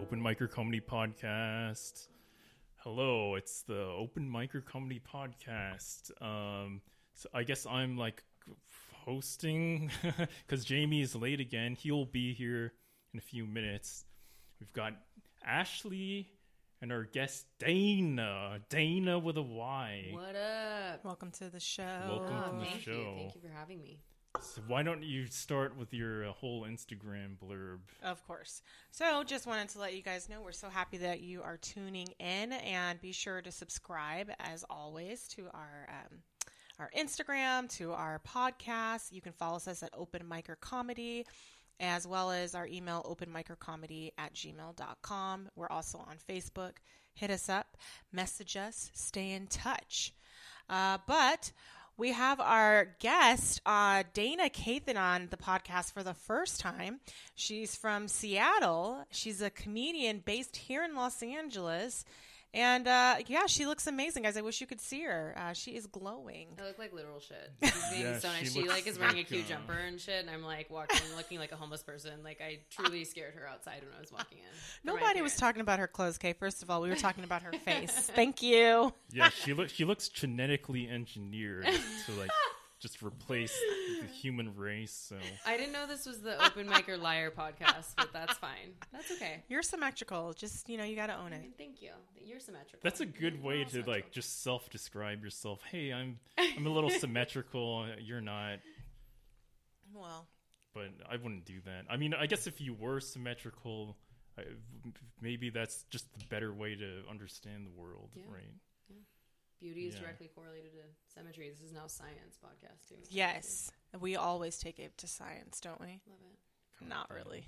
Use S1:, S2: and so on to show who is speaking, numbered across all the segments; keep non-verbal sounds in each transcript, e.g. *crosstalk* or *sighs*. S1: Open Micer Comedy Podcast. Hello, it's the Open Micer Comedy Podcast. Um, so I guess I'm like hosting *laughs* because Jamie is late again. He'll be here in a few minutes. We've got Ashley and our guest Dana. Dana with a Y.
S2: What up? Oh,
S3: Welcome to the show.
S1: Welcome to the
S2: thank you.
S1: show.
S2: Thank you for having me.
S1: So why don't you start with your uh, whole Instagram blurb?
S3: Of course. So, just wanted to let you guys know we're so happy that you are tuning in, and be sure to subscribe as always to our um, our Instagram, to our podcast. You can follow us at Open Micer Comedy, as well as our email openmicercomedy at gmail.com. We're also on Facebook. Hit us up, message us, stay in touch. Uh, but we have our guest, uh, Dana Cathan, on the podcast for the first time. She's from Seattle. She's a comedian based here in Los Angeles. And uh, yeah, she looks amazing, guys. I wish you could see her. Uh, she is glowing.
S2: I look like
S1: *laughs*
S2: literal shit. She's being
S1: Yeah,
S2: so
S1: she
S2: nice. She,
S1: looks
S2: like is wearing a
S1: like,
S2: cute
S1: uh,
S2: jumper and shit, and I'm like walking, looking like a homeless person. Like I truly scared her outside when I was walking in. for my
S3: Nobody was
S2: appearance.
S3: talking about her clothes, Kay. First of all, we *laughs* were talking about her face. Thank you.
S1: Yeah, she looks she looks genetically engineered to like just replace the human race. So
S2: I didn't know this was the Open Mic or Liar podcast, but that's fine. That's okay.
S3: You're symmetrical. Just, you know, you got to own
S2: I
S3: it.
S2: mean, thank you. You're symmetrical.
S1: that's a good
S2: We're
S1: way
S2: all
S1: to
S2: symmetrical.
S1: like just self describe yourself. Hey, I'm I'm a little symmetrical. You're not,
S3: Well,
S1: but I wouldn't do that. I mean, I guess if you were symmetrical, I, maybe that's just the better way to understand the world,
S2: Yeah.
S1: right?
S2: beauty is
S1: yeah.
S2: directly correlated to symmetry. This is now science podcast too.
S3: yes. We always take it to science, don't we?
S2: Love it.
S3: Not really.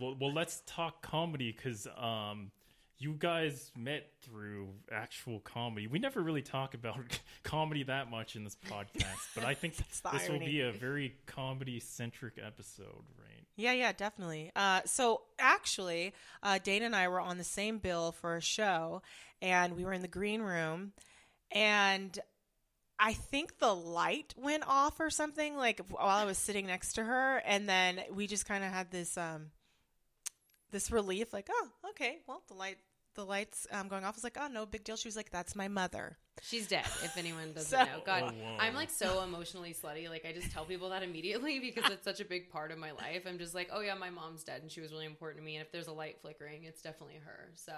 S1: well, well, let's talk comedy because um, you guys met through actual comedy. We never really talk about *laughs* comedy that much in this podcast, but I think
S3: *laughs* That's the
S1: this will
S3: irony.
S1: be a very comedy centric episode, right?
S3: Yeah, yeah, definitely. Uh, so actually, uh, Dana and I were on the same bill for a show, and we were in the green room, and I think the light went off or something, like while I was sitting next to her, and then we just kind of had this um, this relief, like, oh, okay, well, the light. The lights um, going off. I was like, oh, no big deal. She was like, that's my mother.
S2: She's dead. If anyone doesn't
S3: So-
S2: know, God,
S1: Oh, wow.
S2: I'm like so emotionally slutty. Like I just tell people that immediately *laughs* because it's such a big part of my life. I'm just like, oh yeah, my mom's dead, and she was really important to me. And if there's a light flickering, it's definitely her. So,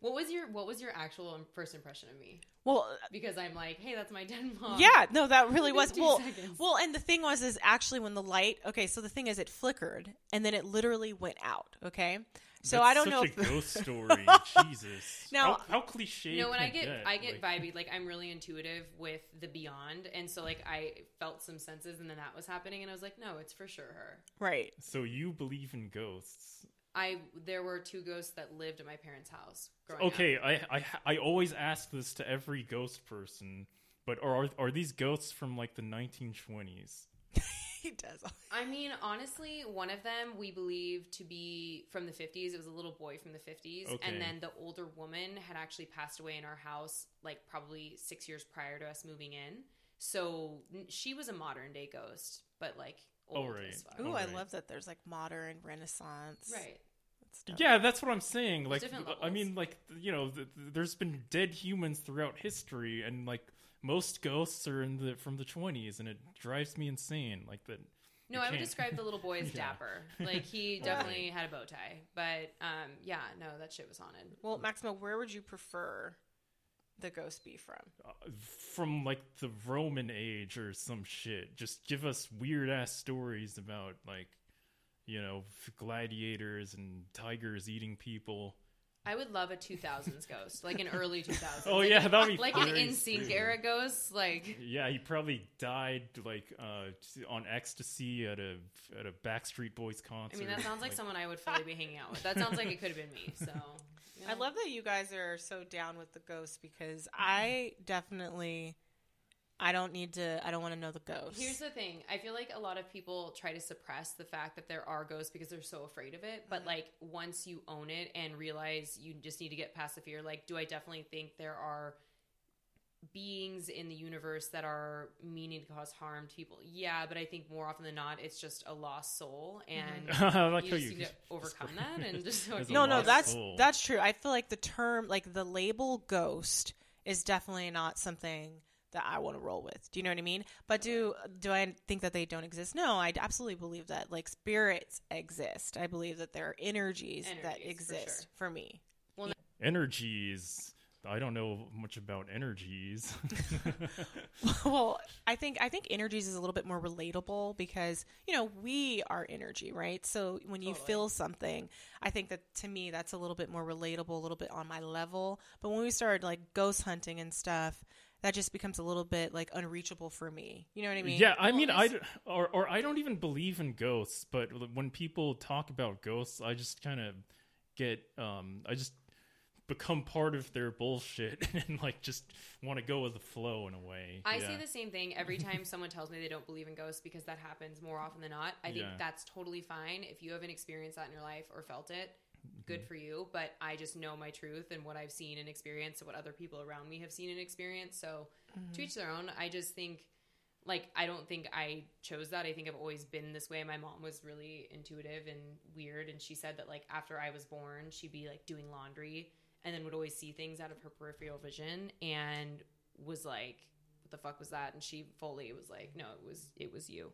S2: what was your what was your actual first impression of me?
S3: Well,
S2: Because I'm like, hey, that's my dead mom.
S3: Yeah, no, that really was
S2: Two
S3: well.
S2: seconds.
S3: Well, and the thing was is actually when the light. Okay, so the thing is, it flickered and then it literally went out. Okay, so
S1: That's
S3: I don't
S1: such
S3: know.
S1: a
S3: if
S1: ghost story. Jesus,
S3: Now-
S1: how, how cliche.
S2: No, when
S1: can
S2: I
S1: it
S2: get I get
S1: like,
S2: vibey, like I'm really intuitive with the beyond, and so like I felt some senses, and then that was happening, and I was like, no, it's for sure her.
S3: *laughs*
S2: *laughs*
S3: right.
S1: so you believe in ghosts?
S2: I there were two ghosts that lived at my parents' house. Growing up.
S1: Okay, I, I I always ask this to every ghost person, but are are these ghosts from like the 1920s?
S3: He does.
S2: I mean, honestly, one of them we believe to be from the 50s. It was a little boy from the 50s.
S1: Okay.
S2: And then the older woman had actually passed away in our house, like probably six years prior to us moving in. So n- she was a modern day ghost, but like old
S1: Oh, right.
S2: as fuck.
S3: Ooh,
S1: All
S3: I
S1: right.
S3: love that. There's like modern Renaissance.
S2: Right.
S3: That's dope.
S1: Yeah, that's what I'm saying. Like,
S2: different
S1: I
S2: levels.
S1: mean, like, you know, th- th- there's been dead humans throughout history, and like most ghosts are in the from the 20s, and it drives me insane. Like that. you
S2: No, I would
S1: can't-
S2: describe the little boy
S1: *laughs*
S2: as
S1: Yeah.
S2: dapper. Like
S1: *laughs*
S2: he
S1: Right.
S2: definitely had a bow tie. But um, yeah, no, that shit was haunted.
S3: Well, Maxima, where would you prefer the ghost be from?
S1: uh, from like the Roman age or some shit. Just give us weird ass stories about like, you know, f- gladiators and tigers eating people.
S2: I would love a 2000s ghost, like an early
S1: *laughs*
S2: 2000s.
S1: Oh
S2: Like
S1: yeah,
S2: a-
S1: that'd be
S2: like an
S1: very
S2: NSYNC
S1: stupid.
S2: era ghost, like
S1: Yeah, he probably died like uh, on ecstasy at a at a Backstreet Boys concert.
S2: I mean, that sounds like, someone I would fully be hanging out with. That sounds like it could have been me. So you
S3: I
S2: know.
S3: love that you guys are so down with the ghost because I definitely, I don't need to. I don't want to know the ghost.
S2: Here's the thing: I feel like a lot of people try to suppress the fact that there are ghosts because they're so afraid of it.
S1: Mm-hmm.
S2: But like, once you own it and realize you just need to get past the fear, like, do I definitely think there are beings in the universe that are meaning to cause harm to people. Yeah, but I think more often than not, it's just a lost soul, and
S1: Mm-hmm. *laughs* I like
S2: you
S1: how
S2: just
S1: you
S2: need to
S1: just- *laughs*
S2: overcome
S1: just-
S2: that and just *laughs*
S1: There's a
S3: no, no,
S1: lost
S3: that's
S1: soul.
S3: that's true. I feel like the term, like the label ghost, is definitely not something that I want to roll with. Do you know what I mean? But do do I think that they don't exist? No, I absolutely believe that like spirits exist. I believe that there are energies, that
S2: Energies, for
S3: exist
S2: sure.
S3: for me.
S1: energies. I don't know much about energies. *laughs*
S3: well, I think I think energies is a little bit more relatable because you know we are energy, right? So when you
S2: Totally.
S3: feel something, I think that to me that's a little bit more relatable, a little bit on my level. But when we started like ghost hunting and stuff, that just becomes a little bit like unreachable for me. You know what I mean?
S1: yeah, I
S2: well,
S1: mean, I
S2: it's-
S1: d- or or I don't even believe in ghosts, but when people talk about ghosts, I just kind of get um, I just become part of their bullshit *laughs* and like just want to go with the flow in a way.
S2: I
S1: yeah.
S2: say the same
S1: *laughs*
S2: thing every time someone tells me they don't believe in ghosts because that happens more often than not. I think
S1: Yeah.
S2: that's totally fine. If you haven't experienced that in your life or felt it,
S1: Mm-hmm.
S2: good for you. But I just know my truth and what I've seen and experienced and what other people around me have seen and experienced. So to
S1: Mm-hmm.
S2: each their own. I just think, like, I don't think I chose that. I think I've always been this way. My mom was really intuitive and weird. And she said that, like, after I was born, she'd be like doing laundry and then would always see things out of her peripheral vision and was like, what the fuck was that? And she fully was like, no, it was, it was you.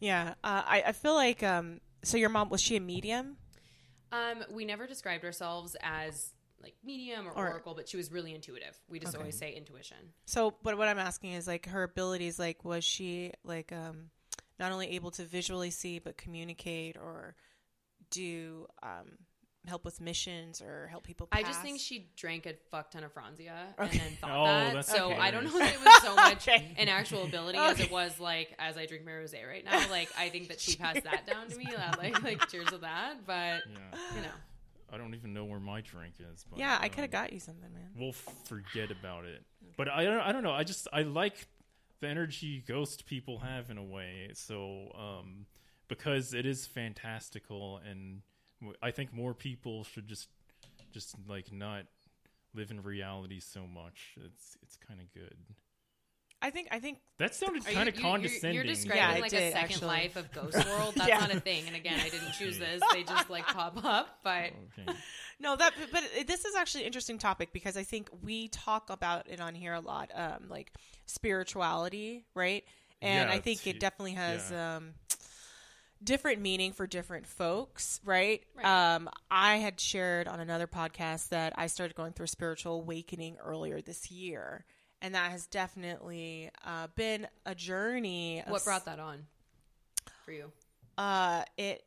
S3: yeah. Uh, I I feel like um. So your mom was she a medium?
S2: Um, we never described ourselves as like medium or,
S3: Or-
S2: oracle, but she was really intuitive. We just always say intuition.
S3: So, but what I'm asking is like her abilities. Like, was she like um, not only able to visually see but communicate or do um, help with missions or help people? Pass?
S2: I just think she drank a fuck ton of Franzia and
S3: Okay.
S2: then thought
S1: Oh,
S2: that.
S1: that's
S2: so
S1: okay.
S2: I don't know that it was
S3: *laughs*
S2: so much
S3: Okay.
S2: an actual ability as it
S3: Okay.
S2: was like as I drink my rosé right now. Like I think that
S3: *laughs*
S2: she passed that down to me. That, like like cheers to that. But
S1: Yeah.
S2: you know,
S1: I don't even know where my drink is. But,
S3: Yeah, I could
S1: um,
S3: have got you something, man.
S1: We'll forget about it. But I don't. I don't know. I just I like the energy ghost people have in a way. So um, because it is fantastical, and w- I think more people should just just like not live in reality so much. It's it's kind of good.
S3: I think. I think.
S1: That sounded
S2: Are you-
S1: kind of
S2: you- you're-
S1: condescending.
S2: You're, describing
S3: Yeah, I
S2: like
S3: did,
S2: a second
S3: actually.
S2: life of
S3: *laughs*
S2: Ghost World. That's
S3: Yeah.
S2: not a thing. And again, I didn't choose this. They just like pop up. But
S1: Okay.
S3: No, that. But it- this is actually an interesting topic because I think we talk about it on here a lot, um, like spirituality, right? And
S1: Yeah,
S3: I think
S1: it's-
S3: it definitely has.
S1: yeah.
S3: Um, different meaning for different folks, right?
S2: Right.
S3: Um, I had shared on another podcast that I started going through a spiritual awakening earlier this year. And that has definitely uh, been a journey. Of
S2: what brought that on for *laughs* you?
S3: Uh, it,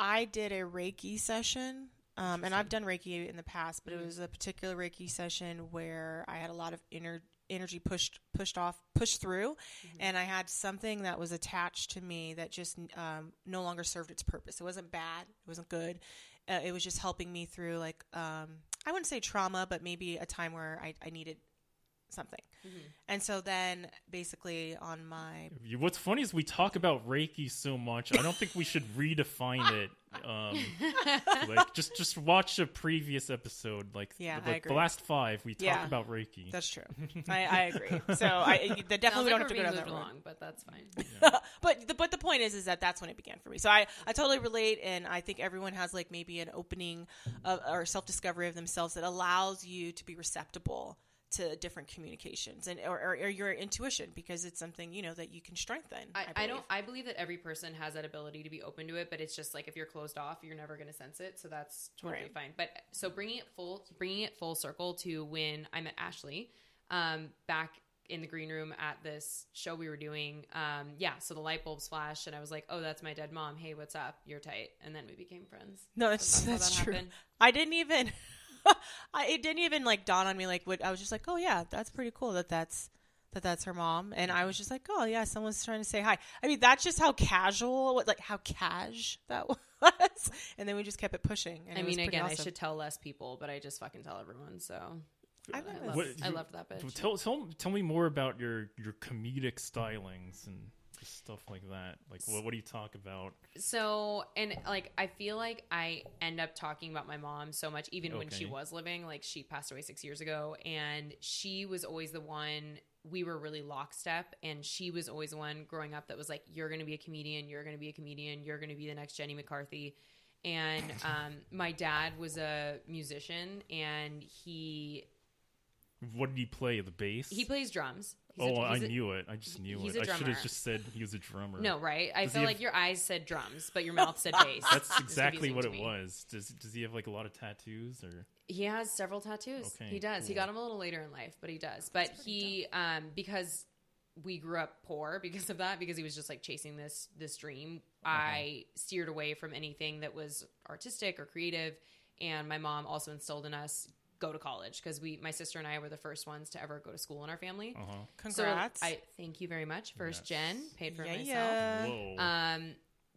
S3: I did a Reiki session. Um, and I've done Reiki in the past, but it was a particular Reiki session where I had a lot of inner energy pushed pushed off pushed through and i had something that was attached to me that just um, no longer served its purpose it wasn't bad it wasn't good uh, it was just helping me through like um, i wouldn't say trauma but maybe a time where i, I needed something and so then basically on my
S1: You- What's funny is we talk about Reiki so much. I don't think we should redefine it. Um, like just just watch a previous episode, like
S3: Yeah, I
S1: like
S3: agree.
S1: the last five. We talk
S3: Yeah.
S1: about *laughs* Reiki.
S3: that's true I, I agree so i
S2: Sounds like
S3: that definitely don't
S2: we're
S3: have to go
S2: being
S3: down
S2: moved
S3: that road
S2: along, but that's fine.
S3: but the, but the point is is that that's when it began for me. So I, I totally relate, and I think everyone has like maybe an opening of, or self discovery of themselves that allows you to be receptible to different communications and or, or, or your intuition because it's something you know that you can strengthen.
S2: I, I, don't.
S3: believe.
S2: I believe that every person has that ability to be open to it, but it's just like if you're closed off, you're never going to sense it. So that's totally
S3: Right.
S2: fine. But so bringing it full, bringing it full circle to when I met Ashley, um, back in the green room at this show we were doing. Um, yeah. So the light bulbs flashed, and I was like, "Oh, that's my dead mom. Hey, what's up? You're tight." And then we became friends.
S3: No, that's
S2: So
S3: that's
S2: how that
S3: true.
S2: happened.
S3: I didn't even. *laughs* I, it didn't even like dawn on me like what I was just like oh yeah that's pretty cool that that's that that's her mom and I was just like oh yeah someone's trying to say hi I mean that's just how casual what like how cash that *laughs* was and then we just kept it pushing and
S2: I
S3: it was
S2: mean,
S3: pretty
S2: again, I
S3: awesome.
S2: should tell less people, but I just fucking tell everyone. So
S3: I
S2: I
S3: love
S2: love,
S1: What-
S2: I
S1: you-
S2: love that bitch.
S1: Tell, tell tell me more about your your comedic stylings and Just stuff like that. Like, what, what do you talk about?
S2: So, and like, I feel like I end up talking about my mom so much, even when she
S1: Okay.
S2: was living. Like, she passed away six years ago, and she was always the one we were really lockstep. And she was always the one growing up that was like, You're going to be a comedian, you're going to be a comedian, you're going to be the next Jenny McCarthy. And
S1: *laughs*
S2: um, my dad was a musician, and he
S1: What did he play? The bass?
S2: he plays drums. He's a-
S1: oh, I
S2: he's a-
S1: knew it. I just knew
S2: he's
S1: it.
S2: a
S1: I should
S2: drummer.
S1: have just said he was a drummer.
S2: No, right? I
S1: Does he
S2: feel
S1: have-
S2: like your eyes said drums,
S1: *laughs*
S2: but your mouth said bass. *laughs*
S1: That's
S2: It's
S1: exactly
S2: confusing
S1: what
S2: to
S1: it
S2: me.
S1: was. Does does he have like a lot of tattoos or
S2: He has several tattoos.
S1: Okay,
S2: he does. He
S1: cool.
S2: got them a little later in life, but he does. But
S3: pretty
S2: he, um, because we grew up poor because of that, because he was just like chasing this this dream.
S1: Uh-huh.
S2: I steered away from anything that was artistic or creative, and my mom also instilled in us go to college because we, my sister and I, were the first ones to ever go to school in our family.
S1: uh huh?
S3: Congrats.
S2: So I thank you very much. First
S1: Yes.
S2: gen paid for
S3: Yeah,
S2: myself.
S3: yeah. Uh,
S1: Whoa.
S2: Um,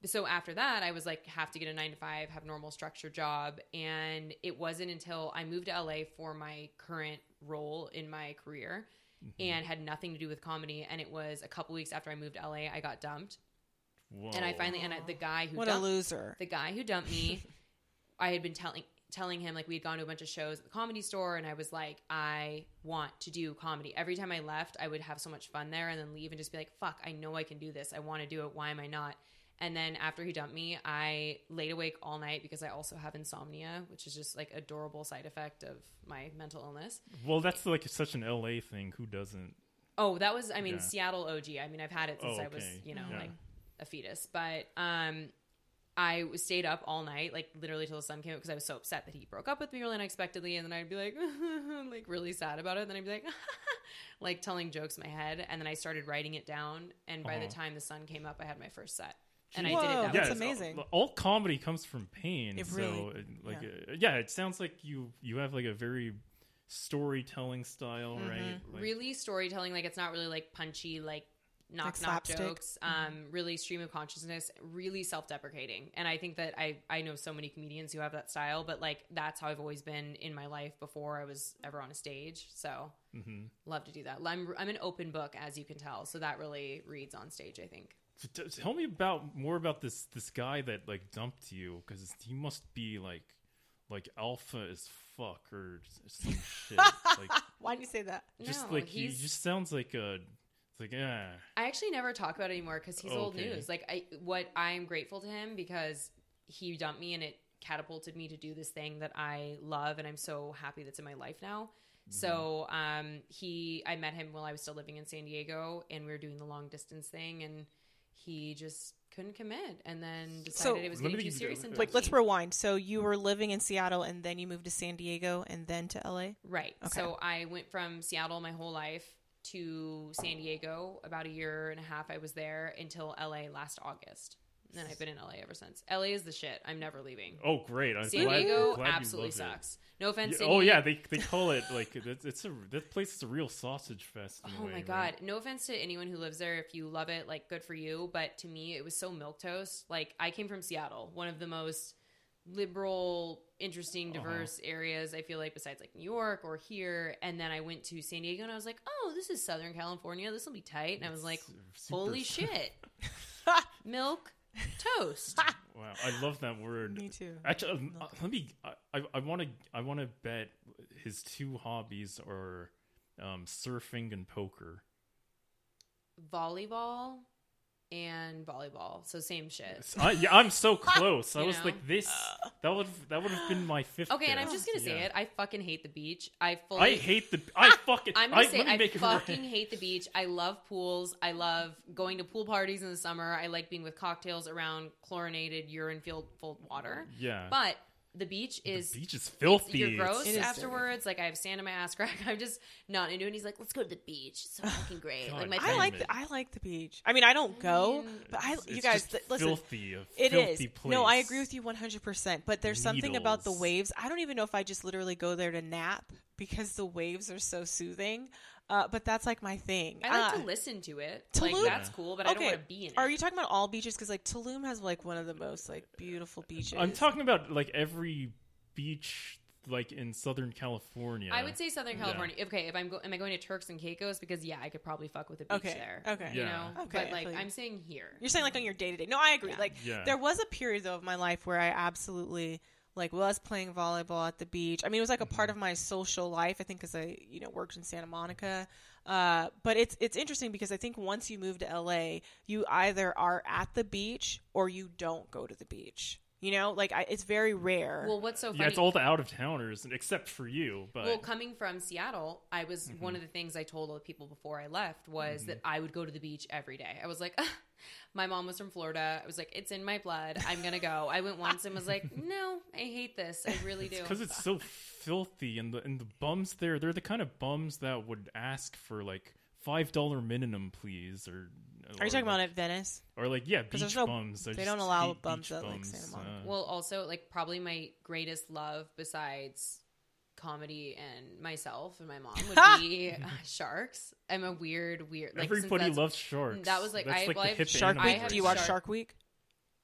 S2: so after that, I was like, have to get a nine to five, have normal structured job, and it wasn't until I moved to LA for my current role in my career,
S1: Mhm.
S2: and had nothing to do with comedy. And it was a couple weeks after I moved to LA, I got dumped,
S1: Whoa.
S2: and I finally and I, the guy who
S3: what a
S2: dumped,
S3: loser.
S2: the guy who dumped me, I had been telling telling him like we had gone to a bunch of shows at the comedy store and I was like I want to do comedy. Every time I left, I would have so much fun there and then leave and just be like fuck, I know I can do this. I want to do it. Why am I not? And then after he dumped me, I laid awake all night because I also have insomnia, which is just like adorable side effect of my mental illness.
S1: Well, that's like such an LA thing. Who doesn't?
S2: Oh, that was I mean
S1: Yeah.
S2: Seattle OG. I mean I've had it since
S1: Oh,
S2: I was,
S1: okay.
S2: you know,
S1: Yeah.
S2: like a fetus. But um I was- stayed up all night, like literally till the sun came up because I was so upset that he broke up with me really unexpectedly and then I'd be like *laughs* like really sad about it. And then I'd be like *laughs* like telling jokes in my head and then I started writing it down and by the
S1: Uh-huh.
S2: time the sun came up I had my first set. And I
S3: Whoa,
S2: did it that
S3: that's
S2: way.
S1: it's-
S3: amazing.
S1: All, all comedy comes from pain.
S3: It
S1: so,
S3: really-
S1: it- like, yeah. yeah, it sounds like you you have like a very storytelling style,
S2: Mm-hmm.
S1: right? Like,
S2: really storytelling like it's not really like punchy like knock
S3: Like
S2: knock
S3: slapstick.
S2: jokes um
S1: Mm-hmm.
S2: really stream of consciousness really self-deprecating and i think that i i know so many comedians who have that style but like that's how i've always been in my life before i was ever on a stage so
S1: mhm.
S2: love to do that i'm i'm an open book as you can tell so that really reads on stage i think
S1: So t- Tell me about more about this this guy that like dumped you because he must be like like alpha as fuck or s- some
S2: *laughs*
S1: shit. Like
S3: Why do you say that?
S1: just
S2: no
S1: like he
S2: he's
S1: just sounds like a it's like yeah.
S2: I actually never talk about it anymore because he's old
S1: Okay.
S2: news. Like I, what I'm grateful to him because he dumped me and it catapulted me to do this thing that I love and I'm so happy that's in my life now. So
S1: Mm-hmm.
S2: um, he, I met him while I was still living in San Diego and we were doing the long distance thing and he just couldn't commit and then decided it was
S1: Let me
S2: getting too
S1: think-
S2: serious. And
S3: Wait,
S2: dumped
S3: let's
S2: me.
S3: rewind. So you were living in Seattle and then you moved to San Diego and then to LA?
S2: Right.
S3: Okay.
S2: So I went from Seattle my whole life to San Diego. About a year and a half I was there until LA last August. And then I've been in LA ever since. LA is the shit. I'm never leaving.
S1: Oh great! I'm
S2: San
S1: glad,
S2: Diego
S1: glad you
S2: absolutely
S1: love it.
S2: sucks. No offense.
S1: Yeah,
S2: Sydney.
S1: oh yeah, they they call it like *laughs* it's, it's a that place is a real sausage fest. in a
S2: Oh
S1: way,
S2: my
S1: right?
S2: god. No offense to anyone who lives there. If you love it, like good for you. But to me, it was so milk toast. Like I came from Seattle, one of the most liberal, interesting,
S1: Uh-huh.
S2: diverse areas. I feel like besides like New York or here. And then I went to San Diego, and I was like, oh, this is Southern California. This will be tight. And I was
S1: It's
S2: like,
S1: super- *laughs*
S2: holy shit, milk toast.
S1: Wow, I love that word.
S3: *laughs* Me too.
S1: Actually, um, uh, let me. I I want to. I want to bet his two hobbies are um, surfing and poker.
S2: volleyball and volleyball. So same shit.
S1: So I, yeah, I'm so close. I
S2: *laughs* You
S1: was
S2: know?
S1: like this. That would that would have been
S2: *gasps*
S1: my fifth.
S2: Okay, and I'm
S1: guess.
S2: just gonna say
S1: Yeah.
S2: it. I fucking hate the beach. I fully
S1: I hate
S2: *laughs*
S1: the. I fucking.
S2: I'm gonna
S1: I,
S2: say
S1: let me
S2: I
S1: make it right.
S2: fucking hate the beach. I love pools. I love going to pool parties in the summer. I like being with cocktails around chlorinated urine filled full water.
S1: *laughs* Yeah,
S2: But the beach is
S1: the beach is filthy.
S2: you're gross
S3: It is dirty.
S2: afterwards. Like I have sand in my ass crack. *laughs* I'm just not into it. And he's like, let's go to the beach.
S1: *sighs*
S2: It's so fucking great.
S1: God
S2: like my
S1: damn
S3: I
S2: friend,
S3: like
S1: it.
S3: the, I like the beach. I mean, I don't go,
S2: mean-
S3: but I
S1: It's-
S3: you
S1: it's
S3: guys
S1: just
S3: th- listen.
S1: Filthy. A
S3: It is
S1: filthy Place.
S3: No, I agree with you 100%, but there's something about the
S1: Needles.
S3: waves. I don't even know if I just literally go there to nap because the waves are so soothing. Uh, but that's like my thing.
S2: I like
S3: Uh,
S2: to listen to it. like
S3: Tulum-
S2: that's cool, but I don't want to be in it.
S3: Are you talking about all beaches? Because like Tulum has like one of the most like beautiful beaches.
S1: I'm talking about like every beach like in Southern California.
S2: I would say Southern California. Okay, if I'm go- am I going to Turks and Caicos because yeah, I could probably fuck with a beach
S3: Okay,
S2: there.
S3: okay.
S2: You
S1: Yeah.
S2: know,
S3: Okay, I
S2: but like
S3: feel you.
S2: I'm saying here.
S3: You're saying like on your day to day. No, I agree.
S2: Yeah.
S3: Like
S1: Yeah.
S3: there was a period though of my life where I absolutely like was playing volleyball at the beach. I mean, it was like a part of my social life. I think because I you know worked in Santa Monica. Uh, but it's it's interesting because I think once you move to LA, you either are at the beach or you don't go to the beach. You know, like I, it's very rare.
S2: Well, what's so funny?
S1: yeah, it's all the out of towners except for you. But
S2: Well, coming from Seattle, I was
S1: Mm-hmm.
S2: one of the things I told all the people before I left was that I would go to the beach every day. I was like, *laughs* my mom was from Florida. I was like, it's in my blood. I'm gonna go. I went once and was
S1: *laughs*
S2: like, no, I hate this. I really do.
S1: because it's so filthy and the and the bums there they're the kind of bums that would ask for like five dollar minimum please or
S3: are you talking about at Venice?
S1: or like yeah beach
S3: there's no-
S1: bums I
S3: they
S1: just
S3: don't allow
S1: hate
S3: bums
S1: beach
S3: at, like,
S1: bums,
S3: Santa Monica.
S1: uh,
S2: Well, also like probably my greatest love besides comedy and myself and my mom
S1: *laughs*
S2: would be uh, sharks. I'm a weird, weird. Like, since
S1: everybody
S2: that's-
S1: loves sharks
S2: that was, like,
S1: That's,
S2: I-
S1: like,
S2: well,
S1: the
S2: I've-
S1: hip
S3: Shark
S1: anime
S3: Week?
S2: have
S3: Do you watch
S1: race.
S2: shark-
S3: Shark Week?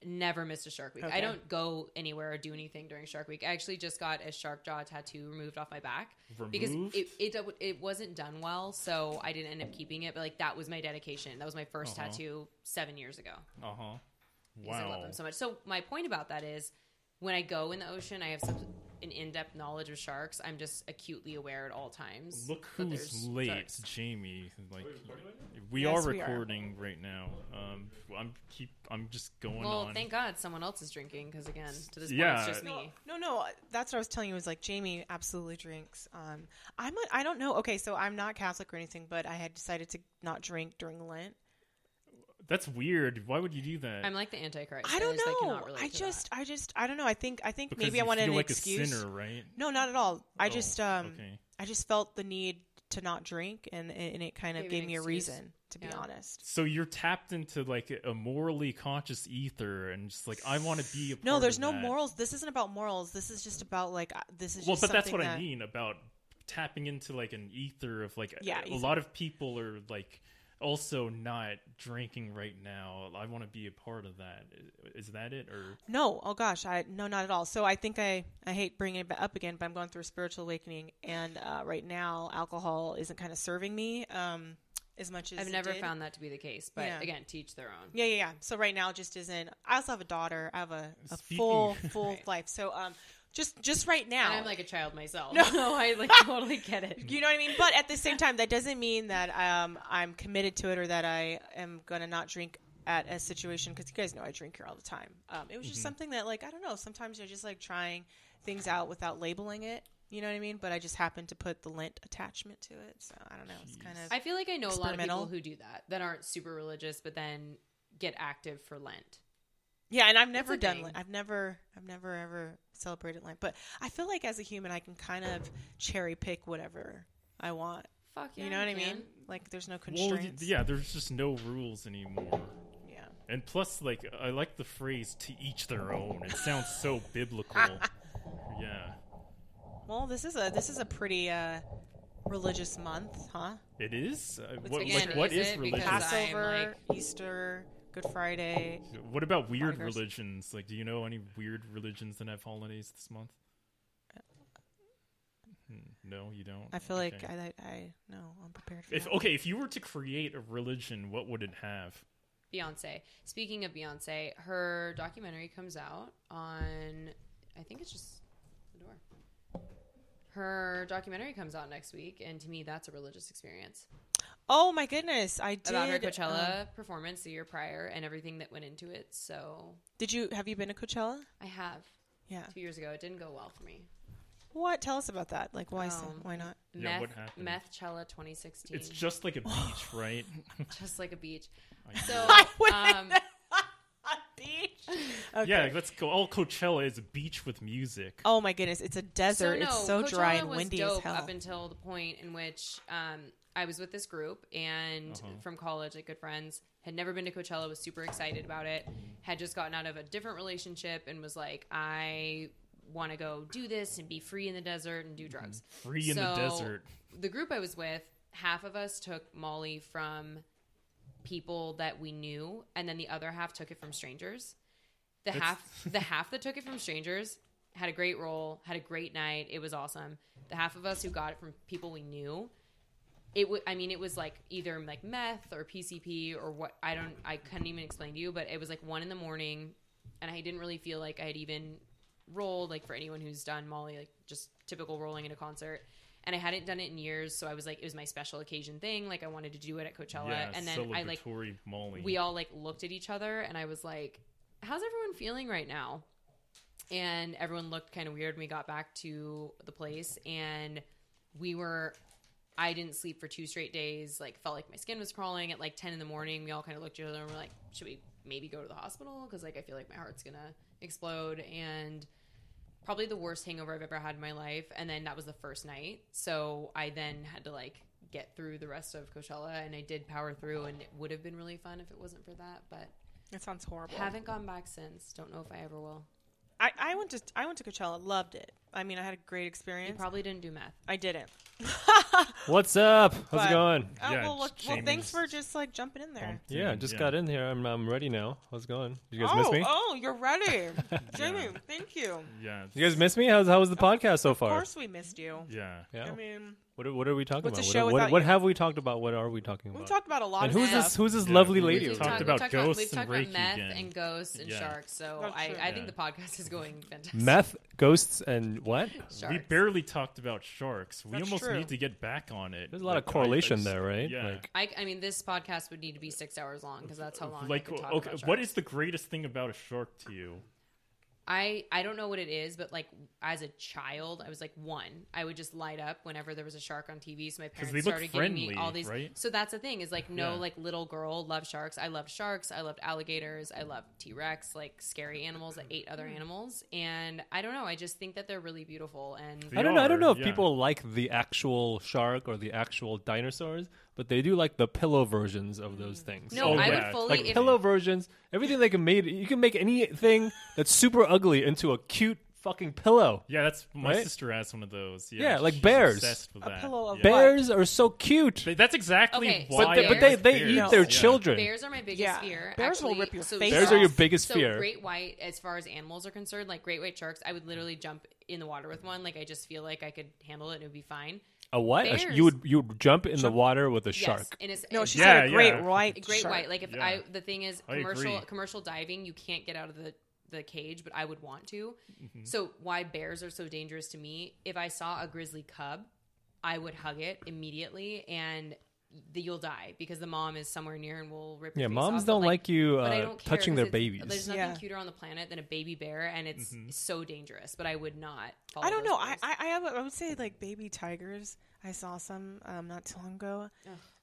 S2: never missed a shark week.
S3: Okay.
S2: I don't go anywhere or do anything during shark week. I actually just got a shark jaw tattoo removed off my back because
S1: Removed?
S2: it, it it wasn't done well, so I didn't end up keeping it. But like that was my dedication. That was my 1st
S1: Uh-huh.
S2: tattoo seven years ago
S1: uh-huh
S2: because I love
S1: wow
S2: them so much. So my point about that is, when I go in the ocean, I have such an in-depth knowledge of sharks. I'm just acutely aware at all times.
S1: look
S2: that
S1: who's
S2: there's
S1: late
S2: sharks.
S1: jamie like we
S3: Yes,
S1: are
S3: we are.
S1: recording right now um i'm keep i'm just going
S2: Well,
S1: on
S2: thank God someone else is drinking because again, to this point,
S1: Yeah.
S2: it's just me.
S3: No, no, that's what I was telling you. Was like Jamie absolutely drinks. Um, I'm a, I don't know. Okay, so I'm not Catholic or anything, but I had decided to not drink during Lent.
S1: that's weird why would you do that
S2: I'm like the antichrist.
S3: I don't
S2: just, like,
S3: know.
S2: cannot relate
S3: I
S2: to that.
S3: just, I just, I don't know. I think, I think
S1: because
S3: maybe
S1: you
S3: I wanted
S1: feel
S3: an
S1: like
S3: excuse.
S1: a sinner right
S3: No, not at all. I
S1: Oh,
S3: just, um,
S1: okay.
S3: I just felt the need to not drink, and and it kind of
S2: Gave you
S3: gave
S2: an
S3: me a
S2: excuse.
S3: reason to be
S2: Yeah.
S3: honest.
S1: So you're tapped into like a morally conscious ether, and just like I want to be. A
S3: No,
S1: part
S3: there's
S1: of
S3: no
S1: that.
S3: morals. This isn't about morals. This is just about like uh, this is.
S1: Well,
S3: just
S1: but that's
S3: something
S1: what
S3: that-
S1: I mean about tapping into like an ether of like
S3: Yeah,
S1: a,
S3: ether.
S1: lot of people are like also not drinking right now. I want to be a part of that. Is that it or
S3: No, oh gosh, I no, not at all. So I think I I hate bringing it ba- up again, but I'm going through a spiritual awakening, and uh, right now alcohol isn't kind of serving me um, as much as
S2: I've
S3: it
S2: never
S3: did.
S2: found that to be the case, but
S3: Yeah.
S2: again, teach their own.
S3: Yeah, yeah, yeah. So right now it just isn't. I also have a daughter. I have a, a
S1: Speaking-
S3: full full
S2: Right.
S3: life. So um, just just right now,
S2: And I'm like a child myself.
S3: No. *laughs*
S2: No, *laughs* I like totally get it.
S3: you know what I mean. But at the same time, that doesn't mean that um I'm committed to it or that I am gonna not drink at a situation because you guys know I drink here all the time. Um, it was
S2: Mm-hmm.
S3: just something that like I don't know. Sometimes I just like trying things out without labeling it. You know what I mean? But I just happened to put the lint attachment to it, so I don't know. It's kind of
S2: I feel like I know a lot of
S3: Experimental.
S2: people who do that that aren't super religious, but then get active for Lent.
S3: Yeah, and I've never
S2: a
S3: done
S2: thing.
S3: Lent. I've never, I've never ever celebrated Lent. But I feel like as a human, I can kind of cherry pick whatever I want.
S2: Fuck yeah,
S3: you know what I
S2: can.
S3: mean? Like, there's no
S1: well, y-
S3: constraints.
S1: yeah, there's just no rules anymore.
S3: yeah.
S1: And plus, like I like the phrase "to each their own." It sounds so biblical. Yeah,
S3: Well, this is a this is a pretty uh, religious month, huh?
S1: it is. Uh, what,
S2: again,
S1: like, what
S2: is
S1: is,
S2: it?
S1: religion?
S2: Because I-
S3: Passover,
S2: like-
S3: Easter, Good Friday.
S1: What about weird
S3: Bikers.
S1: religions? Like, do you know any weird religions that have holidays this month? Hmm, No, you don't.
S3: I feel
S1: Okay.
S3: like I, I, I no, I'm prepared for
S1: if
S3: that.
S1: okay, if you were to create a religion, what would it have?
S2: Beyonce. Speaking of Beyonce, her documentary comes out on. I think it's just the door. Her documentary comes out next week, and to me, that's a religious experience
S3: Oh my goodness, I did.
S2: about her
S3: um,
S2: Coachella performance the year prior and everything that went into it. So
S3: did you have you been to Coachella?
S2: I have
S3: Yeah.
S2: two years ago. It didn't go well for me.
S3: What? Tell us about that. Like, why? so
S2: Um, *laughs*
S3: why not?
S1: Yeah,
S2: meth,
S1: what happened?
S2: Meth Cella 2016.
S1: It's just like a beach, right?
S2: *laughs* just like a beach.
S1: I *laughs*
S2: So,
S3: I went
S2: um,
S3: *laughs* beach. Okay.
S1: Yeah, let's go. All Coachella is a beach with music.
S3: Oh my goodness, it's a
S2: so
S3: desert.
S2: no,
S3: it's so dry
S2: Coachella
S3: and
S2: was
S3: windy
S2: dope
S3: as hell.
S2: up until the point in which um, I was with this group and
S1: Uh-huh.
S2: from college, like good friends, had never been to Coachella, was super excited about it, had just gotten out of a different relationship and was like, I want to go do this and be free in the desert and do drugs.
S1: Free in the
S2: So,
S1: desert.
S2: The group I was with, half of us took Molly from people that we knew, and then the other half took it from strangers. The half the half that took it from strangers had a great role, had a great night. It was awesome. The half of us who got it from people we knew, it would. I mean, it was like either like meth or PCP or what. I don't. I couldn't even explain to you, but it was like one in the morning, and I didn't really feel like I had even rolled. Like for anyone who's done Molly, like just typical rolling at a concert. And I hadn't done it in years, so I was like, it was my special occasion thing. Like I wanted to do it at Coachella,
S1: yeah,
S2: and then I like
S1: celebratory Molly.
S2: we all like looked at each other and I was like, how's everyone feeling right now? And everyone looked kind of weird when we got back to the place and we were I didn't sleep for two straight days, like felt like my skin was crawling at like 10 in the morning. We all kind of looked at each other and were like, should we maybe go to the hospital? Cause like, I feel like my heart's gonna explode and probably the worst hangover I've ever had in my life. And then that was the first night. So I then had to like get through the rest of Coachella and I did power through and it would have been really fun if it wasn't for that, but
S3: That sounds horrible.
S2: haven't gone back since. Don't know if I ever will.
S3: I, I went to I went to Coachella, loved it. I mean, I had a great
S2: You
S3: experience.
S2: probably didn't do meth. *laughs*
S3: I didn't.
S4: What's up? How's
S3: But-
S4: it going?
S3: Oh
S1: Yeah,
S3: well, well, well,
S1: Jamie's-
S3: thanks for just like jumping in there.
S4: Yeah, just got in here. I'm, I'm ready now. How's it going? Did you guys
S3: oh,
S4: miss me?
S3: oh, you're
S4: *laughs*
S3: ready, Jamie. Thank you.
S1: Yeah,
S4: You guys miss me? How's how was the podcast so
S3: Of
S4: far?
S3: course, we missed you.
S1: yeah.
S4: Yeah.
S3: I mean,
S4: What are, what are we talking
S3: What's a
S4: about?
S3: show
S4: what
S3: without
S4: what, what
S3: you?
S4: have we talked about? What are we talking
S3: we
S4: about?
S3: talked about a lot
S4: and
S3: of
S4: who's
S3: stuff.
S4: this? Who's this
S1: Yeah,
S4: lovely
S1: we've
S4: lady?
S1: talked
S4: over
S1: about
S4: there?
S1: ghosts
S2: we've
S1: and
S2: talked about
S1: Reiki
S2: meth
S1: again.
S2: and ghosts and
S1: Yeah.
S2: sharks. So
S3: That's
S2: I,
S3: true.
S2: I
S1: Yeah.
S2: think the podcast is going fantastic.
S4: meth, ghosts, and what?
S2: sharks.
S1: We barely talked about sharks. We
S3: That's
S1: almost
S3: true.
S1: need to get back on it.
S4: There's a lot
S1: Like,
S4: of correlation
S1: I- I just-
S4: there, right?
S1: Yeah.
S4: Like,
S2: I, I mean, this podcast would need to be six hours long because that's how long.
S1: like
S2: I could talk
S1: okay,
S2: about
S1: what
S2: sharks.
S1: is the greatest thing about a shark to you?
S2: I I don't know what it is, but like as a child, I was like one. I would just light up whenever there was a shark on TV. So my parents
S1: they look
S2: started giving me
S1: friendly,
S2: all these.
S1: right?
S2: So that's the thing is like no
S1: Yeah.
S2: like little girl loved sharks. I loved sharks. I loved alligators. I loved T Rex, like scary animals that ate
S3: Hmm.
S2: other animals. And I don't know. I just think that they're really beautiful. And
S1: They
S4: I don't know. I don't
S1: are,
S4: know if
S1: yeah.
S4: people like the actual shark or the actual dinosaurs, but they do like the pillow versions of those things.
S2: Mm. no,
S1: Oh,
S2: I
S1: yeah.
S2: would fully
S4: like
S2: if,
S4: pillow versions. Everything they can make, you can make anything that's super ugly into a cute fucking pillow.
S1: Yeah, that's my
S4: Right?
S1: sister has one of those. Yeah,
S4: Yeah, like
S1: she's
S4: bears.
S1: obsessed with
S3: A
S1: that.
S3: pillow of
S1: yeah.
S3: bears.
S4: Bears are so cute,
S1: Th- That's exactly
S2: Okay, so
S1: why.
S4: but they, but they,
S2: bears-
S4: they
S1: bears.
S4: eat their
S1: Yeah.
S4: children.
S2: Bears are my biggest
S3: Yeah.
S2: fear.
S3: Bears will
S2: actually.
S3: rip your
S2: So
S3: face
S4: Bears are your
S2: sharks-
S4: biggest
S2: so
S4: fear.
S2: Great white, as far as animals are concerned, like great white sharks, I would literally jump in the water with one. Like I just feel like I could handle it and it would be fine.
S4: A what? A sh-
S2: Bears.
S4: you would you would jump in the water with a
S2: Yes,
S4: shark.
S2: and it's,
S3: No,
S2: it's
S3: she
S1: Yeah,
S3: said a great
S1: yeah.
S2: a
S3: white.
S2: great
S3: shark.
S2: white. Like if
S1: Yeah.
S2: I, the thing is,
S1: I
S2: commercial
S1: agree.
S2: commercial diving, you can't get out of the the cage, but I would want to.
S4: Mm-hmm.
S2: So why bears are so dangerous to me? If I saw a grizzly cub, I would hug it immediately and. The, you'll die because the mom is somewhere near and will rip. your
S4: Yeah,
S2: face
S4: moms
S2: off, but,
S4: don't like you
S2: but I
S4: uh,
S2: don't care
S4: touching
S2: 'cause
S4: their
S2: it's- There's
S4: babies. Mm-hmm.
S2: nothing
S3: Yeah.
S2: cuter on the planet than a baby bear, and it's so dangerous. But I would not. Follow
S3: I don't
S2: those
S3: know. I,
S2: bears.
S3: I I have a- I would say like baby tigers. I saw some um, not too long ago,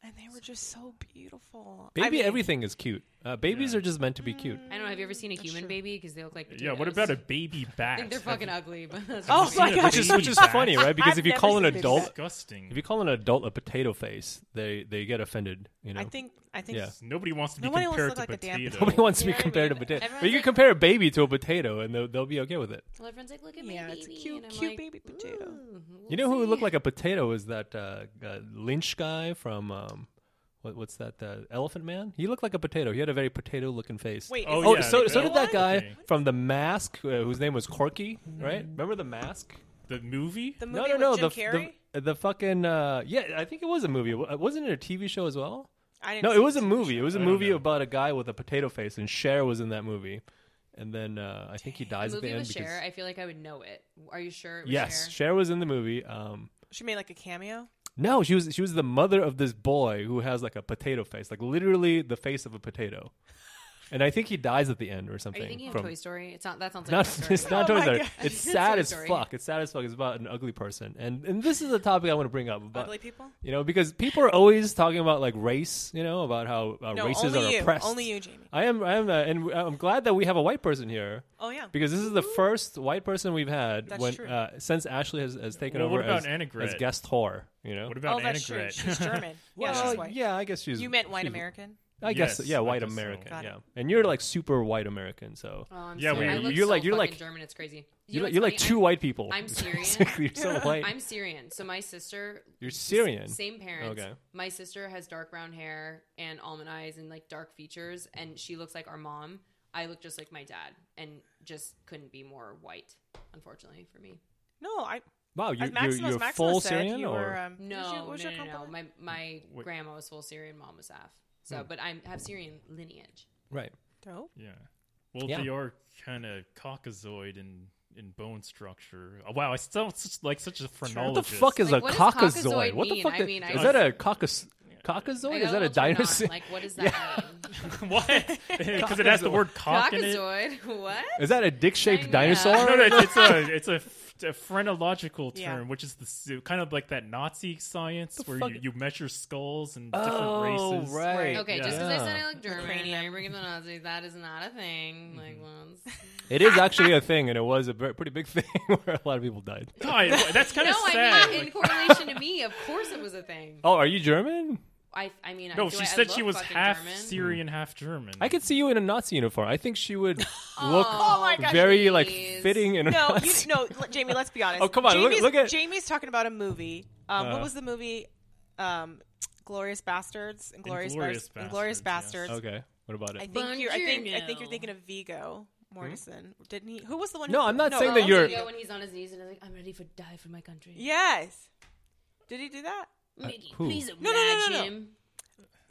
S3: and they were just so beautiful. I
S4: Baby,
S3: mean,
S4: everything is cute. Uh, babies are just meant to be cute.
S2: I don't know. Have you ever seen a human baby? Because they look like
S1: Yeah, what about a baby bat?
S2: I think *laughs* they're
S1: Have
S2: fucking ugly. But that's
S3: *laughs* Oh
S2: just-
S3: my
S1: seen a
S3: gosh,
S4: Which is
S1: baby
S4: which is
S1: bat?
S4: funny,
S3: *laughs*
S4: right? Because
S3: I've
S4: if you
S3: never
S4: call an
S3: seen baby
S4: adult,
S3: bat.
S1: disgusting.
S4: if you call an adult a potato face, they they get offended. You know,
S3: I think I think
S4: Yeah.
S1: Nobody wants to be
S3: Nobody wants to
S1: compared
S3: look like a
S1: to
S3: damn
S1: potato.
S4: *laughs* nobody wants
S2: You
S4: to be
S2: know what I
S4: compared to
S2: mean?
S4: potato.
S2: Everyone's
S4: But you can
S2: like-
S4: compare a baby to a potato, and they'll they'll be okay with it.
S2: Well, everyone's like, look at
S3: Yeah,
S2: my
S3: it's a
S2: baby.
S3: cute-
S2: and I'm
S3: cute
S2: like,
S3: baby potato.
S2: "Ooh, we'll
S4: You know who
S2: see."
S4: would look like a potato is that uh, uh, Lynch guy from um, what, what's that? Uh, Elephant Man. He looked like a potato. He had a very potato-looking face.
S3: Wait,
S1: Oh,
S3: is
S4: Oh,
S1: yeah,
S4: so
S1: the
S4: so did
S1: Bella
S4: that guy
S1: Okay.
S4: from The Mask, uh, whose name was Corky, right?
S1: Mm-hmm.
S4: Remember The Mask?
S1: The movie?
S3: the movie
S4: no, no, no.
S3: with Jim
S4: the, f-
S3: Carrey?
S4: the the fucking uh, yeah, I think it was a movie. W- uh, Wasn't it a TV show as well?
S2: *laughs*
S3: I didn't
S4: No,
S3: see
S4: it was a
S3: TV
S4: movie. It
S3: show.
S4: was a
S1: I don't
S4: movie
S1: know.
S4: about a guy with a potato face, and Cher was in that movie. And then uh, I think he
S2: The
S4: dies at the
S2: movie with
S4: end because
S2: Cher. I feel like I would know it. Are you sure? It was
S4: yes,
S2: Cher?
S4: Cher was in the movie. Um,
S3: She made like a cameo.
S4: No, she was she was the mother of this boy who has like a potato face, like literally the face of a
S2: *laughs*
S4: potato. And I think he dies at the end or
S2: Are
S4: something.
S2: you thinking of
S4: from-
S2: Toy Story? It's not. That
S4: *laughs*
S2: sounds like
S4: Not,
S2: Toy Story.
S4: it's not
S3: Oh
S4: Toy
S3: my
S4: Story.
S3: God.
S2: *laughs*
S4: It's
S2: Toy
S4: sad as
S2: Story.
S4: fuck. It's sad as fuck. It's about an ugly person, and and this is a topic I want to bring up about
S3: Ugly people?
S4: You know, because people are always talking about like race. You know, about how uh,
S3: No,
S4: races
S3: only
S4: are
S3: you.
S4: oppressed.
S3: Only you, Jamie.
S4: I am. I am, uh, and I'm glad that we have a white person here
S3: Oh yeah.
S4: because this is the first white person we've had
S3: That's
S4: when
S3: true.
S4: uh, since Ashley has, has taken
S1: Well,
S4: over
S1: what about
S4: as,
S1: Anna Gret?
S4: as guest whore. You know,
S1: What
S3: Oh,
S1: about Anna
S3: that's true.
S1: Gret?
S3: She's
S4: *laughs*
S3: German. yeah,
S4: Well,
S3: she's white.
S4: yeah, I guess she's.
S3: You meant white
S4: she's-
S3: American.
S4: I guess,
S1: Yes,
S4: yeah,
S1: I
S4: white
S1: guess so.
S4: American,
S3: Got it.
S4: yeah. And you're like super white American, so
S2: Oh, I'm
S1: Yeah,
S2: sorry.
S1: we-
S2: I look
S4: you're
S2: so
S4: like- you're
S2: fucking
S4: like-
S2: German. It's crazy. You
S4: you're
S2: know
S4: like, you're
S2: what's
S4: like
S2: funny?
S4: two white people. *laughs*
S2: I'm Syrian.
S4: Basically,
S2: *laughs*
S4: you're so white.
S2: I'm Syrian. So my sister.
S4: You're
S2: s-
S4: Syrian?
S2: Same parents.
S4: Okay.
S2: My sister has dark brown hair and almond eyes and like dark features, and she looks like our mom. I look just like my dad and just couldn't be more white, unfortunately for me.
S3: No, I.
S4: Wow, you,
S3: as
S4: you're,
S3: Maximus,
S4: you're
S3: Maximus
S4: full
S3: said
S4: Syrian,
S3: you
S4: or
S3: were, um,
S2: No,
S3: what was your, what was
S2: no,
S3: your
S2: no, no,
S3: compliment?
S2: My my
S1: Wait. Hmm.
S2: grandma was full Syrian, mom was half. So, but I have Syrian lineage.
S4: right?
S3: Dope.
S1: Yeah. Well,
S4: Yeah.
S1: they are kind of Caucasoid in in bone structure. Oh, wow, I sound such, like such a
S4: What the
S1: phrenologist.
S4: fuck is
S2: Like,
S4: a
S2: what does
S4: caucasoid?
S2: Caucasoid
S4: What the
S2: mean?
S4: fuck
S2: I
S4: the-
S2: mean, I
S4: is
S2: don't-
S4: that? A caucas caucasoid?
S2: I got a little
S4: Is that a
S2: turned on.
S4: dinosaur?
S2: Like,
S1: *laughs*
S2: what does that
S1: *laughs*
S2: *laughs*
S1: what? *laughs* Because it has the word cock in
S2: mean?
S1: it. *laughs*
S2: Caucasoid? What?
S4: Is that a dick-shaped
S2: Dino-
S4: dinosaur?
S1: No, no, it's- it's
S4: *laughs*
S1: a it's a, f- a phrenological term,
S3: Yeah.
S1: which is the s- kind of like that Nazi science where
S4: fuck?
S1: you, you measure skulls and
S4: Oh,
S1: different races.
S4: right.
S2: Okay,
S1: Yeah.
S2: just because I said
S4: Yeah.
S2: I look German,
S3: Ukrainian.
S2: I bring up the Nazis. That is not a
S1: Mm-hmm.
S2: thing. Like, well,
S1: *laughs*
S2: it's-
S4: It is actually a thing, and it was a ver- pretty big *laughs* thing where a lot of people died.
S1: God, that's kind of
S2: no,
S1: sad.
S2: I mean in
S1: Like, *laughs*
S2: correlation to me, of course it was a thing.
S4: Oh, are you German?
S2: I, I mean,
S1: no,
S2: do
S1: she
S2: I- I
S1: said
S2: look
S1: she was
S2: fucking
S1: half
S2: German.
S1: Syrian, half German.
S4: I could see you in a Nazi uniform. I think
S2: *laughs*
S4: she would look
S2: Oh,
S3: my God,
S4: very like
S2: please.
S4: fitting in a *laughs*
S3: No, you,
S4: Nazi.
S3: no, let- Jamie. Let's be honest.
S4: Oh, come on, look-
S3: Jamie's,
S4: look at-
S3: Jamie's talking about a movie. Um, what
S4: Uh,
S3: was the movie? Um, Glorious Bastards. Inglorious,
S1: Inglourious
S3: Bas- Inglorious
S1: Bastards,
S3: Bastards.
S4: Okay, what about
S3: I
S4: it?
S3: think you're. I think. I think
S2: Buongiorno.
S3: you're thinking of Vigo Mortensen. Didn't he? Who was the one?
S4: Hmm? No,
S3: who,
S4: I'm not
S2: Oh,
S4: saying that
S2: also,
S4: you're-
S2: you know, when he's on his knees and he's like, "I'm ready for die for my country."
S3: Yes. Did he do that?
S2: Mickey,
S4: who?
S2: please
S3: no, no,
S2: oblige
S3: no, no.
S2: him.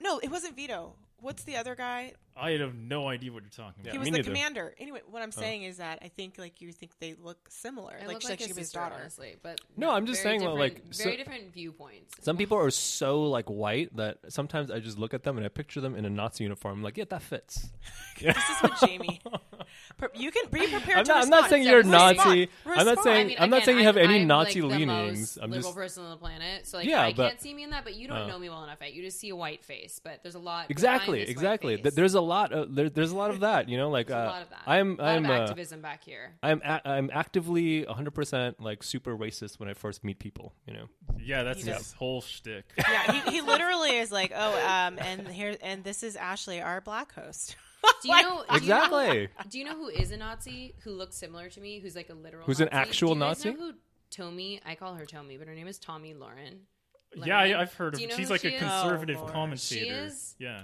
S3: No, it wasn't Vito. What's the other guy?
S1: I have no idea what you're talking
S4: Yeah,
S3: he
S1: about.
S3: was
S4: me
S3: the
S4: neither.
S3: commander. Anyway, what I'm saying is that I think like you think they look similar,
S2: I
S3: like,
S2: look
S3: she-
S2: like
S3: like
S2: his
S3: she was his
S2: sister,
S3: daughter.
S2: honestly. But
S4: No, I'm just
S2: very
S4: saying, well,
S2: different-
S4: like, so-
S2: very different viewpoints.
S4: Some people are so like white that sometimes I just look at them and I picture them in a Nazi uniform. I'm like, yeah,
S2: *laughs*
S4: that fits.
S3: This is
S4: *laughs*
S3: what Jamie. *laughs* Pre- you can be prepared.
S4: I'm
S3: to
S4: not, I'm not
S3: respond.
S4: saying you're
S3: Respond.
S4: Nazi. I'm not
S3: Respond.
S4: saying
S2: I mean,
S4: I'm not
S2: again,
S4: saying you have
S2: I'm-
S4: any
S2: I'm,
S4: Nazi
S2: like,
S4: leanings.
S2: The most
S4: I'm
S2: liberal
S4: just
S2: person on the planet, so like
S4: Yeah,
S2: I
S4: but- Oh.
S2: can't see me in that. But you don't know me well enough. Yet. You just see a white face, but there's a lot.
S4: exactly,
S2: behind this white
S4: exactly. Th-
S2: face.
S4: There's a lot of there, there's a lot of that. You know, like uh,
S2: There's a lot of that.
S4: I'm
S2: a lot
S4: I'm
S2: of
S4: uh,
S2: activism back
S4: *laughs*
S2: here.
S4: I'm a- I'm actively 100 percent like super racist when I first meet people. You know,
S1: Yeah, that's
S3: Yeah.
S1: his whole shtick.
S3: Yeah, he, he literally is like, oh, um, and here, and this is Ashley, our black host. *laughs*
S2: Do you know do you know-
S4: exactly.
S2: *laughs* Do you know who is a Nazi who looks similar to me? Who's like a literal.
S4: Who's an
S2: Nazi?
S4: actual
S2: Do you guys know
S4: Nazi?
S2: who Tommy? I call her Tommy, but her name is Tommy Lauren.
S1: yeah,
S2: Lemon.
S1: I, I've heard
S2: Do
S1: of.
S2: you know
S1: She's
S2: who
S1: like a
S2: she is?
S1: conservative
S3: Oh, Lord.
S1: commentator.
S2: She is?
S1: Yeah.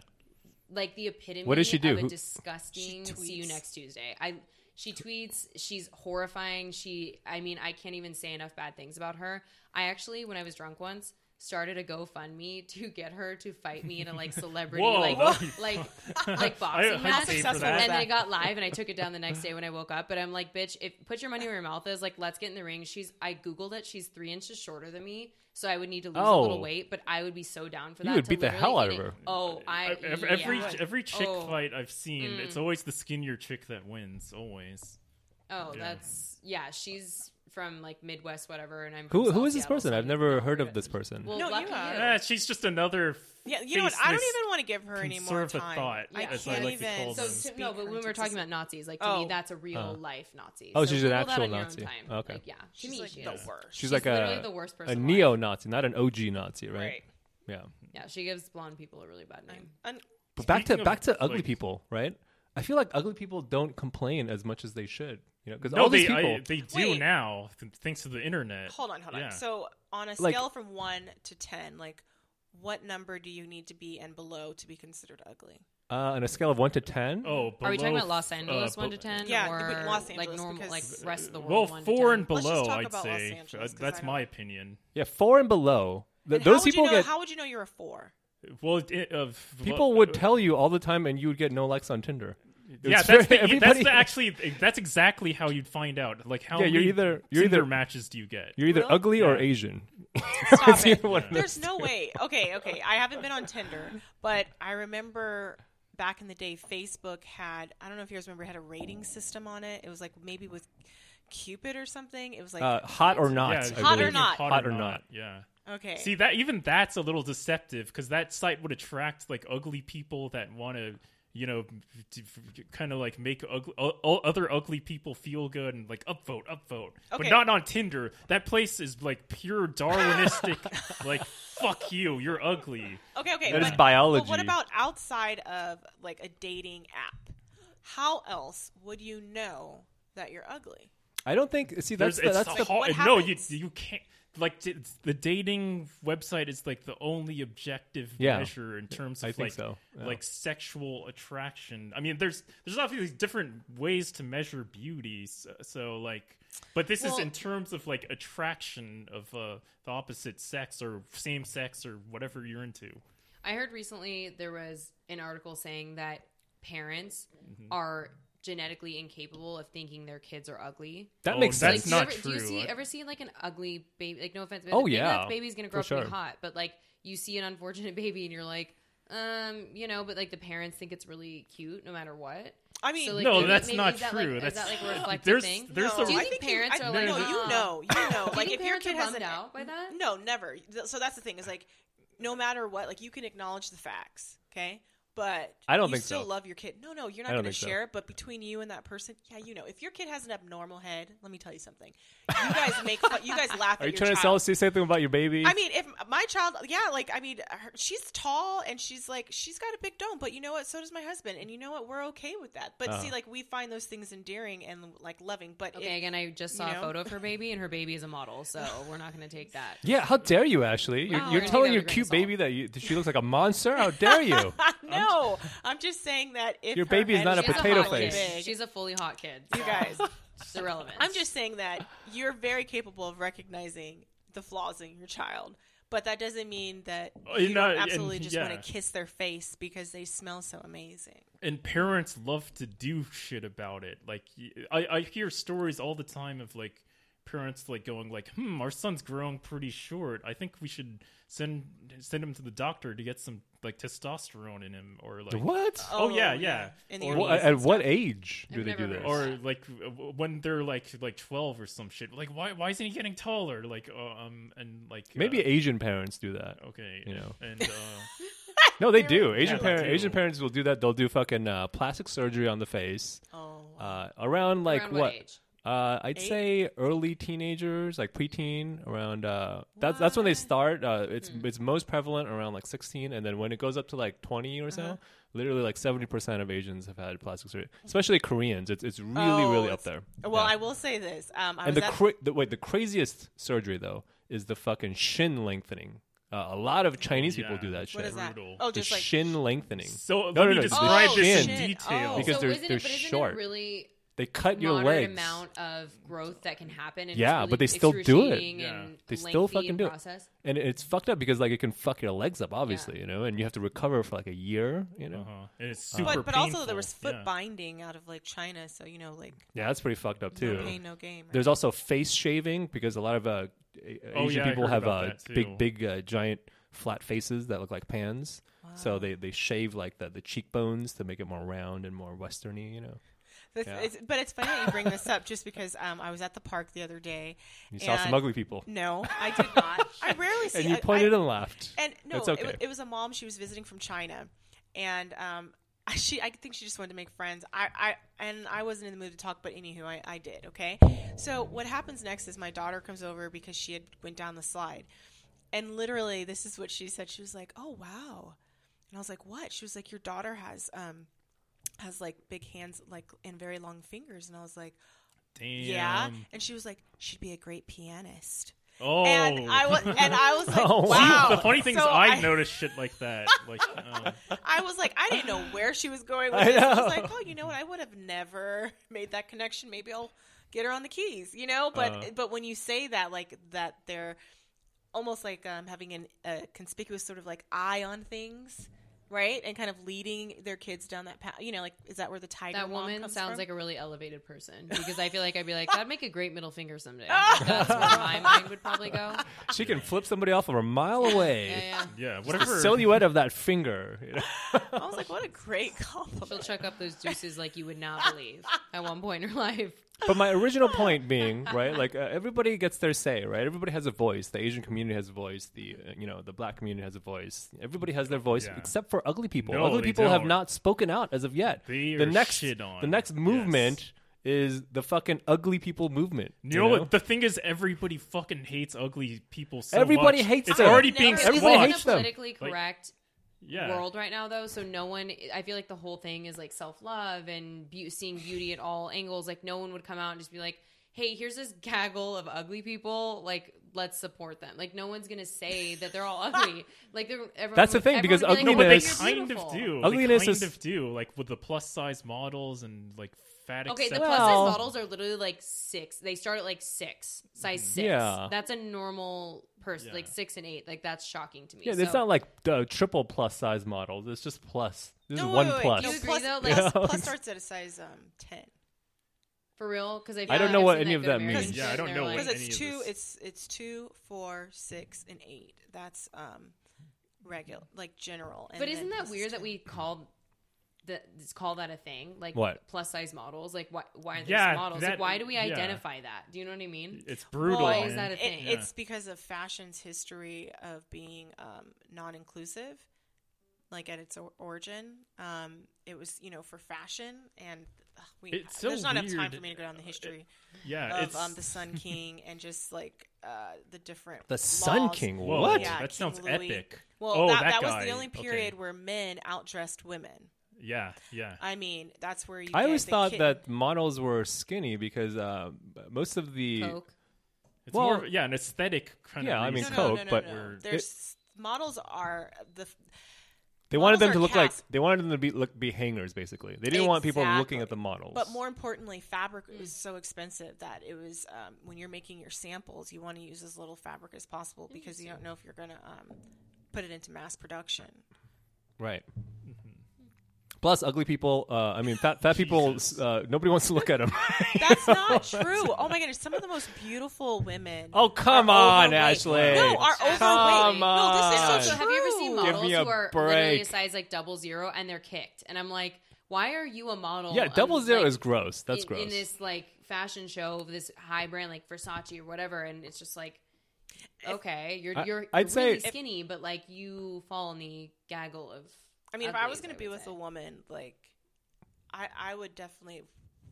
S2: like the epitome
S4: What does she do?
S2: of
S4: Who-
S2: a disgusting
S3: She
S2: see you
S3: tweets.
S2: next Tuesday. I she tweets, she's horrifying. She I mean, I can't even say enough bad things about her. I actually when I was drunk once started a GoFundMe to get her to fight me in a like celebrity
S1: Whoa,
S2: like
S1: that'd be
S2: *laughs*
S4: *laughs*
S2: like
S1: fun.
S2: like
S1: I-
S2: boxing
S1: I'd
S2: match.
S1: pay for
S3: Successful
S1: that.
S2: And then it got live and I took it down the next day when I woke up. But I'm like, bitch, if put your money where your mouth is, like let's get in the ring. She's I Googled it, she's three inches shorter than me. So I would need to lose a
S4: Oh.
S2: little weight, but I would be so down for
S4: You
S2: that.
S4: would
S2: to
S4: beat the
S2: literally
S4: hell out
S2: eat
S4: of
S2: it.
S4: her.
S2: Oh, I
S1: Ev- ev- every
S2: yeah.
S1: every chick
S2: Oh.
S1: fight I've seen,
S2: Mm.
S1: it's always the skinnier chick that wins. Always.
S2: Oh,
S1: Yeah.
S2: that's yeah. She's from like Midwest, whatever, and I'm. From
S4: Who who is
S2: South
S4: this
S2: Seattle,
S4: person?
S2: so
S4: I've
S2: I'm
S4: never
S2: not
S4: heard of
S2: it.
S4: this person.
S2: Well,
S3: No, you
S2: lucky
S3: are.
S2: you.
S1: Eh, she's just another. f-
S3: Yeah, you know what? I don't
S1: faceless-
S3: even want to give her any more
S1: conserve a
S3: time.
S1: thought,
S3: I
S2: as I
S3: can't
S2: like
S1: to call
S3: even.
S1: them.
S2: So
S1: speak
S2: to, no, but when we were talking about Nazis, like to
S3: Oh.
S2: me, that's a real
S4: Uh.
S2: life Nazi.
S4: Oh,
S2: So
S4: she's
S2: Google
S4: an
S2: that
S4: actual
S2: on your own
S4: Nazi.
S2: time.
S4: Okay.
S2: Like, yeah, to
S3: she's
S2: me,
S3: like
S2: she
S3: the
S2: is.
S3: worst.
S4: She's like
S2: literally
S4: a
S2: the worst
S4: a
S2: person. alive.
S4: neo-Nazi, not an OG Nazi, right?
S3: right.
S4: Yeah.
S2: Yeah, she gives blonde people a really bad name.
S3: Un-
S4: But back to
S1: Speaking of,
S4: back to ugly
S1: like-
S4: people, right? I feel like ugly people don't complain as much as they should, you know, because
S1: No,
S4: all
S1: they
S4: these people.
S1: I, they do
S3: Wait.
S1: now th- thanks to the internet.
S3: hold on, hold on.
S1: Yeah.
S3: So on a
S4: Like-
S3: scale from one to ten, like what number do you need to be and below to be considered ugly?
S4: uh, on a scale of one to ten,
S1: Oh,
S2: Are we talking
S1: below
S2: about Los
S1: f-
S2: Angeles
S1: uh,
S2: one
S1: be-
S2: to ten?
S3: Yeah,
S2: or
S3: but Los
S2: like
S3: Angeles,
S2: normal, like
S3: because-
S2: rest of the world.
S1: Well,
S2: one to
S1: four
S2: 10?
S1: and
S3: Let's just
S1: below,
S3: talk
S1: I'd
S3: about Los
S1: say.
S3: Angeles,
S1: Uh,
S3: 'cause I
S1: That's
S3: don't-
S1: my opinion.
S4: yeah, four and below. Th-
S3: And how
S4: those
S3: would you
S4: people
S3: know,
S4: get
S3: How would you know you're a
S4: *laughs*
S3: four?
S1: Well, it, of
S4: people would tell you all the time, and you would get no likes on Tinder.
S1: Yeah,
S4: It's *laughs*
S1: that's,
S4: very-
S1: the, that's
S4: everybody-
S1: the actually that's exactly how you'd find out. Like how
S4: Yeah, you're
S1: many
S4: either- you're
S1: Tinder
S4: either-
S1: matches do you get?
S4: You're either
S3: Really?
S4: ugly or
S1: Yeah.
S4: Asian.
S3: Stop
S4: See
S3: it.
S4: what-
S3: There's no way. Okay, okay. I haven't been on Tinder, but I remember back in the day, Facebook had, I don't know if you guys remember, it had a rating system on it. It was like maybe with Cupid or something. It was like,
S4: Uh, hot or not?
S1: Yeah,
S4: I
S1: it's
S3: Hot or
S4: believe.
S1: either
S3: not.
S4: Hot or not.
S1: Yeah.
S3: okay.
S1: See that even that's a little deceptive because that site would attract like ugly people that want to you know kind of like make ugly, o- o- other ugly people feel good and like upvote upvote but
S3: Okay.
S1: not on tinder that place is like
S3: *laughs*
S1: pure darwinistic like fuck you you're ugly
S3: okay, okay.
S4: That
S3: but,
S4: is biology.
S3: But what about outside of like a dating app? How else would you know that you're ugly?
S4: I don't think. See, that's
S1: There's-
S4: the,
S1: it's
S4: that's the
S1: hard-
S3: What
S1: no, you
S3: happens?
S1: you can't like t- it's- the dating website is like the only objective
S4: Yeah.
S1: measure in terms of
S4: I think
S1: like
S4: so, yeah.
S1: like sexual attraction. I mean, there's there's obviously different ways to measure beauty. So, so like, but this is
S2: Well-
S1: in terms of like attraction of uh, the opposite sex or same sex or whatever you're into.
S2: I heard recently there was an article saying that parents
S4: Mm-hmm.
S2: are genetically incapable of thinking their kids are ugly.
S4: that
S1: Oh,
S4: makes
S1: that's
S4: sense.
S2: like,
S1: not
S2: do you ever, Do you
S1: true.
S2: see
S1: I-
S2: ever see like an ugly baby? Like no offense, but
S4: Oh,
S2: maybe
S4: yeah.
S2: that baby's gonna grow
S4: For
S2: up to
S4: sure.
S2: be hot. But like you see an unfortunate *laughs* baby and you're like, um, you know, but like the parents think it's really cute no matter what.
S3: I mean,
S2: So, like,
S1: no,
S2: maybe-
S1: that's
S2: maybe
S1: not
S2: is that, like-
S1: true.
S2: is
S1: that's
S2: that, like, a reflective
S1: there's
S2: thing?
S1: there's
S3: no,
S1: a
S2: Do you
S3: I
S2: think
S3: think
S2: parents
S3: you,
S2: are
S3: I,
S1: like,
S3: no,
S1: "Ah."
S3: you know,
S2: *laughs*
S3: you know,
S2: Do you
S3: like
S2: think
S3: if your
S2: parents are
S3: kid has
S2: bummed
S3: an- e- Mm-hmm.
S2: out by that?
S3: No, never. Th- So that's the thing is like, no matter what, like you can acknowledge the facts, okay? But
S4: I don't
S3: you
S4: think
S3: still
S4: so.
S3: love your kid. No, no, you're
S4: I
S3: not
S4: don't
S3: going to
S4: think so.
S3: share it. But between you and that person, yeah, you know, if your kid has an abnormal head, let me tell you something. You guys make fun, you guys laugh.
S4: Are
S3: at
S4: you
S3: your
S4: trying to
S3: child.
S4: sell us say something about your baby?
S3: I mean, if my child, yeah, like I mean, her, she's tall and she's like she's got a big dome, but you know what? So does my husband, and you know what? We're okay with that. But
S4: Uh-huh.
S3: see, like we find those things endearing and like loving. But
S2: Okay,
S3: if, *laughs*
S2: again, I just
S3: you
S2: saw
S3: know?
S2: a photo of her baby, and her baby is a model, so we're not going to take that.
S4: yeah, how dare you, Ashley? You're,
S2: Wow.
S4: you're
S2: We're gonna take
S4: telling
S2: that with
S4: your
S2: a grain
S4: cute
S2: of
S4: baby that, you, that she looks like a monster? How dare you?
S3: no, I'm just saying that if
S4: Your
S3: her
S4: baby is
S3: head
S4: not a
S3: was
S2: She's
S4: potato
S2: hot
S3: really
S4: face.
S2: Kid.
S3: big,
S2: She's a fully hot kid.
S3: you
S2: so
S3: guys,
S2: it's irrelevant.
S3: I'm just saying that you're very capable of recognizing the flaws in your child. But that doesn't mean that
S1: Oh,
S3: you
S1: you're
S3: don't
S1: not- and-
S3: absolutely just
S1: yeah.
S3: want to kiss their face because they smell so amazing.
S1: and parents love to do shit about it. Like y- I, I hear stories all the time of like parents like going like, "Hmm, our son's growing pretty short. I think we should send send him to the doctor to get some like testosterone in him or like
S4: What?
S1: Oh, yeah, yeah.
S3: In the
S1: Or
S4: Wha-
S3: early
S1: what-
S3: days
S4: at
S3: and
S4: what
S3: stuff.
S4: age do
S2: I've
S4: they do
S2: never
S4: this?
S2: heard
S1: or like w- when they're like like 12 or some shit. Like why why isn't he getting taller? Like uh, um and like
S4: Maybe
S1: uh,
S4: Asian parents do that.
S1: okay,
S4: you know.
S1: And uh
S4: *laughs* No, they do.
S1: Yeah,
S4: Asian
S1: they
S4: parents,
S1: do.
S4: Asian parents will do that. They'll do fucking uh, plastic surgery on the face
S3: Oh,
S4: uh, around like
S2: Around
S4: what?
S2: what age?
S4: Uh, I'd
S3: Eight?
S4: say early teenagers, like preteen. Around uh, that's that's when they
S3: What?
S4: start. Uh, it's
S3: Hmm.
S4: it's most prevalent around like 16, and then when it goes up to like 20 or so,
S3: Uh-huh.
S4: literally like 70 percent of Asians have had plastic surgery, especially Koreans. It's it's really
S3: Hmm. Oh,
S4: really
S3: it's-
S4: up there.
S3: Well,
S4: Yeah.
S3: I will say this. Um, I
S4: and the,
S3: was at,
S4: cra- the wait the craziest surgery though is the fucking shin lengthening. Uh, a lot of Chinese people
S1: yeah.
S4: do that shit.
S3: what is that?
S1: brutal.
S3: Oh,
S4: The
S3: just like
S4: shin lengthening.
S1: so let
S4: No, no,
S1: me
S4: no, it's
S1: describe
S4: the
S1: this in
S4: shin.
S1: detail.
S3: Oh.
S4: Because
S2: so
S4: they're-
S2: isn't
S4: they're
S2: it, but isn't
S4: short.
S2: It really
S4: They cut your
S2: moderate
S4: legs.
S2: amount of growth that can happen. And
S4: Yeah,
S2: it's really
S4: but they still do it.
S2: excruciating
S1: Yeah.
S2: and
S4: They still
S2: lengthy
S4: fucking
S2: in
S4: do it.
S2: process.
S4: and it's fucked up because like it can fuck your legs up obviously you know and you have to recover for like a year you know
S1: Uh-huh. And it's
S4: But-
S1: super
S3: but, but also
S1: painful.
S3: there was foot
S1: Yeah.
S3: binding out of like China, so you know like
S4: yeah that's pretty fucked up too
S3: no pain, no game. right?
S4: there's also face shaving because a lot of uh, A-
S1: Oh,
S4: asian
S1: yeah, I
S4: people
S1: heard
S4: have
S1: about
S4: uh,
S1: that, too.
S4: big big uh, giant flat faces that look like pans so they, they shave like the, the cheekbones to make it more round and more westerny you know
S3: This-
S4: yeah.
S3: it's- but it's funny that you bring this up just because um, I was at the park the other day.
S4: you saw some
S3: and-
S4: ugly people
S3: No, I did
S4: *laughs*
S3: not. I rarely see.
S4: and you
S3: I-
S4: pointed
S3: I,
S4: and laughed
S3: And no,
S4: It's
S3: it,
S4: okay.
S3: wa- it was a mom. She was visiting from China, and um, *laughs* she I think she just wanted to make friends. I, I and I wasn't in the mood to talk, but anywho, I, I did. Okay, so what happens next is my daughter comes over because she had went down the slide, and literally this is what she said. She was like, "Oh wow," and I was like, "What?" She was like, "Your daughter has um." Has like big hands, like and very long fingers, and I was like,
S1: Damn.
S3: "Yeah," and she was like, "She'd be a great pianist."
S1: Oh.
S3: And
S1: *laughs*
S3: I was, and I was like,
S4: Oh,
S3: "Wow!"
S1: The funny thing is,
S3: So *laughs*
S1: I, noticed shit like that. Like, um,
S3: I was like, I didn't know where she was going with
S4: I
S3: this. I,
S4: know.
S3: was like, oh, you know what? I would have never made that connection. Maybe I'll get her on the keys, you know. But
S4: Uh-huh.
S3: but when you say that, like that, they're almost like um, having an, a conspicuous sort of like eye on things, right? And kind of leading their kids down that path. You know, like is that where the tiger?
S2: That
S3: mom
S2: woman
S3: comes
S2: sounds
S3: from?
S2: like a really elevated person because I feel like I'd be like, that'd make a great middle finger
S3: *laughs*
S2: someday. That's where my mind would probably
S4: *laughs*
S2: go.
S4: she can flip somebody off from a mile away
S2: Yeah, yeah.
S1: yeah,
S4: The
S1: whatever.
S4: silhouette of that finger you know?
S3: *laughs* I was like, what a great
S2: *laughs* She'll
S3: compliment.
S2: chuck up those deuces like you would not believe at one point in her *laughs* life.
S4: but my original point being right like uh, everybody gets their say right everybody has a voice the asian community has a voice the uh, you know the black community has a voice everybody has their voice
S1: Yeah.
S4: except for ugly people
S1: No,
S4: ugly
S1: they
S4: people have
S1: don't.
S4: not spoken out as of yet
S1: They
S4: the
S1: are
S4: next
S1: shit on.
S4: the next movement is the fucking ugly people movement
S1: You know, what? the thing is, everybody fucking hates ugly people. So
S4: Everybody
S1: much.
S4: hates
S1: It's
S4: them.
S1: already
S2: No,
S1: being
S2: but
S4: Everybody
S2: we're
S1: squashed.
S2: in a
S4: hates them.
S2: politically
S1: Like-
S2: correct
S1: yeah.
S2: world right now, though. So no one, I feel like the whole thing is like self love and be- seeing beauty at all angles. Like no one would come out and just be like, hey, here's this gaggle of ugly people. Like, let's support them. Like, no one's gonna say that they're all
S1: *laughs*
S2: ugly. Like, they're, everyone
S4: That's the
S2: would-
S4: thing,
S2: everyone
S4: because
S2: would be like,
S1: No, but they
S4: Ugliness-
S2: "You're
S1: kind of
S2: beautiful."
S1: do.
S4: Ugliness
S1: they kind
S4: is-
S1: of do, like with the plus size models and like fat.
S2: Okay, the
S1: acceptance.
S2: plus
S4: Well-
S2: size models are literally like six. They start at like six, size six.
S4: Yeah.
S2: That's a normal person,
S1: Yeah.
S2: like six and eight. Like that's shocking to me.
S4: Yeah,
S2: so,
S4: it's not like the triple plus size models. It's just plus. This
S3: No,
S4: is
S3: wait,
S4: one
S3: wait, wait.
S4: plus.
S2: Do you
S3: No,
S2: agree,
S3: plus,
S2: though?
S3: plus-
S4: Yeah. *laughs*
S3: plus starts at a size um, ten
S2: for real because I,
S4: I don't know what any of that means.
S1: Yeah, I don't know
S3: because
S1: what
S3: it's
S1: any of
S3: two.
S1: this-
S3: It's it's two, four, six, and eight. That's um, regular, like general. And
S2: But
S3: then
S2: isn't that
S3: this is
S2: weird that
S3: 10.
S2: we called that call that a thing? Like
S4: What?
S2: plus size models? Like why? Why are these
S1: Yeah,
S2: models?
S1: that-
S2: like why do we
S1: yeah.
S2: identify that? Do you know what I mean?
S1: It's brutal.
S2: Why is
S1: man.
S2: that a
S3: It,
S2: thing?
S3: It's because of fashion's history of being um, non-inclusive, like at its or- origin. Um, it was, you know, for fashion, and ugh, we
S1: It's so
S3: there's not enough time
S1: weird.
S3: for me to go down the history
S1: *laughs* yeah,
S3: of
S1: it's
S3: um,
S1: *laughs*
S3: the Sun King and just like uh, the different
S4: the Sun
S3: laws.
S4: King.
S1: Whoa,
S4: What?
S3: Yeah,
S1: that
S3: King
S1: sounds
S3: Louis.
S1: epic.
S3: Well,
S1: oh,
S3: that,
S1: that,
S3: that was
S1: guy.
S3: the only
S1: Okay.
S3: period where men outdressed women.
S1: Yeah, yeah.
S3: I mean, that's where you.
S4: I
S3: get
S4: always
S3: the
S4: thought
S3: kitten.
S4: that models were skinny because uh, most of the
S2: Coke.
S1: It's
S4: Well-
S1: more of- yeah, an aesthetic kind
S4: Yeah,
S1: of.
S4: I mean,
S1: reason.
S4: No, Coke, but-
S1: We're-
S3: there's models are the
S4: they wanted them
S3: models
S4: to
S3: are
S4: look like
S3: cast.
S4: they wanted them to be look be hangers basically. They didn't want people looking at the models.
S3: But more importantly, fabric
S2: Hmm.
S3: was so expensive that it was um, when you're making your samples, you want to use as little fabric as possible because you don't know if you're going to um, put it into mass production.
S4: right.
S3: Mm-hmm.
S4: Plus, ugly people. Uh, I mean, fat fat people.
S1: Jesus.
S4: Uh, nobody wants to look
S3: *laughs*
S4: at them. *laughs*
S3: That's not true. Oh my goodness, some of the most beautiful women.
S4: oh come
S3: Are
S4: on,
S3: overweight.
S4: Ashley.
S3: no, are
S2: Come
S3: overweight. No,
S4: on.
S3: this is so
S2: So have you ever seen
S3: true.
S2: models
S4: me a
S2: who are literally a
S4: break.
S2: size like double zero and they're kicked? And I'm like, why are you a model?
S4: yeah,
S2: on,
S4: double zero
S2: like,
S4: is gross. That's
S2: in,
S4: gross.
S2: In this like fashion show of this high brand like Versace or whatever, and it's just like, okay, you're
S4: I-
S2: you're,
S4: I'd
S2: you're really
S4: say-
S2: skinny, but like you fall in the gaggle of.
S3: I mean, if I was
S2: uglies,
S3: going to
S2: would
S3: be with
S2: say.
S3: a woman, like, I, I would definitely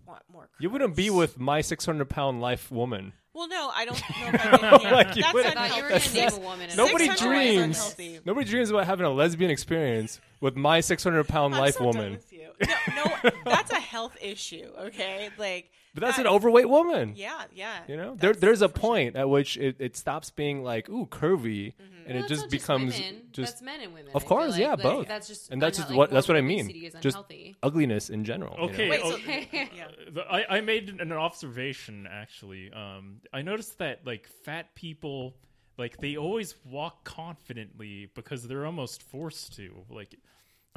S3: want more.
S4: you wouldn't be
S3: curves.
S4: with my six hundred pound life woman.
S3: Well, no, I don't know
S4: *laughs*
S3: if I could.
S4: Like, you
S3: that's
S4: wouldn't-
S2: I thought you were
S3: unhealthy.
S2: going to name a woman. and
S4: Nobody
S2: I was
S3: 600
S2: like,
S3: is
S4: dreams.
S3: unhealthy.
S4: Nobody dreams about having a lesbian experience with my 600 pound
S3: I'm
S4: life
S3: so done
S4: woman.
S3: with you. No,
S4: *laughs*
S3: no, that's a health issue. Okay, like.
S4: But that's an
S3: that-
S4: overweight woman.
S3: Yeah, yeah.
S4: You know, there,
S3: That's-
S4: there's a
S3: for sure.
S4: point at which it, it stops being like, ooh, curvy,
S3: Mm-hmm.
S4: and
S2: Well,
S4: it
S2: it's
S4: just
S2: not
S4: becomes
S2: women.
S4: just
S2: that's men and women.
S4: Of
S2: I feel
S4: course,
S2: like.
S4: yeah,
S2: Like,
S4: both.
S2: That's just
S4: And that's just
S2: unhealthy.
S4: what- that's what I
S2: Morbid
S4: mean.
S2: obesity is
S4: Just-
S2: unhealthy.
S4: ugliness in general. you know?
S1: Okay,
S3: Wait,
S1: oh,
S3: so- *laughs* Yeah.
S1: The- I, I made an observation actually. Um, I noticed that like fat people, like they always walk confidently because they're almost forced to. Like,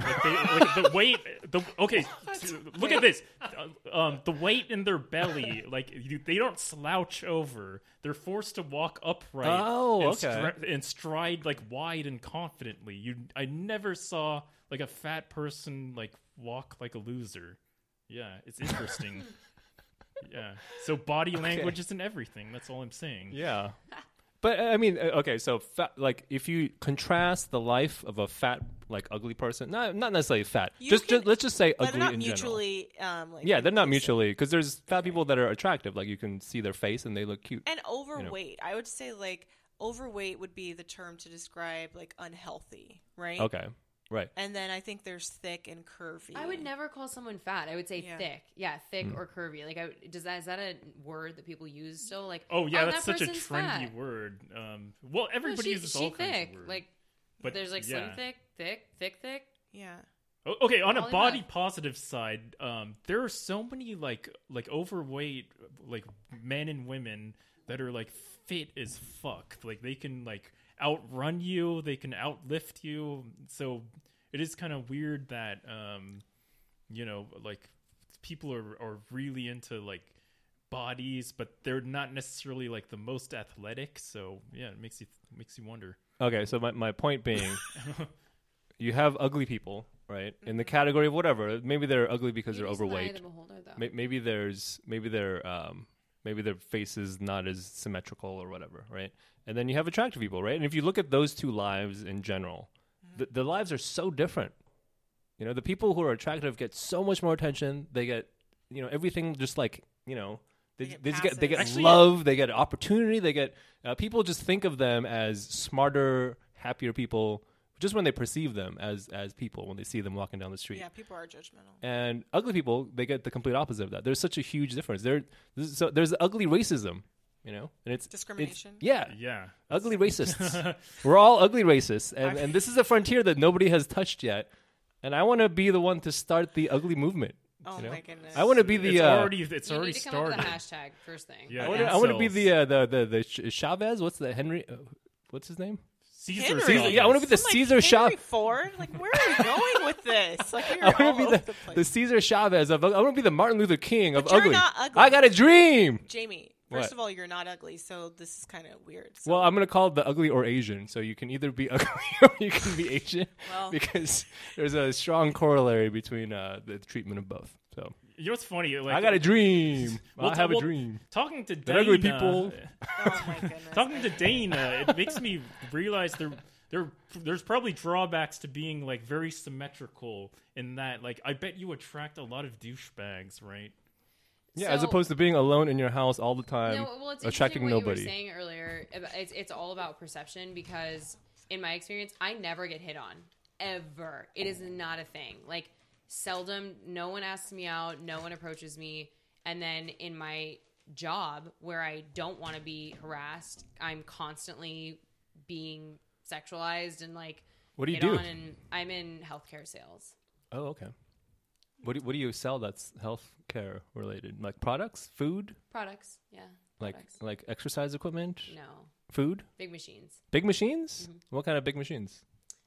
S1: like, they, like
S4: *laughs*
S1: the weight. The okay, t- look at this. Uh, Um, the weight in their belly, like you, they don't slouch over. They're forced to walk upright.
S4: Oh,
S1: and
S4: okay.
S1: stri- and stride like wide and confidently. You, I never saw like a fat person like walk like a loser. Yeah, it's interesting. yeah. So body language isn't everything. That's all I'm saying.
S3: *laughs*
S4: Yeah. But I mean, uh, okay, so fat, like if you contrast the life of a fat, like ugly person, not not necessarily fat,
S3: You
S4: just,
S3: can-
S4: just let's just say
S3: But
S4: ugly
S3: they're not
S4: in general.
S3: mutually. Um, like,
S4: Yeah, they're not
S3: inclusive.
S4: mutually because there's fat people that are attractive, like you can see their face and they look cute.
S3: And overweight, I would say like overweight would be the term to describe like unhealthy, right?
S4: Okay, right.
S3: And then I think there's thick and curvy.
S2: I would never call someone fat. I would say
S3: Yeah.
S2: thick. Yeah, thick
S4: Hmm.
S2: or curvy. Like, I, would- does that is that a word that people use still? Like,
S1: Oh yeah,
S2: that
S1: that's such a
S2: person's
S1: trendy
S2: fat.
S1: word. Um, well,
S2: No,
S1: everybody
S2: she-
S1: uses
S2: she
S1: all kinds
S2: thick.
S1: of words.
S2: Like,
S1: But
S2: there's like
S1: yeah.
S2: slim thick, thick, thick, thick.
S3: Yeah.
S1: O- Okay, on
S2: All
S1: a
S2: in
S1: body
S2: that.
S1: positive side, um, there are so many like like overweight like men and women that are like fit as fuck. Like they can like outrun you, they can outlift you. So it is kind of weird that um, you know like people are are really into like bodies, but they're not necessarily like the most athletic. So yeah, it makes you makes you wonder.
S4: Okay, so my, my point being, you have ugly people, right? In
S3: Mm-hmm.
S4: the category of whatever. Maybe they're ugly because they're
S2: Maybe it's an eye of
S4: overweight.
S2: the beholder, though.
S4: May- Maybe there's maybe their um maybe their face is not as symmetrical or whatever, right? And then you have attractive people, right? And if you look at those two lives in general, the, the lives are so different. You know, the people who are attractive get so much more attention. They get, you know, everything just like, you know, they,
S3: They get
S4: they just get they get
S1: passes. Actually,
S4: love, they get opportunity, they get uh, people just think of them as smarter, happier people just when they perceive them as as people when they see them walking down the street.
S3: Yeah, people are judgmental.
S4: And ugly people, they get the complete opposite of that. There's such a huge difference. There, there's- so there's ugly racism, you know, and it's it's-
S3: Discrimination.
S4: yeah,
S1: Yeah.
S4: ugly
S1: *laughs*
S4: racists. We're all ugly racists, and,
S3: I-
S4: and this is a frontier that nobody has touched yet. And I want to be the one to start the ugly movement.
S3: Oh
S4: you know?
S3: my goodness.
S4: I want to be the
S1: it's
S4: uh,
S1: already it's
S2: you
S1: already
S2: need to come
S1: started.
S2: up with a hashtag first thing.
S1: Yeah.
S4: I
S1: Like
S4: want to I wanna be
S1: incels.
S4: the uh, the the the Ch- Chavez. What's the Henry? Uh, what's his name?
S1: Caesar.
S3: Henry.
S1: Chavez.
S4: Yeah, I want to be the
S3: I'm like,
S4: Caesar
S3: Henry
S4: Chavez.
S3: Ford. Like, where are we going with this? Like, we
S4: *laughs*
S3: are
S4: I want
S3: all
S4: to be
S3: over
S4: the,
S3: the, place.
S4: the Caesar Chavez of. I want to be the Martin Luther King of
S3: But you're
S4: ugly.
S3: not ugly.
S4: I got a dream.
S3: Jamie, first
S4: What?
S3: of all, you're not ugly, so this is kind of weird. So
S4: Well, I'm gonna call it the ugly or Asian. So you can either be *laughs* ugly or you can be Asian,
S2: Well-
S4: because there's a strong corollary between uh, the treatment of both. So
S1: You know what's funny? Like,
S4: I got a
S2: *laughs*
S4: dream.
S1: well,
S4: I have
S1: well,
S4: a dream.
S1: Talking to
S4: That
S1: Dana,
S4: ugly people-
S3: oh my *laughs* goodness.
S1: Talking to Dana, it makes me realize there there there's probably drawbacks to being like very symmetrical in that like I bet you attract a lot of douchebags, right?
S4: Yeah, as
S2: So-
S4: opposed to being alone in your house all the time,
S2: No, well, it's
S4: attracting
S2: attracting what
S4: Um, nobody.
S2: You were saying earlier, about- it's, it's all about perception because, in my experience, I never get hit on ever. It is not a thing. Like seldom, no one asks me out, no one approaches me, and then in my job where I don't want to be harassed, I'm constantly being sexualized and like
S4: What do you
S2: hit
S4: do?
S2: on. And I'm in healthcare sales.
S4: Oh, okay. What do, what do you sell that's healthcare related? Like products, food,
S2: Products, yeah.
S4: like
S2: Products.
S4: like exercise equipment,
S2: no Mm-hmm.
S4: food,
S2: big machines.
S4: big machines. What kind of big machines?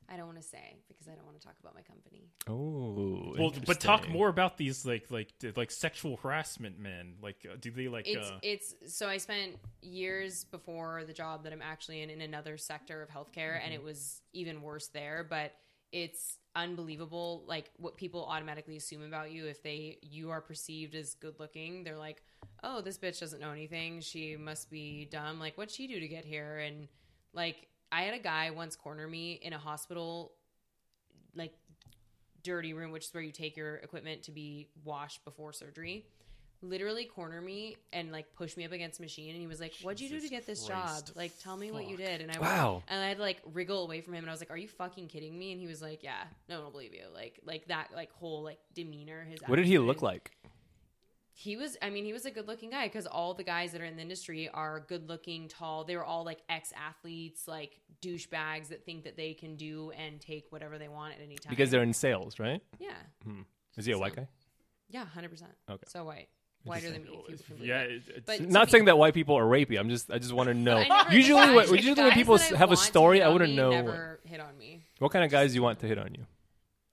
S2: I don't want to say because I don't want to talk about my company.
S4: Oh,
S1: Well, but talk
S4: interesting.
S1: more about these like like like sexual harassment men. Like, uh, do they like?
S2: it's
S1: uh,
S2: it's so I spent years before the job that I'm actually in in another sector of healthcare,
S1: Mm-hmm.
S2: and it was even worse there. But it's unbelievable, like what people automatically assume about you if they you are perceived as good looking. They're like, oh, this bitch doesn't know anything. She must be dumb. Like, what'd she do to get here? And like, I had a guy once corner me in a hospital, like dirty room, which is where you take your equipment to be washed before surgery literally corner me and like push me up against a machine and he was like what'd you do to
S1: Jesus
S2: get this
S1: Christ,
S2: job like tell me what you
S1: fuck.
S2: did and i
S4: Wow.
S2: and i had to like wriggle away from him and i was like are you fucking kidding me and he was like yeah no one will believe you like like that like whole like demeanor his
S4: What did he
S2: attitude.
S4: look like?
S2: he was i mean he was a good looking guy because all the guys that are in the industry are good looking tall they were all like ex athletes like douchebags that think that they can do and take whatever they want at any time
S4: Because they're in sales, right?
S2: yeah
S4: Is he a white
S2: So-
S4: guy?
S2: yeah 100%
S4: Okay.
S2: so white whiter than me if you can believe
S1: yeah,
S2: it.
S1: it- it's,
S2: But-
S4: Not
S2: be-
S4: saying that white people are rapey. I'm just I just want to know.
S2: I never-
S4: usually,
S2: guys-
S4: when, usually when
S2: guys
S4: people
S2: that
S4: have a
S2: want to
S4: story,
S2: hit
S4: I
S2: on
S4: wouldn't
S2: me
S4: know
S2: Never hit on me.
S4: what kind of guys you want to hit on you.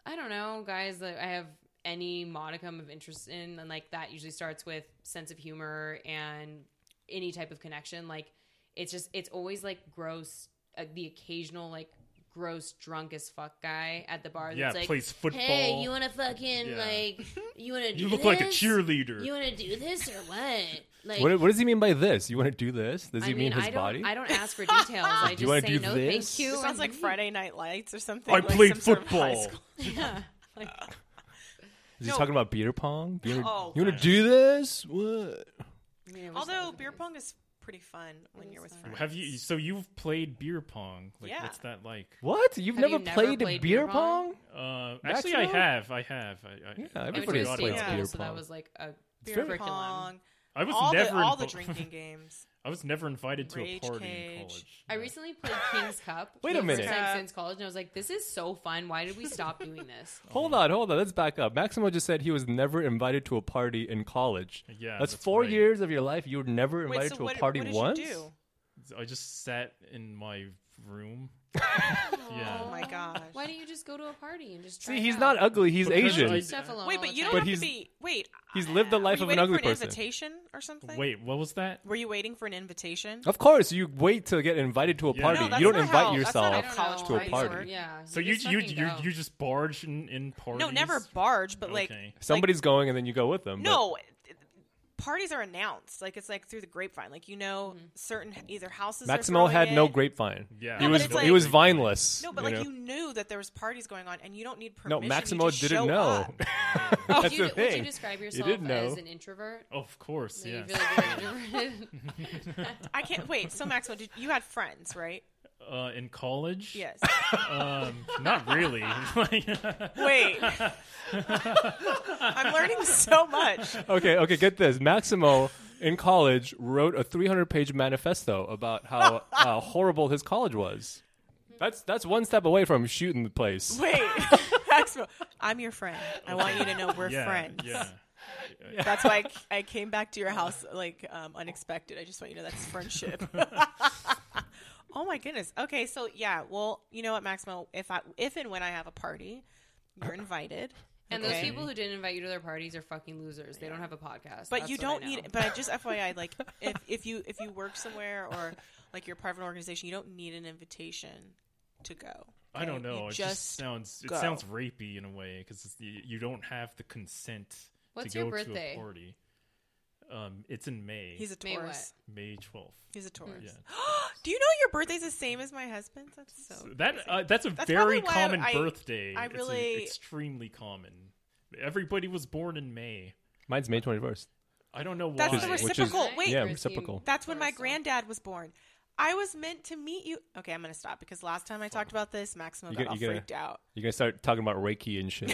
S2: I don't know, guys that I have any modicum of interest in, and like that usually starts with sense of humor and any type of connection. Like it's just it's always like gross. Uh, the occasional like gross drunk as fuck guy at the bar. That's
S1: yeah,
S2: like,
S1: plays football.
S5: Hey, you want to fucking
S1: Yeah.
S5: like you want to do
S1: *laughs* you look like a
S5: this?
S1: cheerleader.
S5: You want to do this or what? Like
S4: What, what does he mean by this? You want to do this? Does
S2: I
S4: he mean, his
S2: I don't,
S4: body?
S2: I don't ask for details. I
S4: you
S2: just
S4: wanna
S2: say
S4: *laughs* do
S2: no,
S4: this?
S2: thank you.
S3: It sounds
S2: and
S3: like
S2: leave.
S3: Friday Night Lights or something.
S1: I
S3: like
S1: played
S3: some sort of high
S1: football.
S3: school-
S2: *laughs* Yeah. Like,
S4: Is he
S3: No.
S4: talking about beer pong?
S2: *gasps*
S4: You wanna,
S3: Oh,
S4: you wanna do this? What?
S2: I mean, I wish that
S3: Although
S2: was a
S3: beer
S2: thing.
S3: pong is pretty fun when you're with friends.
S1: Have you? So you've played beer pong? Like,
S3: Yeah.
S1: What's that like?
S4: What? You've
S2: Have
S4: never,
S2: you never
S4: played,
S2: played
S4: beer
S2: beer pong?
S4: pong?
S1: Uh,
S4: Max,
S1: actually,
S4: you
S1: I
S4: know?
S1: have. I have. I, I,
S4: Yeah,
S1: I,
S2: I went to
S4: everybody
S2: a
S4: has
S2: state
S4: played
S3: yeah.
S2: school,
S4: beer
S2: so that
S4: pong.
S2: was like a
S3: Beer
S2: curriculum.
S3: pong,
S1: I was
S3: all
S1: never *laughs*
S3: the all the
S1: invo-
S3: drinking games.
S1: I was never invited to a
S3: Rage
S1: party in
S3: Cage.
S1: college.
S2: I
S1: Yeah.
S2: recently
S4: *laughs*
S2: played King's Cup.
S4: Wait a
S2: for the first
S4: minute.
S2: time
S3: Cup.
S2: since college, and I was like, "This is so fun. Why did we stop doing this?"
S4: Hold on, hold on. Let's back up. Maximo just said he was never invited to a party in college.
S1: Yeah,
S4: that's,
S1: that's
S4: four
S1: right.
S4: years of your life you were never
S3: Wait,
S4: invited
S3: so
S4: to a
S3: what,
S4: party
S3: what did
S4: once.
S3: you do?
S1: I just sat in my room. yeah.
S3: *laughs* Oh my gosh.
S2: Why don't you just go to a party and just try
S4: See,
S2: it
S4: he's
S2: out?
S4: not ugly. He's
S1: Because
S4: Asian.
S2: Leave stuff alone
S3: Wait,
S2: all
S3: but
S2: the
S3: you don't
S2: time.
S3: have
S4: he's-
S3: to be. Wait,
S4: He's lived the
S3: were
S4: life
S3: you
S4: of an
S3: waiting
S4: ugly
S3: for an
S4: person.
S3: invitation or something?
S1: Wait, what was that?
S3: were you waiting for an invitation?
S4: Of course, you wait to get invited to a
S1: Yeah.
S4: party.
S1: No,
S3: that's
S4: you don't
S3: not
S4: invite
S3: how- that's not
S4: yourself.
S3: how college
S4: to a
S2: parties
S4: party.
S2: work. Yeah.
S1: So you
S2: just
S1: you
S2: fucking
S1: you,
S2: go.
S1: you just barge in, in parties?
S3: No, never barge, but like
S1: Okay.
S4: Somebody's going, and then you go with them. but-
S3: no. it- Parties are announced, like it's like through the grapevine. Like you know,
S1: Mm-hmm.
S3: certain either houses. are
S4: Maximo
S3: throwing
S4: had no
S3: it.
S4: grapevine.
S1: Yeah.
S4: he
S1: No, but
S4: was
S3: it's like-
S4: he was vineless.
S3: No, but
S4: you
S3: like
S4: know?
S3: you knew that there was parties going on, and you don't need permission.
S4: No,
S3: You
S4: Maximo
S3: just
S4: didn't
S3: show
S4: know. *laughs*
S3: up. Oh,
S2: would,
S4: That's
S2: you,
S4: the thing.
S2: would you describe yourself
S4: didn't
S2: as
S4: know.
S2: an introvert?
S1: Of course,
S2: Do
S1: yeah.
S2: You feel like you're introverted?
S3: I can't wait. So Maximo, did, you had friends, right?
S1: uh, in college.
S3: Yes.
S1: Um, not
S3: *laughs*
S1: really. *laughs* Like,
S3: Wait. I'm learning so much.
S4: *laughs* Okay, okay, get this. Maximo in college wrote a 300-page manifesto
S3: *laughs*
S4: about how uh, horrible his college was. That's that's one step away from shooting the place.
S3: Wait. *laughs* Maximo, I'm your friend. I want you to know we're
S1: *laughs* yeah,
S3: friends.
S1: Yeah.
S3: That's why I, I came back to your house like um, unexpected. I just want you to know that's friendship. *laughs* oh my goodness. Okay, so yeah. Well, you know what, Maximo? If I if and when I have a party, you're invited.
S2: *laughs* And those
S3: Okay.
S2: people who didn't invite you to their parties are fucking losers. They don't have a podcast.
S3: But
S2: That's
S3: you
S2: what I
S3: don't
S2: know.
S3: need. But I
S2: *laughs*
S3: just FYI, like if if you if you work somewhere or like you're part of an organization, you don't need an invitation to go.
S1: I don't
S3: okay?
S1: know.
S3: You
S1: It just, sounds it
S3: go.
S1: sounds rapey in a way because you, you don't have the consent
S2: What's
S1: to
S2: your
S1: go
S2: birthday?
S1: to a party. Um, it's in May.
S3: He's a
S2: May what?
S3: Taurus.
S1: May twelfth.
S3: He's a Taurus.
S1: Yeah.
S3: *gasps* Do you know your birthday's the same as my husband's? That's so.
S1: That uh, that's a
S3: Oh, That's
S1: very
S3: probably why
S1: common
S3: I-
S1: birthday.
S3: I
S1: it's
S3: really-
S1: a, extremely common. Everybody was born in May.
S4: Mine's May 21st.
S1: I don't know why.
S3: That's the
S4: Which is-
S3: reciprocal.
S2: Right?
S3: Wait,
S4: Yeah,
S2: Or is he
S4: reciprocal.
S3: that's when my
S2: Taurus, so-
S3: granddad was born. I was meant to meet you. Okay, I'm gonna stop because last time I talked about this, Maximo
S4: You
S3: got
S4: get-
S3: all
S4: you get a-
S2: *laughs*
S3: freaked out.
S4: You're gonna start talking about Reiki and shit.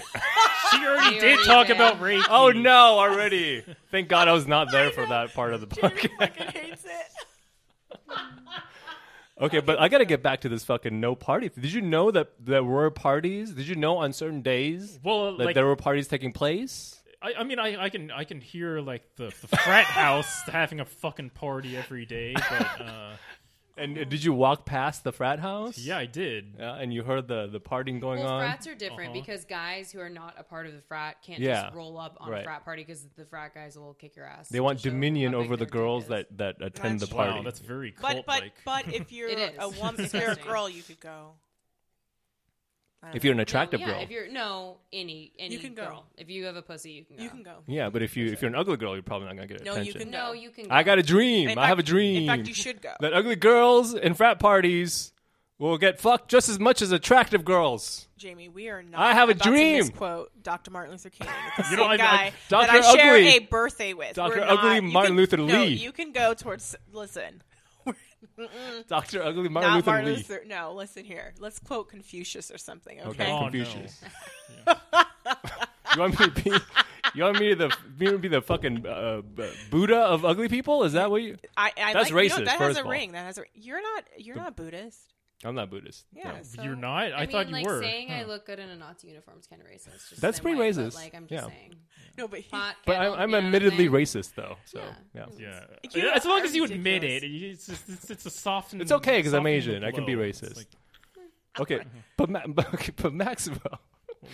S1: She already
S2: She
S1: did
S2: already
S1: talk
S2: did.
S1: about Reiki.
S4: oh no, already! Thank God I was not there for that
S1: *laughs*
S4: part of the
S1: oh
S3: Jeremy
S4: podcast.
S3: fucking hates it.
S4: Okay, but I gotta get back to this fucking no party. Did you know that there were parties? Did you know on certain days
S1: Well,
S4: that
S1: like
S4: there were parties taking place?
S1: I, I mean, I, I can I can hear like the, the
S3: *laughs*
S1: frat house having a fucking party every day. But
S3: *laughs*
S1: uh,
S4: And uh, did you walk past the frat house?
S1: yeah, I did.
S4: Yeah, and you heard the the partying going
S2: Well,
S4: on.
S2: frats are different
S1: Uh-huh.
S2: because guys who are not a part of the frat can't
S4: Yeah.
S2: just roll up on
S4: Right.
S2: a frat party because the frat guys will kick your ass.
S4: they want
S2: to show
S4: dominion
S2: how big
S4: over
S2: their
S4: the
S2: dick
S4: girls
S2: is.
S4: that that attend
S3: That's
S4: the
S1: Wow,
S4: party.
S1: that's very
S3: But
S1: cult
S3: but
S1: like.
S3: but if you're
S2: *laughs* It is.
S3: a woman, if
S2: It's
S3: you're a
S2: disgusting.
S3: girl, you could go. I don't
S4: if you're an
S2: No,
S4: attractive
S2: yeah,
S4: girl,
S2: If you're no any any
S3: can go.
S2: girl, if you have a pussy, you can
S3: know.
S2: go.
S3: you can go.
S4: yeah, but if you if you're an ugly girl, you're probably not gonna get
S3: No, you
S4: attention.
S3: can-
S2: No,
S3: No.
S2: you can. Go.
S4: I got a dream.
S3: In
S4: I have a
S3: fact-
S4: dream.
S3: In fact, you should go.
S4: that ugly girls in frat parties will get fucked just as much as attractive
S3: *laughs*
S4: girls.
S3: Jamie, we are not.
S4: I have a
S3: about to
S4: dream.
S3: misquote Dr. Martin Luther
S4: *laughs*
S3: King, the
S1: You
S3: same
S1: know, I- I-
S3: guy that
S4: Dr.
S3: I share
S4: Ugly.
S3: a birthday with.
S4: Dr.
S3: We're
S4: Ugly
S3: not- you
S4: Martin
S3: can-
S4: Luther
S3: no,
S4: Lee.
S3: you can go towards. Listen,
S4: Dr. Ugly Martin
S3: not
S4: Luther
S3: Martin
S4: Lee.
S3: Luther. No, listen here. Let's quote Confucius or something. Okay.
S4: Okay,
S1: Oh, no.
S4: Confucius. *laughs* You want me to be? You want me to the me to be the fucking uh, b- Buddha of ugly people? Is that what you?
S3: I, I
S4: That's
S3: like, you know,
S4: racist,
S3: that
S4: first
S3: has a
S4: of all.
S3: ring. That has a. You're not. You're not Buddhist.
S4: I'm not Buddhist.
S3: Yeah.
S4: No.
S3: so-
S1: You're not. I,
S2: I, mean,
S1: thought you
S2: like
S1: were.
S2: saying I
S1: Huh.
S2: look good in a Nazi uniform is kind of racist. just
S4: That's
S2: saying
S4: pretty
S2: white,
S4: racist.
S2: But, like I'm just
S4: Yeah.
S2: saying.
S3: No, but he,
S2: Pot,
S4: But
S2: kettle,
S4: I'm, I'm
S2: you know what
S4: admittedly
S2: saying?
S4: racist though. So yeah,
S2: Yeah.
S1: Yeah.
S3: You
S1: as long as
S3: are
S1: you admit
S3: ridiculous.
S1: it, it's, just, it's, it's a softened.
S4: It's okay 'cause I'm
S1: softening
S4: Asian.
S1: the
S4: I can be
S1: blow. It's
S4: racist.
S1: like,
S3: *laughs*
S4: okay, but, Ma- *laughs* but, okay, but Maximo,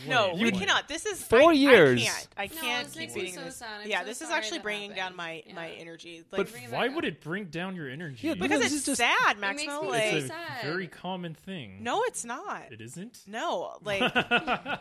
S3: No,
S1: what-
S3: we
S1: what-
S3: cannot. This is
S4: Four
S3: I-
S4: years.
S3: I can't. I
S2: No,
S3: can't
S2: this
S3: keep
S2: makes me
S3: reading
S2: so
S3: this.
S2: sad. I'm
S3: yeah,
S2: so
S3: this is
S2: sorry
S3: actually
S2: that
S3: bringing down
S2: happened.
S3: my
S2: Yeah.
S3: my energy.
S4: But
S3: Like,
S4: f-
S2: Bring
S1: Why
S2: back
S1: would
S2: up.
S1: it bring down your energy?
S4: Yeah, but
S3: because
S4: this
S3: it's
S4: is just-
S3: sad,
S2: It makes
S3: Maximo.
S2: me
S3: Like,
S1: it's a
S2: so sad.
S1: very common thing.
S3: no, it's not.
S1: it isn't. *laughs*
S4: *laughs*
S3: No, like,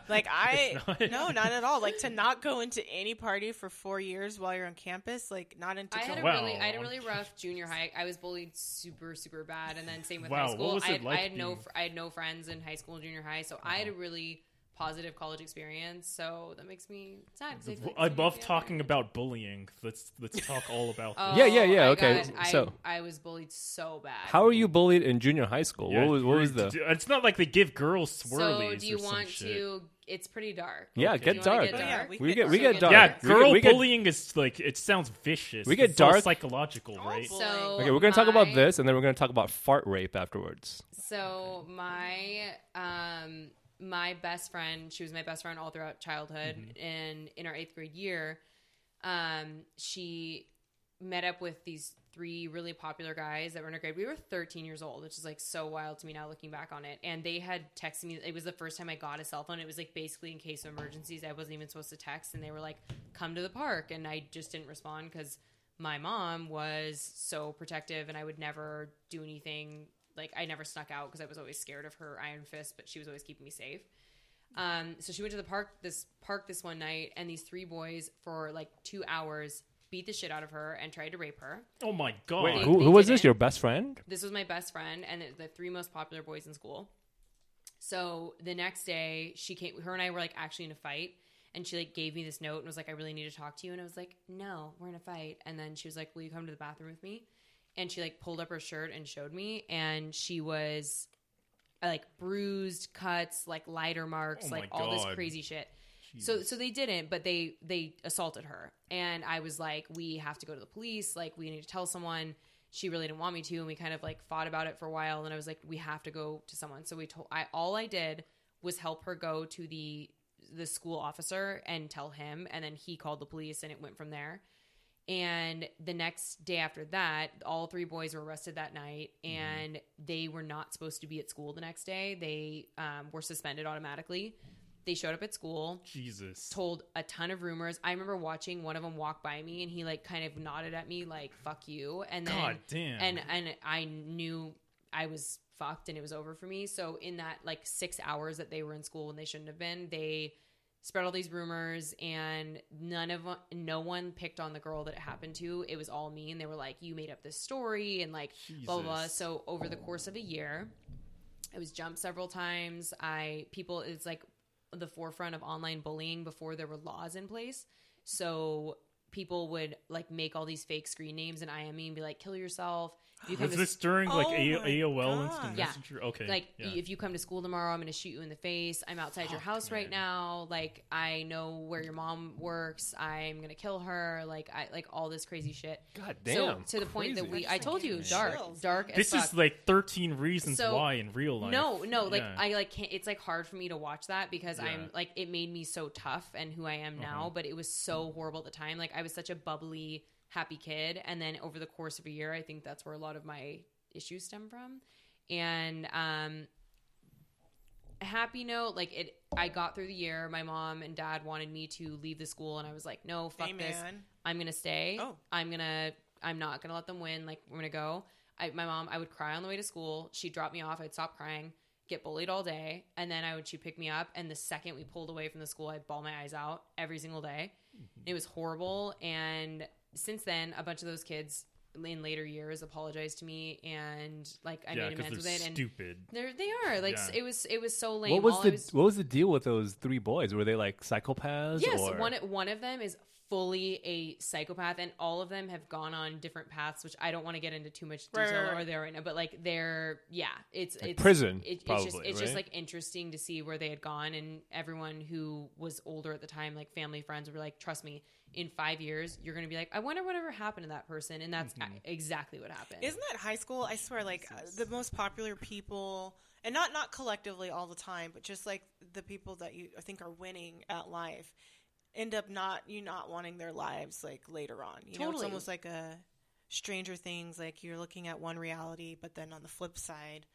S3: like I
S1: not.
S3: no, not at all. Like to not go into any party for four years while you're on campus, like not into.
S2: I had a
S1: Wow.
S2: really, I had a really rough junior high. I was bullied super, super bad, and then same with
S1: Wow,
S2: high
S1: what
S2: school.
S1: was it
S2: I had,
S1: like
S2: I had no,
S1: being- Uh-huh.
S2: fr- I had no friends in high school, and junior high, so I had a really positive college experience. So that makes me sad. 'cause I feel like it's gonna
S1: Above
S2: be
S1: talking
S2: better.
S1: about bullying, let's let's talk all about
S2: Oh,
S1: this.
S4: Yeah, yeah, yeah,
S2: I
S4: okay,
S2: got- I-
S4: so-
S2: I, was bullied so bad.
S4: how are you bullied in junior high school?
S1: Yeah,
S4: what was what was
S1: d-
S4: the?
S1: d- It's not like they give girls swirlies.
S2: So do you
S1: or some
S2: want
S1: shit.
S2: to? It's pretty dark.
S4: Yeah,
S1: Okay.
S2: Do
S4: get
S2: you wanna
S4: dark.
S2: get
S3: Oh, yeah,
S2: dark?
S3: we
S4: We
S3: could
S4: get we
S2: also
S4: get
S2: get
S4: dark.
S1: Yeah,
S2: dark.
S4: We get-
S1: girl
S4: we get-
S1: bullying is like it sounds vicious.
S4: We get
S1: It's all
S4: dark-
S1: psychological, right?
S3: bull-
S2: So
S4: Okay, we're gonna talk about
S2: my-
S4: this, and then we're gonna talk about fart rape afterwards.
S2: So my um my best friend, she was my best friend all throughout childhood, and in our eighth grade year, um, she met up with these three really popular guys that were in her grade. We were 13 years old, which is like so wild to me now looking back on it. And they had texted me. It was the first time I got a cell phone. It was like basically in case of emergencies. I wasn't even supposed to text, and they were like, "Come to the park," and I just didn't respond because my mom was so protective, and I would never do anything. Like I never snuck out because I was always scared of her iron fist, but she was always keeping me safe. Um, so she went to the park this park this one night, and these three boys for like two hours beat the shit out of her and tried to rape her.
S1: Oh my god!
S2: Wait,
S4: Who
S2: they
S4: who was
S2: didn't.
S4: this? Your best friend?
S2: This was my best friend and the- the three most popular boys in school. So the next day, she came. Her and I were like actually in a fight, and she like gave me this note and was like, "I really need to talk to you." And I was like, "No, we're in a fight." And then she was like, "Will you come to the bathroom with me?" and she like pulled up her shirt and showed me and she was uh, like bruised cuts like lighter marks
S1: Oh my
S2: like all this
S1: God.
S2: crazy shit so so they didn't but they they assaulted her and i was like we have to go to the police like we need to tell someone she really didn't want me to and we kind of like fought about it for a while and i was like we have to go to someone so we told i all i did was help her go to the the school officer and tell him and then he called the police and it went from there and the next day after that, all three boys were arrested that night, and they were not supposed to be at school the next day. They um, were suspended automatically. They showed up at school,
S1: Jesus.
S2: told a ton of rumors. I remember watching one of them walk by me, and he like kind of nodded at me like "fuck you," and then
S1: God damn.
S2: and and I knew I was fucked and it was over for me. So in that like 6 hours that they were in school when they shouldn't have been, they spread all these rumors and none of no one picked on the girl that it happened to. It was all me and they were like you made up this story and like blah blah. blah.
S1: Jesus.
S2: So over the course of a year, I was jumped several times. I people it's like the forefront of online bullying before there were laws in place. So people would like make all these fake screen names and IME and be like, "Kill yourself." If You
S1: was
S2: to
S1: this during like
S3: Oh
S1: A-
S3: my
S1: AOL
S3: God.
S1: Instant
S2: Yeah.
S1: Messenger? Okay.
S2: like
S1: yeah.
S2: if you come to school tomorrow, I'm going to shoot you in the face. I'm outside your
S1: Fuck,
S2: house right
S1: man.
S2: now. Like I know where your mom works. I'm going to kill her. Like I like all this crazy shit.
S4: God
S2: so
S4: damn.
S2: to the point that
S4: crazy.
S2: we,
S3: just,
S2: I
S3: like,
S2: told
S3: gave
S2: you,
S3: me
S2: dark,
S3: chills.
S2: dark.
S1: this
S2: as
S1: is
S2: fuck.
S1: like 13 reasons
S2: So-
S1: why in real life.
S2: No, no, like
S1: Yeah.
S2: I like can't. It's like hard for me to watch that because
S1: Yeah. Uh-huh.
S2: I'm like it made me so tough and who I am now. But it was so horrible at the time. Like I was such a bubbly, happy kid, and then over the course of a year, I think that's where a lot of my issues stem from. And um, a happy note, like it. I got through the year. My mom and dad wanted me to leave the school, and I was like, no, fuck this.
S3: Amen.
S2: I'm gonna stay.
S3: Oh.
S2: I'm gonna. I'm not gonna let them win. Like I'm gonna go. I, my mom. I would cry on the way to school. She'd drop me off. I'd stop crying. Get bullied all day, and then I would. She'd pick me up, and the second we pulled away from the school, I'd ball my eyes out every single day.
S4: Mm-hmm.
S2: It was horrible. And since then, a bunch of those kids in later years apologized to me, and like I
S1: yeah,
S2: made amends
S1: because
S2: with
S1: they're
S2: it. And
S1: stupid.
S2: they're, they are like s
S1: Yeah.
S2: it was. It was so lame.
S4: What was
S2: All I
S4: the what was the deal with those three boys? Were they like psychopaths?
S2: Yes,
S4: or...
S2: one one of them is fully a psychopath, and all of them have gone on different paths, which I don't want to get into too much
S3: Right,
S2: detail
S3: right, right.
S2: or there right now. But like they're yeah, it's
S4: Like
S2: it's
S4: prison,
S2: It, it's just
S4: probably,
S2: it's just
S4: right?
S2: like interesting to see where they had gone, and everyone who was older at the time, like family friends, were like, "Trust me, in five years, you're gonna be like, I wonder whatever happened to that person," and that's
S4: Mm-hmm.
S2: exactly what happened.
S3: Isn't that high school? I swear, like uh, the most popular people, and not not collectively all the time, but just like the people that you think are winning at life, end up not you not wanting their lives like later on. You know, it's
S2: Totally.
S3: almost like a Stranger Things. Like you're looking at one reality, but then on the flip side,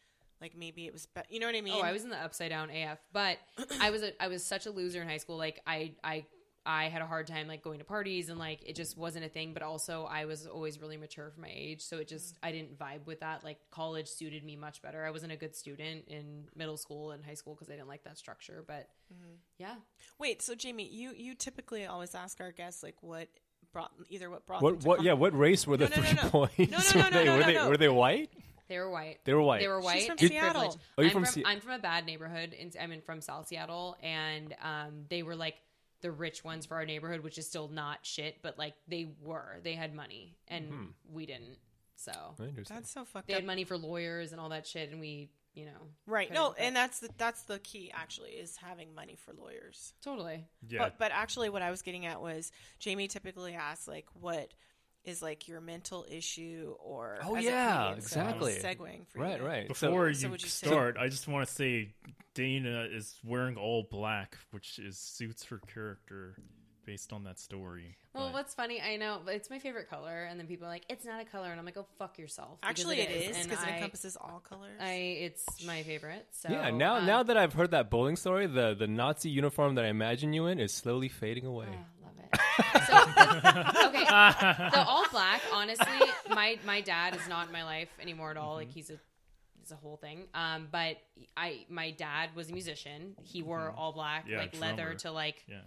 S3: like maybe it was. Be- you know what I mean?
S2: Oh, I was in the upside down AF, but I was a, I was such a loser in high school. Like I I I had a hard time like going to parties and like it just wasn't a thing. But also I was always really mature for my age, so it just I didn't vibe with that. Like college suited me much better. I wasn't a good student in middle school and high school because I didn't like that structure. But
S3: Mm-hmm.
S2: yeah,
S3: Wait, so Jamie, you you typically always ask our guests like what brought either what brought them
S4: What,
S3: to
S4: what, yeah,
S3: con-
S4: what race were the
S3: No, no, no,
S4: three
S3: no.
S4: *laughs* boys?
S3: No, no, no,
S4: were,
S3: no,
S4: they,
S3: no,
S4: were,
S3: no,
S4: they,
S3: no.
S4: were they white?
S2: they were white.
S4: They were white.
S2: They were white.
S3: from
S2: It's
S3: Seattle.
S2: privilege.
S4: Are you
S2: I'm
S4: from
S2: from,
S4: Se-
S2: I'm from a bad neighborhood. In, I'm in from South Seattle, and um, they were like the rich ones for our neighborhood, which is still not shit, but like they were. They had money, and
S4: Hmm.
S2: we didn't. So
S4: Interesting.
S3: That's so fucked
S2: they
S3: up.
S2: had money for lawyers and all that shit, and we, you know,
S3: Right.
S2: couldn't,
S3: No,
S2: but-
S3: and that's the that's the key actually is having money for lawyers.
S2: totally.
S1: Yeah.
S3: But but actually what I was getting at was Jamie typically asks like what is like your mental issue or
S4: Oh,
S3: as a
S4: yeah,
S3: comedian, so I was
S4: exactly.
S3: segueing for
S4: right,
S3: you.
S4: right.
S1: Before
S3: so
S1: you,
S3: would you say-
S1: start, I just want to say Dana is wearing all black, which is suits her character based on that story.
S2: Well,
S1: But-
S2: what's funny, I know but it's my favorite color, and then people are like, "It's not a color," and I'm like, "Oh, fuck yourself." because
S3: Actually it is
S2: and
S3: because it
S2: I-
S3: encompasses all colors.
S2: I, it's my favorite. So
S4: yeah, now
S2: um,
S4: now that I've heard that bowling story, the, the Nazi uniform that I imagine you in is slowly fading away.
S2: Oh, love
S4: *laughs*
S2: it. So, *laughs* okay,
S1: *laughs*
S2: the all black. Honestly, my my dad is not in my life anymore at all.
S1: Mm-hmm.
S2: Like he's a he's a whole thing. Um, but I my dad was a musician. He wore all black,
S1: Mm-hmm. Yeah,
S2: like leather
S1: drummer.
S2: to like
S1: yeah.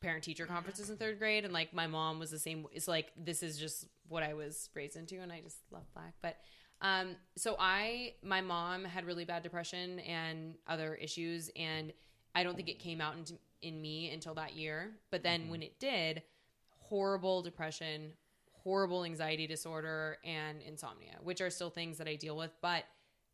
S2: parent teacher conferences in third grade, and like my mom was the same. It's like this is just what I was raised into, and I just love black. But um, so I my mom had really bad depression and other issues, and I don't think it came out in,
S1: Mm-hmm.
S2: in me until that year. But then when it did horrible depression, horrible anxiety disorder and insomnia, which are still things that I deal with, but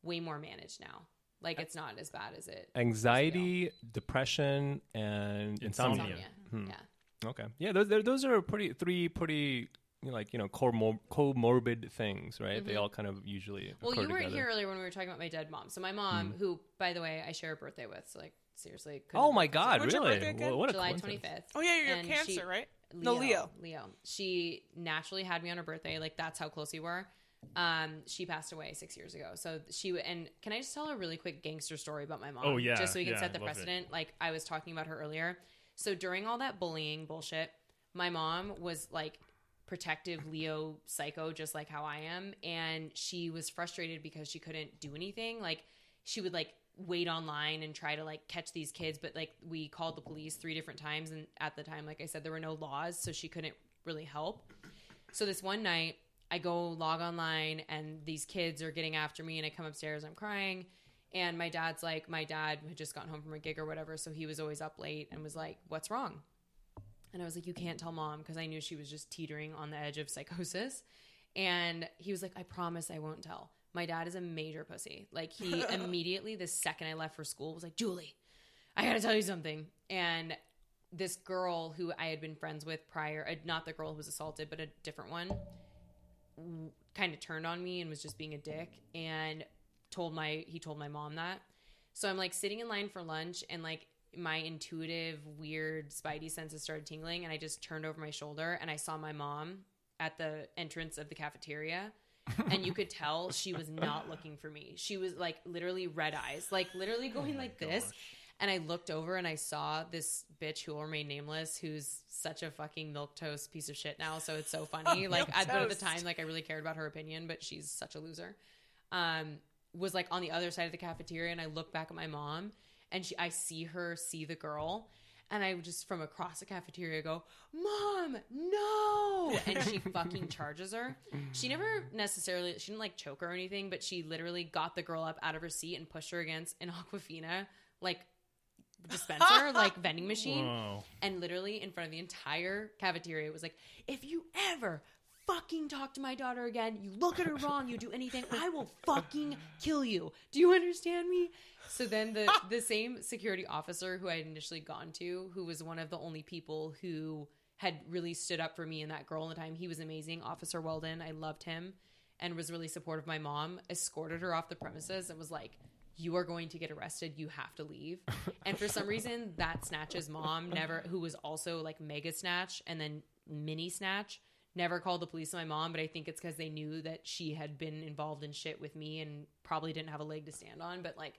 S2: way more managed now. Like it's not as bad as it.
S4: Anxiety, depression, and insomnia. Hmm.
S2: Insomnia. Yeah.
S4: Okay. Yeah, those they're- those are pretty three pretty you know, like you know comor- comorbid things, right? They all kind of usually.
S2: Well,
S4: occur
S2: you weren't
S4: together.
S2: here earlier when we were talking about my dead mom. So my mom, who by the way I share a birthday with, so like seriously. couldn't
S4: Oh
S2: have
S4: my
S2: been
S4: God!
S3: When's your
S4: Really?
S3: birthday again?
S4: Wha- What a
S2: July twenty
S4: coincidence.
S2: fifth.
S3: Oh yeah, you're
S2: And
S3: cancer,
S2: she- *laughs*
S3: right? No, Leo.
S2: Leo. She naturally had me on her birthday. Like that's how close we were. Um, she passed away six years ago. So she w- and can I just tell a really quick gangster story about my mom?
S1: Oh, yeah,
S2: just so we can
S1: yeah,
S2: set the
S1: love it.
S2: precedent. Like I was talking about her earlier. So during all that bullying bullshit, my mom was like protective Leo psycho, just like how I am, and she was frustrated because she couldn't do anything. Like she would like wait online and try to like catch these kids but like we called the police three different times and at the time like i said there were no laws so she couldn't really help so this one night i go log online and these kids are getting after me and i come upstairs i'm crying and my dad's like my dad had just gotten home from a gig or whatever so he was always up late and was like what's wrong and i was like you can't tell mom because i knew she was just teetering on the edge of psychosis and he was like, I promise I won't tell. My dad is a major pussy. Like, he immediately, the second I left for school, was like, Julie, I gotta tell you something. And this girl who I had been friends with prior, uh, not the girl who was assaulted, but a different one, kind of turned on me and was just being a dick and told my he told my mom that. So I'm like sitting in line for lunch and like my intuitive weird spidey senses started tingling and I just turned over my shoulder and I saw my mom at the entrance of the cafeteria and you could tell she was not looking for me. She was like literally red eyes, like literally
S1: Oh
S2: going like this. And I looked over and I saw this bitch who will remain nameless, who's such a fucking milk toast piece of shit now. So it's so funny. like, I, but at the
S3: toast.
S2: time, like I really cared about her opinion, but she's such a loser. Um, was like on the other side of the cafeteria, and I look back at my mom, and she, I see her see the girl, and I just from across the cafeteria go, "Mom, no!" And she fucking charges her. She never necessarily, she didn't like choke her or anything, but she literally got the girl up out of her seat and pushed her against an *laughs* Aquafina like dispenser, like vending machine
S1: Wow.
S2: and literally in front of the entire cafeteria was like, if you ever fucking talk to my daughter again, you look at her wrong, you do anything, I will fucking kill you. Do you understand me? So then the the same security officer who I had initially gone to, who was one of the only people who had really stood up for me and that girl in the time, he was amazing. Officer Weldon, I loved him and was really supportive of my mom, escorted her off the premises and was like, You are going to get arrested. You have to leave. And for some reason, that Snatch's mom never, who was also like mega Snatch and then mini Snatch, never called the police on my mom. But I think it's because they knew that she had been involved in shit with me and probably didn't have a leg to stand on. But like,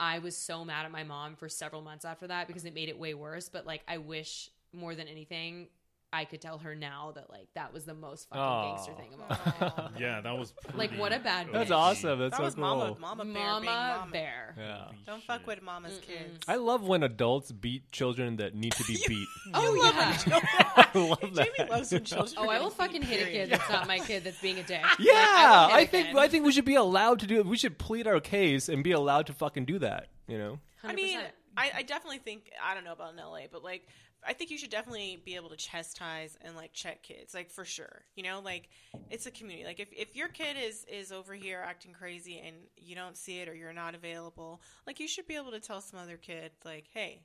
S2: I was so mad at my mom for several months after that because it made it way worse. But like, I wish more than anything, I could tell her now that like that was the most fucking
S4: Aw.
S2: gangster thing of all time.
S1: Yeah, that was pretty
S2: Like, what a bad
S4: That's
S2: bitch.
S4: awesome. That's
S3: That
S4: so
S3: was
S4: cool.
S3: Mama Mama Bear
S2: Mama
S3: being Mama.
S2: Bear.
S4: Yeah.
S1: Holy
S3: Don't fuck
S1: shit.
S3: with Mama's kids.
S4: I love when adults beat children that need to be beat.
S2: Oh yeah.
S4: *laughs* I
S3: *laughs*
S4: love that.
S3: Jamie loves
S4: *laughs*
S3: when children.
S2: oh, I will
S3: get
S2: fucking hit a kid
S3: period.
S2: that's not my kid that's being a dick.
S4: Yeah,
S2: Like, will
S4: I
S2: hit a
S4: think
S2: kid.
S4: I think we should be allowed to do. We should plead our case and be allowed to fucking do that. You know.
S3: I
S2: 100%.
S3: mean, I, I definitely think I don't know about in LA, but like I think you should definitely be able to chastise and like check kids, like for sure. You know, like it's a community. Like if, if your kid is is over here acting crazy and you don't see it or you're not available, like you should be able to tell some other kid, like, hey,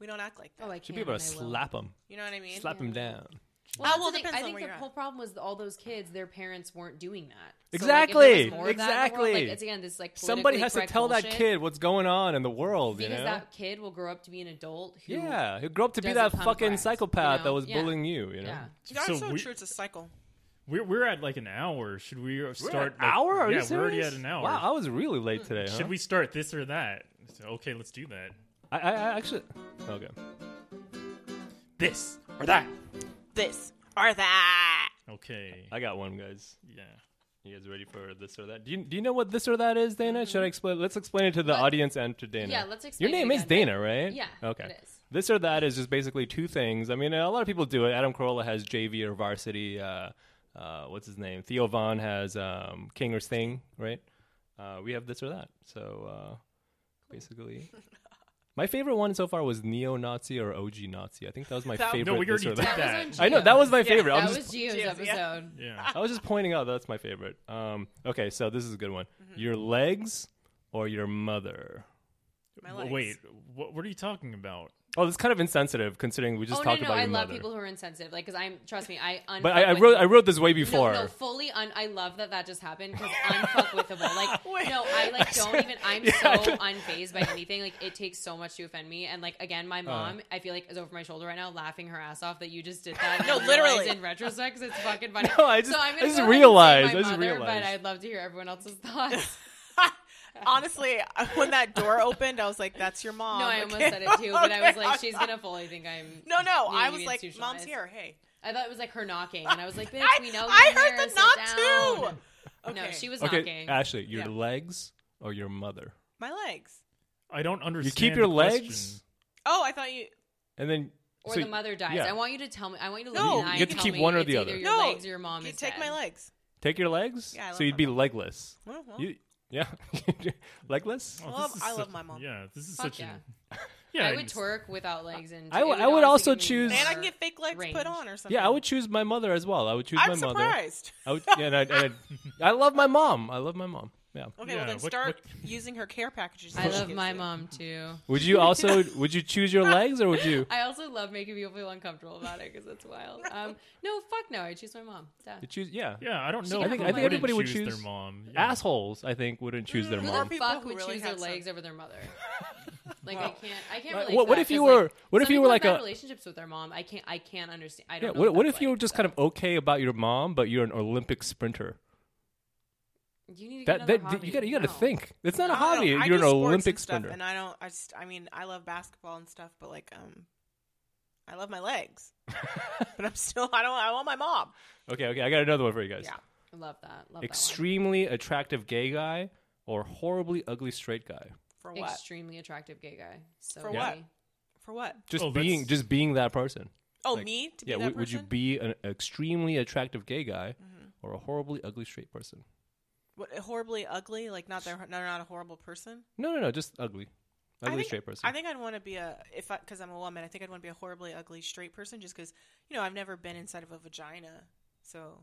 S3: we don't act like that.
S2: oh, I
S4: Should
S2: can
S4: be able to
S2: and I will.
S4: slap them,
S3: you know what I mean?
S4: slap them down.
S2: Well,
S3: well,
S2: well depends
S3: depends
S2: I
S3: on
S2: think
S3: where
S2: the
S3: you're at.
S2: whole problem was all those kids, their parents weren't doing that.
S4: Exactly,
S2: So, like, if there was more of that in the world,
S4: exactly.
S2: like, it's again this like
S4: Somebody
S2: politically
S4: has to
S2: correct
S4: tell that
S2: bullshit,
S4: kid what's going on in the world.
S2: because
S4: you know.
S2: that kid will grow up to be an adult. Who,
S4: yeah, he'll grow up to be
S2: doesn't
S4: that
S2: come
S4: fucking
S2: correct,
S4: psychopath
S2: you
S4: that
S2: know?
S4: was
S2: Yeah.
S4: bullying you. You know.
S2: yeah.
S3: That's
S1: So
S3: so
S1: we-
S3: true. It's a cycle.
S1: We're we're at like an hour. Should we uh,
S4: We're
S1: start
S4: at an
S1: like-
S4: hour? Are
S1: yeah,
S4: you serious? Hmm.
S1: we're already at an hour.
S4: Wow, I was really late today. Huh?
S1: Should we start this or that? So, okay, let's do that.
S4: I, I, I actually. Okay.
S1: This or that.
S3: This or that.
S1: Okay.
S4: I got one, guys.
S1: Yeah.
S4: You guys ready for this or that? Do you, do you know what this or that is, Dana? Should I explain? Let's explain it to the
S2: Let-
S4: audience and to Dana.
S2: Mm-hmm. yeah, let's
S4: Your
S2: explain
S4: name
S2: it
S4: is
S2: again.
S4: Dana, right?
S2: Yeah,
S4: Okay.
S2: it is.
S4: This or that is just basically two things. I mean, a lot of people do it. Adam Carolla has JV or varsity. Uh, uh, what's his name? Theo Vaughn has um, King
S2: *laughs*
S4: or Sting, right? Uh, we have this or that. So uh, basically, My favorite one so far was neo-Nazi or OG Nazi. I think that was my
S3: That- No,
S4: favorite.
S1: we
S4: this
S1: already
S4: or
S1: did
S4: that.
S1: that.
S2: was on
S4: I know that was my
S3: Yeah,
S4: favorite. I
S2: That
S4: was,
S2: was
S4: just,
S2: Gio's
S3: Gio's, yeah.
S2: episode.
S3: *laughs*
S1: Yeah.
S4: I was just pointing out that's my favorite. Um, okay, so this is a good one.
S2: Mm-hmm.
S4: Your legs or your mother?
S3: My
S1: W-
S3: legs.
S1: Wait, what, what are you talking about?
S4: Oh, it's kind of insensitive considering we just
S2: oh no,
S4: talked
S2: no,
S4: about
S2: I
S4: your
S2: love
S4: mother.
S2: people who are insensitive. Like, because I'm trust me, I
S4: but I, I
S2: unfuckwith-
S4: wrote I wrote this way
S2: No,
S4: before.
S2: no, fully un. I love that that just happened because unfuckwithable. Like,
S3: *laughs* Wait.
S2: no, I like don't
S4: said-
S2: even.
S3: *laughs*
S2: I'm
S4: Yeah, I
S2: so
S4: don't-
S2: unfazed by anything. Like, it takes so much to offend me. And like again,
S4: Uh.
S2: my mom, I feel like is over my shoulder right now, laughing her ass off that you just did that.
S3: *laughs* No,
S2: And I realize
S3: literally.
S2: in retrospect, 'cause it's fucking funny.
S4: No, I just-
S2: so I'm
S4: I
S2: gonna
S4: just
S2: go ahead and say
S4: realized,
S2: my
S4: I just
S2: mother,
S4: realized.
S2: But I'd love to hear everyone
S3: *laughs*
S2: else's thoughts.
S3: *laughs* Honestly, when that door opened, I was like, "That's your mom." Oh
S2: No, I almost said it too, but I
S3: *laughs*
S2: was like, she's gonna fully think I'm.
S3: No, no,
S2: needing
S3: I
S2: to
S3: was
S2: be
S3: like, "Mom's
S2: institutionalized.
S3: here." Hey,
S2: I thought it was like her knocking, and I was like, bitch,
S3: I,
S2: we know.
S3: I
S2: you're
S3: heard
S2: here,
S3: the
S2: sit
S3: not
S2: down.
S3: too. Okay.
S2: No, she was
S4: okay,
S2: knocking.
S4: Ashley, your
S3: Yeah.
S4: legs or your mother?
S3: my legs.
S1: I don't
S4: You
S1: understand.
S4: keep your
S1: the
S4: legs,
S3: Oh, I thought you.
S4: and then
S2: or
S4: so
S2: the mother dies.
S4: yeah.
S2: I want you to tell me. I want you to
S3: No,
S2: look me in the eye
S3: you
S2: and
S3: get to
S2: tell
S4: keep
S2: me
S4: one or
S2: it's
S4: the
S2: either
S4: other.
S2: Your
S3: no,
S2: legs, or your mom
S3: you
S2: is
S3: take
S2: dead.
S3: my legs.
S4: Take your legs.
S3: Yeah, I love
S4: so you'd
S3: my
S4: be legless.
S3: Well,
S2: Oh.
S3: well.
S4: You, yeah, *laughs* legless.
S1: Oh,
S3: I love-
S1: this is
S3: I love
S1: such-
S3: my mom.
S1: Yeah, this is
S2: Fuck
S1: such
S2: yeah.
S1: an. Yeah,
S2: I would
S1: it's-
S2: twerk without legs and.
S4: I
S2: it
S4: would- I would
S2: honestly
S4: also
S2: give me
S4: choose-
S2: more
S3: and I can get fake legs
S2: range.
S3: put on or something.
S4: Yeah, I would choose my mother as well. I would choose
S3: I'm
S4: my mother.
S3: surprised.
S4: I would, yeah, and I, and
S2: *laughs*
S4: I, I love my mom. I love my mom. Yeah.
S3: Okay,
S1: Yeah,
S3: well then
S1: what-
S3: start using her care packages.
S2: I
S3: that she
S2: love
S3: gives
S2: my
S3: you.
S2: mom too.
S4: Would you also? would you choose your legs or would you?
S2: I also love making people feel uncomfortable about it because it's
S3: *laughs*
S2: wild. Um, no, fuck no. I choose my mom. Duh.
S4: You choose? Yeah.
S1: Yeah, I don't
S2: She
S1: know. who
S2: got I think- I
S1: wouldn't
S2: think
S4: everybody would
S1: choose
S4: choose
S1: their mom. Yeah. *laughs*
S4: Assholes, I think, wouldn't choose their
S3: Mm, or
S4: mom.
S3: people
S2: Fuck
S3: who
S2: would
S3: really
S2: choose
S3: had
S2: their
S3: some-
S2: legs over their mother.
S3: *laughs*
S2: Like I can't, I can't.
S4: Like,
S2: relate
S4: what-
S2: to
S4: what
S2: that
S4: if you
S2: 'cause, like,
S4: were- what if
S2: some
S4: you were
S2: people
S4: like
S2: have
S4: a-
S2: relationships with their mom? I can't, I can't understand. I
S4: Yeah.
S2: don't. know
S4: What, what
S2: that's
S4: if you were
S2: like,
S4: just
S2: so.
S4: kind of okay about your mom, but you're an Olympic sprinter?
S2: You need to get
S4: That
S2: another
S4: that you
S2: hobby.
S4: got you got to
S2: No.
S4: think. It's not a
S3: I don't know.
S4: hobby.
S3: I
S4: You're an
S3: do sports
S4: Olympic
S3: and stuff,
S4: sprinter.
S3: and I don't. I just. I mean, I love basketball and stuff, but like, um, I love my
S4: *laughs*
S3: legs. but I'm still. I don't. I want my mom.
S4: okay. Okay. I got another one for you guys.
S3: Yeah.
S2: I Love that. Love
S4: Extremely attractive gay guy or horribly ugly straight guy.
S3: For
S2: that one.
S3: what?
S2: Extremely attractive gay guy. So
S3: For
S2: funny.
S3: For what?
S4: Just
S1: Oh,
S4: being
S1: that's-
S4: just being that person.
S3: Oh,
S4: Like,
S3: me to be
S4: yeah.
S3: that
S4: would- would you
S3: person? Mm-hmm.
S4: be an extremely attractive gay guy or a horribly ugly straight person?
S3: What, horribly ugly? Like not they're, no, they're not a horrible person.
S4: No, no, no. Just ugly. Ugly
S3: I think,
S4: straight person.
S3: I think I'd want to be a if I because I'm a woman. I think I'd want to be a horribly ugly straight person just because you know I've never been inside of a vagina, so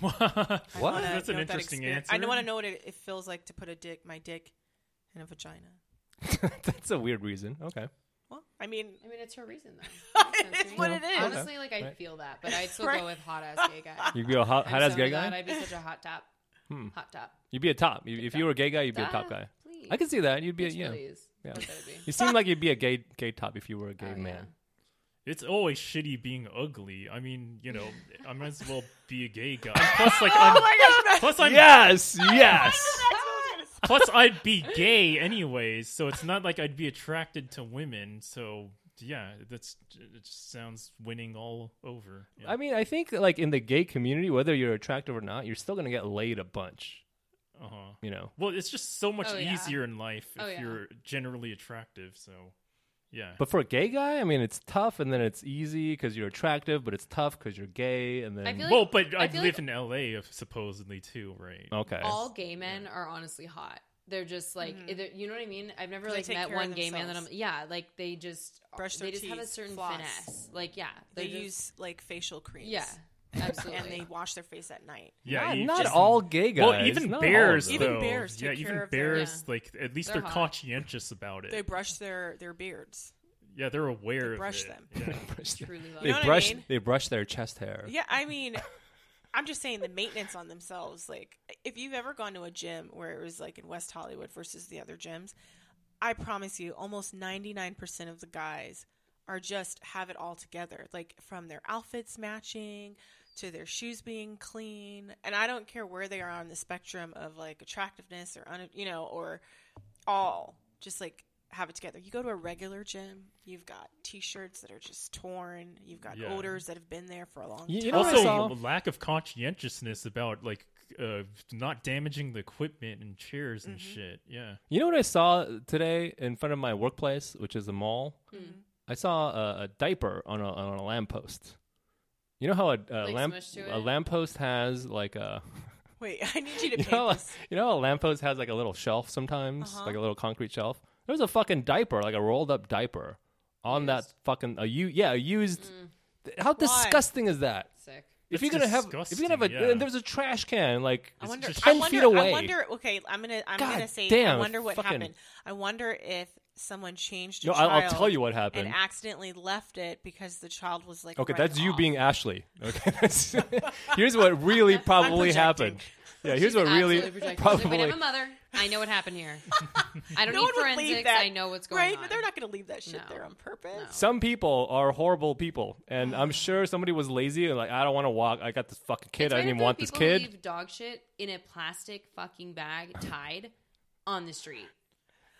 S3: I
S4: What?
S3: wanna
S1: That's an
S3: know what that
S1: interesting
S3: experience-
S1: answer.
S3: I want to know what it, it feels like to put a dick, my dick, in a vagina.
S4: *laughs* That's a weird reason. Okay.
S3: Well, I mean, *laughs*
S2: I mean, it's her reason *laughs* though. Makes sense
S3: It
S2: to
S3: is
S2: me.
S3: what it is. *laughs*
S2: Honestly, like I
S4: Right.
S2: feel that, but I'd still
S3: Right.
S2: go with hot ass gay guy.
S4: You'd be a *laughs* hot,
S2: I'm
S4: hot ass
S2: so
S4: gay
S2: glad
S4: guy.
S2: I'd be such a hot top. Hot top.
S4: You'd be a top. You, if you were a gay guy, you'd be a
S2: Ah,
S4: top guy.
S2: Please.
S4: I could see that. You'd be a,
S2: Bitch,
S4: yeah.
S2: please.
S4: Yeah.
S2: That's what it'd be.
S4: You seem like you'd be a gay gay top if you were a gay
S2: Oh, yeah.
S4: man.
S1: It's always shitty being ugly. I mean, you know, I might as well be a gay guy. Plus,
S3: *laughs* Oh
S1: like, I'm, *laughs* plus I'm
S2: *laughs*
S4: Yes, yes.
S1: plus I'd be gay anyways, so it's not like I'd be attracted to women. So yeah, that's it. Just sounds winning all over. Yeah.
S4: I mean, I think like in the gay community, whether you're attractive or not, you're still gonna get laid a bunch.
S1: uh-huh.
S4: You know.
S1: Well, it's just so much
S2: Oh, yeah.
S1: easier in life if
S2: Oh, yeah.
S1: you're generally attractive. So yeah,
S4: But for a gay guy, I mean, it's tough, and then it's easy because you're attractive, but it's tough because you're gay, and then
S2: I feel like
S1: well, but I,
S2: I feel
S1: live
S2: like-
S1: in L.A. if- supposedly too, right?
S4: okay,
S2: all gay men are honestly hot. They're just like either, you know what I mean. I've never
S3: They
S2: like
S3: take
S2: met
S3: care of
S2: one gay man that I'm
S3: themselves.
S2: yeah like they just
S3: Brush
S2: they
S3: their
S2: just have a
S3: teeth,
S2: certain
S3: floss.
S2: finesse like yeah
S3: They
S2: they're just-
S3: use like facial
S2: *laughs*
S3: creams.
S2: yeah absolutely
S3: and they wash their face at night.
S1: Yeah,
S4: not,
S1: you
S4: not
S1: just-
S4: all gay guys.
S1: Well, even
S4: not all of
S1: bears,
S4: them.
S3: Even
S1: though,
S3: bears take
S1: yeah,
S3: care
S1: even
S3: of their-
S1: bears, like at least
S2: They're
S1: they're,
S2: hot.
S1: conscientious about it.
S3: They brush their their beards.
S1: yeah, they're aware.
S3: they
S1: of
S3: brush
S1: it.
S3: them.
S1: Yeah.
S2: *laughs*
S4: *laughs*
S2: truly love
S4: they
S3: know what I
S4: brush
S3: mean?
S4: they brush their chest hair.
S3: Yeah, I mean, I'm just saying the maintenance on themselves. Like, if you've ever gone to a gym where it was like in West Hollywood versus the other gyms, I promise you, almost 99% of the guys are just have it all together. Like, from their outfits matching to their shoes being clean. And I don't care where they are on the spectrum of like attractiveness or, un- you know, or all just like have it together. You go to a regular gym, you've got t shirts that are just torn, you've got
S1: Yeah.
S3: odors that have been there for a long
S4: You- you know what I
S1: also
S4: saw?
S1: lack of conscientiousness about like uh, not damaging the equipment and chairs and
S3: Mm-hmm.
S1: shit. Yeah,
S4: You know what I saw today in front of my workplace, which is a mall?
S3: Mm-hmm.
S4: I saw a, a diaper on a, on a lamppost. You know how a, a
S2: Like
S4: lamp
S2: smushed to
S4: a
S2: it?
S4: lamppost has like a
S3: *laughs*
S4: *laughs*
S3: Wait, I need you to
S4: you
S3: paint
S4: know
S3: this.
S4: *laughs* you know how a lamppost has like a little shelf sometimes,
S3: Uh-huh.
S4: like a little concrete shelf. There was a fucking diaper, like a rolled up diaper, on that fucking a u yeah a used.
S3: Mm.
S4: How disgusting is that?
S2: Sick.
S4: If
S1: That's
S4: you're gonna have, if you're gonna have a,
S1: disgusting, yeah.
S4: and there's a trash can, like
S3: I wonder.
S1: just
S3: I
S4: 10
S3: wonder.
S4: feet away.
S3: I wonder. Okay, I'm gonna. I'm
S4: God
S3: gonna say.
S4: damn,
S3: I wonder what
S4: fucking-
S3: happened. I wonder if someone changed. A
S4: no, I'll,
S3: child
S4: I'll tell you what
S3: And
S4: happened.
S3: accidentally left it because the child was like.
S4: Okay,
S3: running
S4: that's you
S3: off.
S4: being Ashley. Okay, that's, *laughs* here's what really probably
S3: projecting.
S4: happened. Yeah, here's what really
S2: Absolutely projected. Like, wait,
S4: probably.
S2: I'm a mother. I know what happened
S3: *laughs*
S2: here. I don't
S3: No
S2: need
S3: one would leave
S2: forensics.
S3: that.
S2: I know what's going
S3: Right?
S2: on.
S3: They're not gonna leave that shit
S2: No.
S3: there on purpose.
S4: *laughs* Some people are horrible people, and I'm sure somebody was lazy and like, I don't want to walk. I got this fucking kid.
S2: It's
S4: I
S2: weird
S4: didn't even
S2: that
S4: want this
S2: people
S4: kid.
S2: Leave dog shit in a plastic fucking bag tied on the street.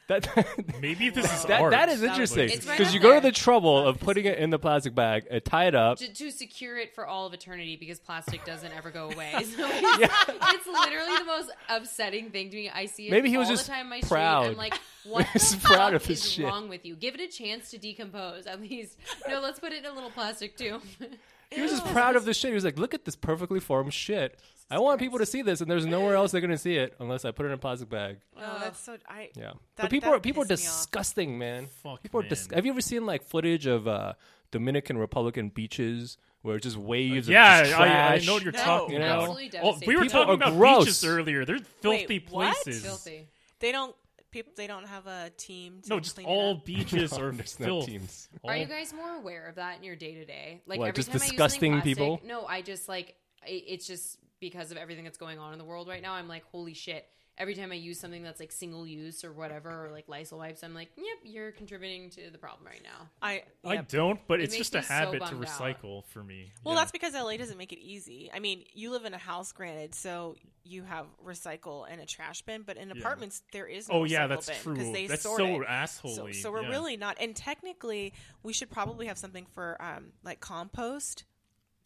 S4: That *laughs*
S1: Maybe this is
S4: that,
S1: art.
S4: that is
S2: That
S4: interesting
S2: It's
S4: because
S2: right up
S4: you go to
S2: there.
S4: the trouble of putting it in the plastic bag, uh, tie it up.
S2: to, to secure it for all of eternity because plastic doesn't ever go away. *laughs* So it's, it's literally the most upsetting thing to me. I see it
S4: Maybe he
S2: all
S4: was just
S2: the time. on My
S4: proud.
S2: Street. I'm like,
S4: *laughs*
S2: what
S4: He
S2: the
S4: was proud
S2: fuck
S4: of his
S2: is
S4: shit.
S2: wrong with you? Give it a chance to decompose at least. No, let's put it in a little plastic too. *laughs*
S4: He was just proud of the shit. He was like, "Look at this perfectly formed shit. I want people to see this, and there's nowhere else they're gonna see it unless I put it in a plastic bag."
S3: Oh, that's so. I.
S4: Yeah,
S3: That-
S4: but people
S3: that
S4: are people are
S3: pissed me off.
S4: disgusting, man.
S1: Fuck,
S4: people are
S1: man.
S4: dis- Have you ever seen like footage of uh, Dominican Republican beaches where it's just waves?
S1: Yeah,
S4: of
S1: I,
S4: just
S1: I
S4: trash?
S1: know what you're
S3: No.
S1: talking
S4: You know?
S1: about.
S2: Absolutely
S1: oh, we
S2: devastating.
S1: were
S4: People
S1: talking
S4: are
S1: about
S4: gross.
S1: beaches earlier. They're filthy
S3: Wait, what?
S1: places.
S2: Filthy.
S3: They don't. People. They don't have a team. To
S1: No, just
S3: clean it
S1: all
S3: up.
S4: *laughs*
S1: beaches are
S4: there's no
S1: filth.
S4: teams.
S1: All-
S2: Are you guys more aware of that in your day to day? Like
S4: What,
S2: every
S4: just
S2: time
S4: disgusting
S2: I use something
S4: people?
S2: plastic, No, I just like i it's just because of everything that's going on in the world right now. I'm like, holy shit. Every time I use something that's like single use or whatever, or like Lysol wipes, I'm like, yep, you're contributing to the problem right now.
S3: I.
S1: I
S3: yep.
S1: don't, but
S2: It
S1: it's
S2: makes
S1: just a
S2: me so
S1: habit to
S2: bummed out.
S1: recycle for me.
S3: Well,
S1: Yeah.
S3: that's because LA doesn't make it easy. I mean, you live in a house, granted, so you have recycle and a trash bin, but in apartments there is no
S1: Oh yeah,
S3: recycle
S1: that's
S3: bin, 'cause
S1: true.
S3: They
S1: That's
S3: sort
S1: so
S3: it.
S1: asshole.
S3: So, so we're really not. And technically, we should probably have something for um, like compost.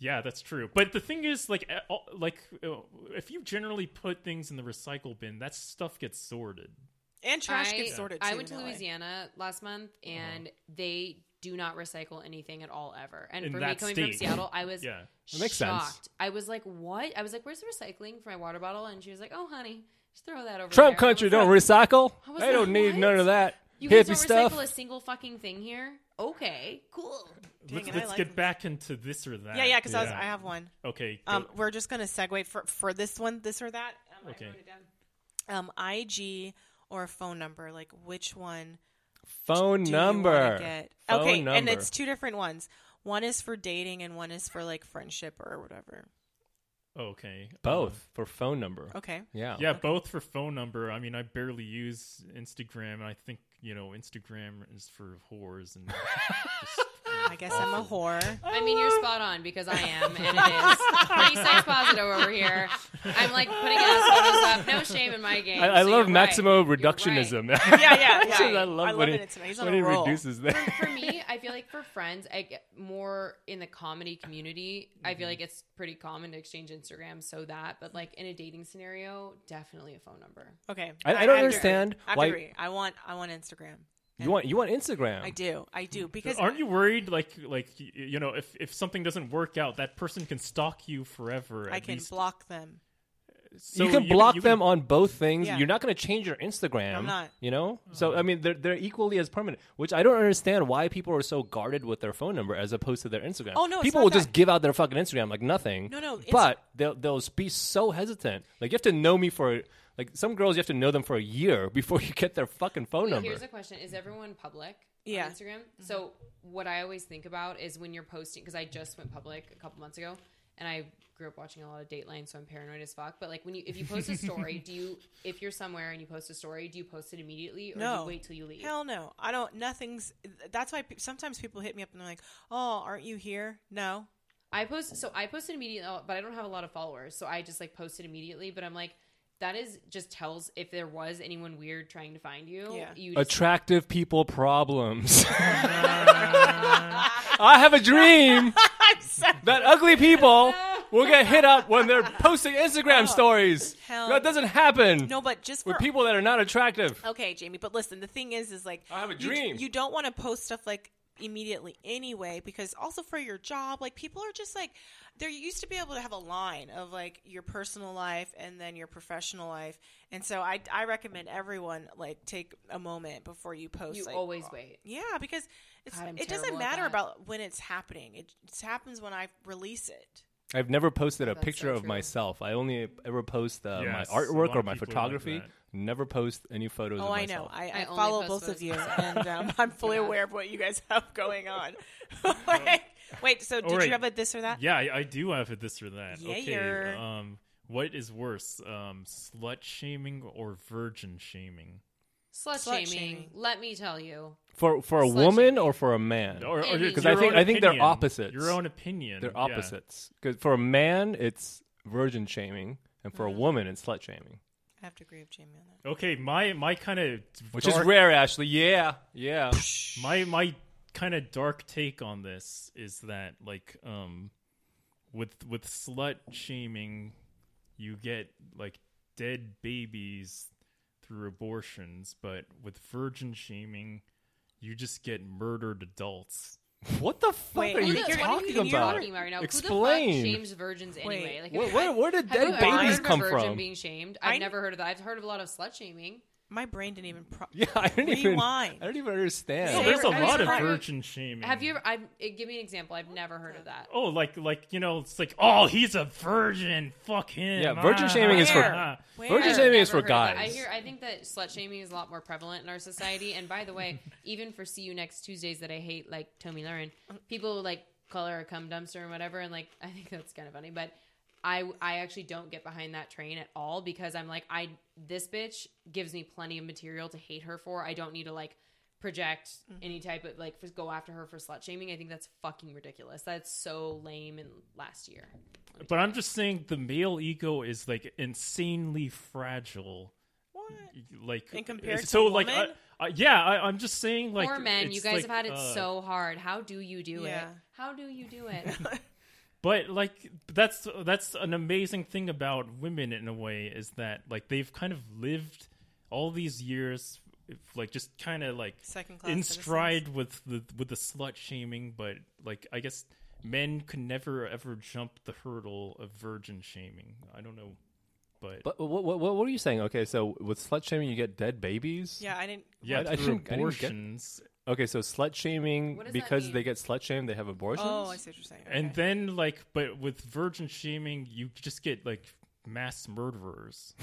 S1: Yeah, that's true. But the thing is, like, eh, all- like uh, if you generally put things in the recycle bin, that stuff gets sorted.
S3: And trash
S2: I,
S3: gets sorted.
S2: I
S3: too
S2: went to
S3: in LA.
S2: Louisiana last month,
S4: Uh-huh.
S2: and they do not recycle anything at all ever. And
S1: In
S2: for me
S1: that
S2: coming from
S1: state.
S2: Seattle, I was
S1: Yeah.
S4: That makes sense.
S2: shocked. I was like, what? I was like, where's the recycling for my water bottle? And she was like, oh, honey, just throw that over. there.
S4: Trump country
S2: I was
S4: don't
S2: like,
S4: recycle.
S2: I was
S4: They don't
S2: like,
S4: need
S2: what?
S4: none of that
S2: You guys
S4: hippie
S2: don't
S4: stuff.
S2: recycle a single fucking thing here. Okay, cool.
S3: Dang
S1: let's
S3: it, I
S1: let's
S3: like
S1: get
S3: this.
S1: back into this or that.
S3: Yeah, yeah, because I, was- I have one.
S1: Okay. go-
S3: Um, we're just gonna segue for for this one, this or that. Um,
S1: Okay.
S3: I wrote it down. Um, IG or phone number, like which one?
S4: Phone
S3: do you
S4: number.
S3: wanna get?
S4: Phone
S3: okay,
S4: number.
S3: and it's two different ones. One is for dating, and one is for like friendship or whatever.
S1: okay. Um,
S4: both for phone number.
S3: Okay.
S4: Yeah.
S1: Yeah, both for phone number. I mean, I barely use Instagram, and I think you know Instagram is for whores
S3: *laughs*
S1: and *laughs*
S3: I guess I'm a whore.
S2: I mean, you're spot on because I am, and it is pretty sex positive over here. I'm like putting ass photos up. No shame in my game.
S4: I, I
S2: so
S4: love
S2: you're right.
S4: Maximo
S2: You're right.
S4: reductionism.
S3: *laughs* Yeah,
S4: *laughs*
S3: yeah, yeah.
S4: I love
S3: I
S4: when
S3: love it. It's-
S4: he,
S3: he's on
S4: when
S3: a
S4: he
S3: roll.
S4: reduces that. *laughs*
S2: for me, I feel like for friends, I get more in the comedy community. I
S4: Mm-hmm.
S2: feel like it's pretty common to exchange Instagram, so that. But like in a dating scenario, definitely a phone number.
S3: Okay.
S4: I- I don't
S3: have to
S4: understand
S3: agree. I have to
S4: why-
S3: agree. I want I want Instagram.
S4: You want you want Instagram.
S3: I do. I do because
S1: Aren't you worried, like, like y- you know, if if something doesn't work out, that person can stalk you forever.
S3: I
S1: at
S3: can
S1: least.
S3: block them.
S1: So
S4: you can
S1: you-
S4: block
S1: you
S4: them on both things.
S3: Yeah.
S4: You're not going to change your Instagram.
S3: I'm not.
S4: You know. So I mean, they're they're equally as permanent. Which I don't understand why people are so guarded with their phone number as opposed to their Instagram.
S3: Oh, no, it's
S4: people
S3: not
S4: will
S3: that.
S4: just give out their fucking Instagram like nothing.
S3: No, no, it's-
S4: But they'll they'll be so hesitant. Like you have to know me for like some girls. You have to know them for a year *laughs* before you get their fucking phone
S2: Wait,
S4: number.
S2: Here's a question: Is everyone public?
S3: Yeah. Mm-hmm.
S2: On Instagram. So what I always think about is when you're posting because I just went public a couple months ago, and I grew up watching a lot of Dateline, so I'm paranoid as fuck. But like when you if you post a story, do you if you're somewhere and you post a story, do you post it immediately or do
S3: No.
S2: you wait till you leave?
S3: Hell no. I don't. Nothing's. That's why pe- sometimes people hit me up and they're like, "Oh, aren't you here?" No.
S2: I post so I posted immediately, uh, but I don't have a lot of followers, so I just like posted immediately. But I'm like, that is just tells if there was anyone weird trying to find you.
S3: Yeah.
S2: you just,
S4: Attractive people
S3: *laughs*
S4: problems. I have
S3: *laughs*
S4: a dream that ugly people will get hit up when they're posting Instagram stories.
S3: Oh, hell.
S4: That doesn't happen
S3: No, but just
S4: with
S3: for
S4: people that are not attractive.
S3: Okay, Jamie, but listen, the thing is, is like
S4: I have a
S3: you d-
S4: dream.
S3: You, don't want to post stuff like immediately anyway because also for your job like people are just like there used to be able to have a line of like your personal life and then your professional life and so i, I recommend everyone like take a moment before you post
S2: You
S3: like, oh.
S2: always wait.
S3: yeah because it's,
S2: God, I'm
S3: it doesn't
S2: terrible at
S3: matter
S2: that.
S3: about when it's happening it, it happens when i release it
S4: I've never posted a
S2: That's so
S4: picture of
S2: true.
S4: myself. I only ever post uh,
S1: Yes, a
S4: my artwork
S1: lot
S4: or
S1: of
S4: my
S1: people like
S4: photography.
S1: that.
S4: Never post any photos.
S3: Oh,
S4: of
S3: I
S4: myself.
S3: know. I,
S2: I
S3: I
S2: only
S3: follow
S2: post
S3: both of
S2: those
S3: *laughs* you,
S2: myself.
S3: and um, I'm fully
S2: Yeah.
S3: aware of what you guys *laughs* have going on. Like, wait, so did
S1: All right.
S3: you have a this or that?
S1: Yeah, I, I do have a this or that.
S3: Yeah,
S1: okay.
S3: you're-
S1: Um, what is worse, um, slut shaming or virgin shaming?
S2: Slut shaming,
S3: Slut shaming.
S2: let me tell you.
S4: for for a
S2: Slut
S4: woman
S2: shaming.
S4: or for a man.
S1: Or because
S4: I think- I think they're opposites.
S1: Your own opinion.
S4: They're
S1: yeah.
S4: opposites. 'Cause for a man, it's virgin shaming, and
S3: Mm.
S4: for a woman, it's slut shaming,
S3: I have to agree with Jamie on that.
S1: Okay, my my kind of
S4: which is rare. Ashley, yeah, yeah.
S1: my my kind of dark take on this is that like um with with slut shaming you get like dead babies through abortions but with virgin shaming you just get murdered adults
S4: What the fuck
S3: Wait,
S4: are
S3: Who
S4: you
S3: the-
S2: what
S4: talking
S2: are you
S4: about?
S2: talking about right now? Who the
S4: Explain.
S2: fuck shames virgins anyway? Like,
S4: Where-
S2: if-
S4: where- where did
S2: have
S4: dead
S2: you ever
S4: babies
S2: heard of a
S4: come
S2: virgin
S4: from?
S2: Being shamed? I've
S3: I-
S2: never heard of that. I've heard of a lot of slut shaming.
S3: My brain didn't even. Pro-
S4: *laughs* yeah, I don't even. I
S3: Rewind.
S4: don't even understand.
S1: oh,
S3: Yeah,
S1: there's a
S3: I was
S1: lot of
S3: surprised.
S1: virgin shaming
S2: Have you ever? I've, eh, give me an example. I've never heard of that.
S1: oh like like you know it's like oh he's a virgin fuck him
S4: Yeah, virgin shaming is
S3: for-
S1: Ah.
S3: Where?
S4: Virgin
S2: I've
S4: shaming is
S2: never
S4: for
S2: heard of that.
S4: guys.
S2: I hear. I think that slut shaming is a lot more prevalent in our society. And by the
S4: *laughs*
S2: way, even for "See You Next Tuesdays" that I hate, like Tommy Lauren, people like call her a cum dumpster and whatever. And like, I think that's kind of funny. But I, I actually don't get behind that train at all because I'm like, I this bitch gives me plenty of material to hate her for. I don't need to like project
S4: Mm-hmm.
S2: any type of like go after her for slut shaming. I think that's fucking ridiculous. That's so lame. And last year,
S1: but i'm just saying the male ego is like insanely fragile
S3: what?
S1: like
S3: And compared to
S1: so like
S3: woman?
S1: I, I, yeah I, i'm just saying like
S2: Poor men, you
S1: it's
S2: guys
S1: like,
S2: have had it
S1: uh,
S2: so hard. How do you do it?
S3: Yeah.
S2: How do you do
S4: *laughs*
S2: it?
S1: but like that's that's an amazing thing about women in a way is that like they've kind of lived all these years if, like just kind of like
S3: Second-class
S1: in
S3: citizens.
S1: stride with the with the slut shaming but like i guess men could never ever jump the hurdle of virgin shaming i don't know but,
S4: But what, what what were you saying? Okay, so with slut shaming, you get dead babies.
S3: Yeah, I didn't.
S1: yeah
S4: I-
S1: through
S4: I didn't- I didn't get-
S1: abortions
S4: Okay, so slut shaming
S2: What does that
S4: because
S2: mean?
S4: they get slut shamed, they have abortions.
S3: Oh, I see what you're saying. Okay.
S1: And then, like, but with virgin shaming, you just get like mass murderers.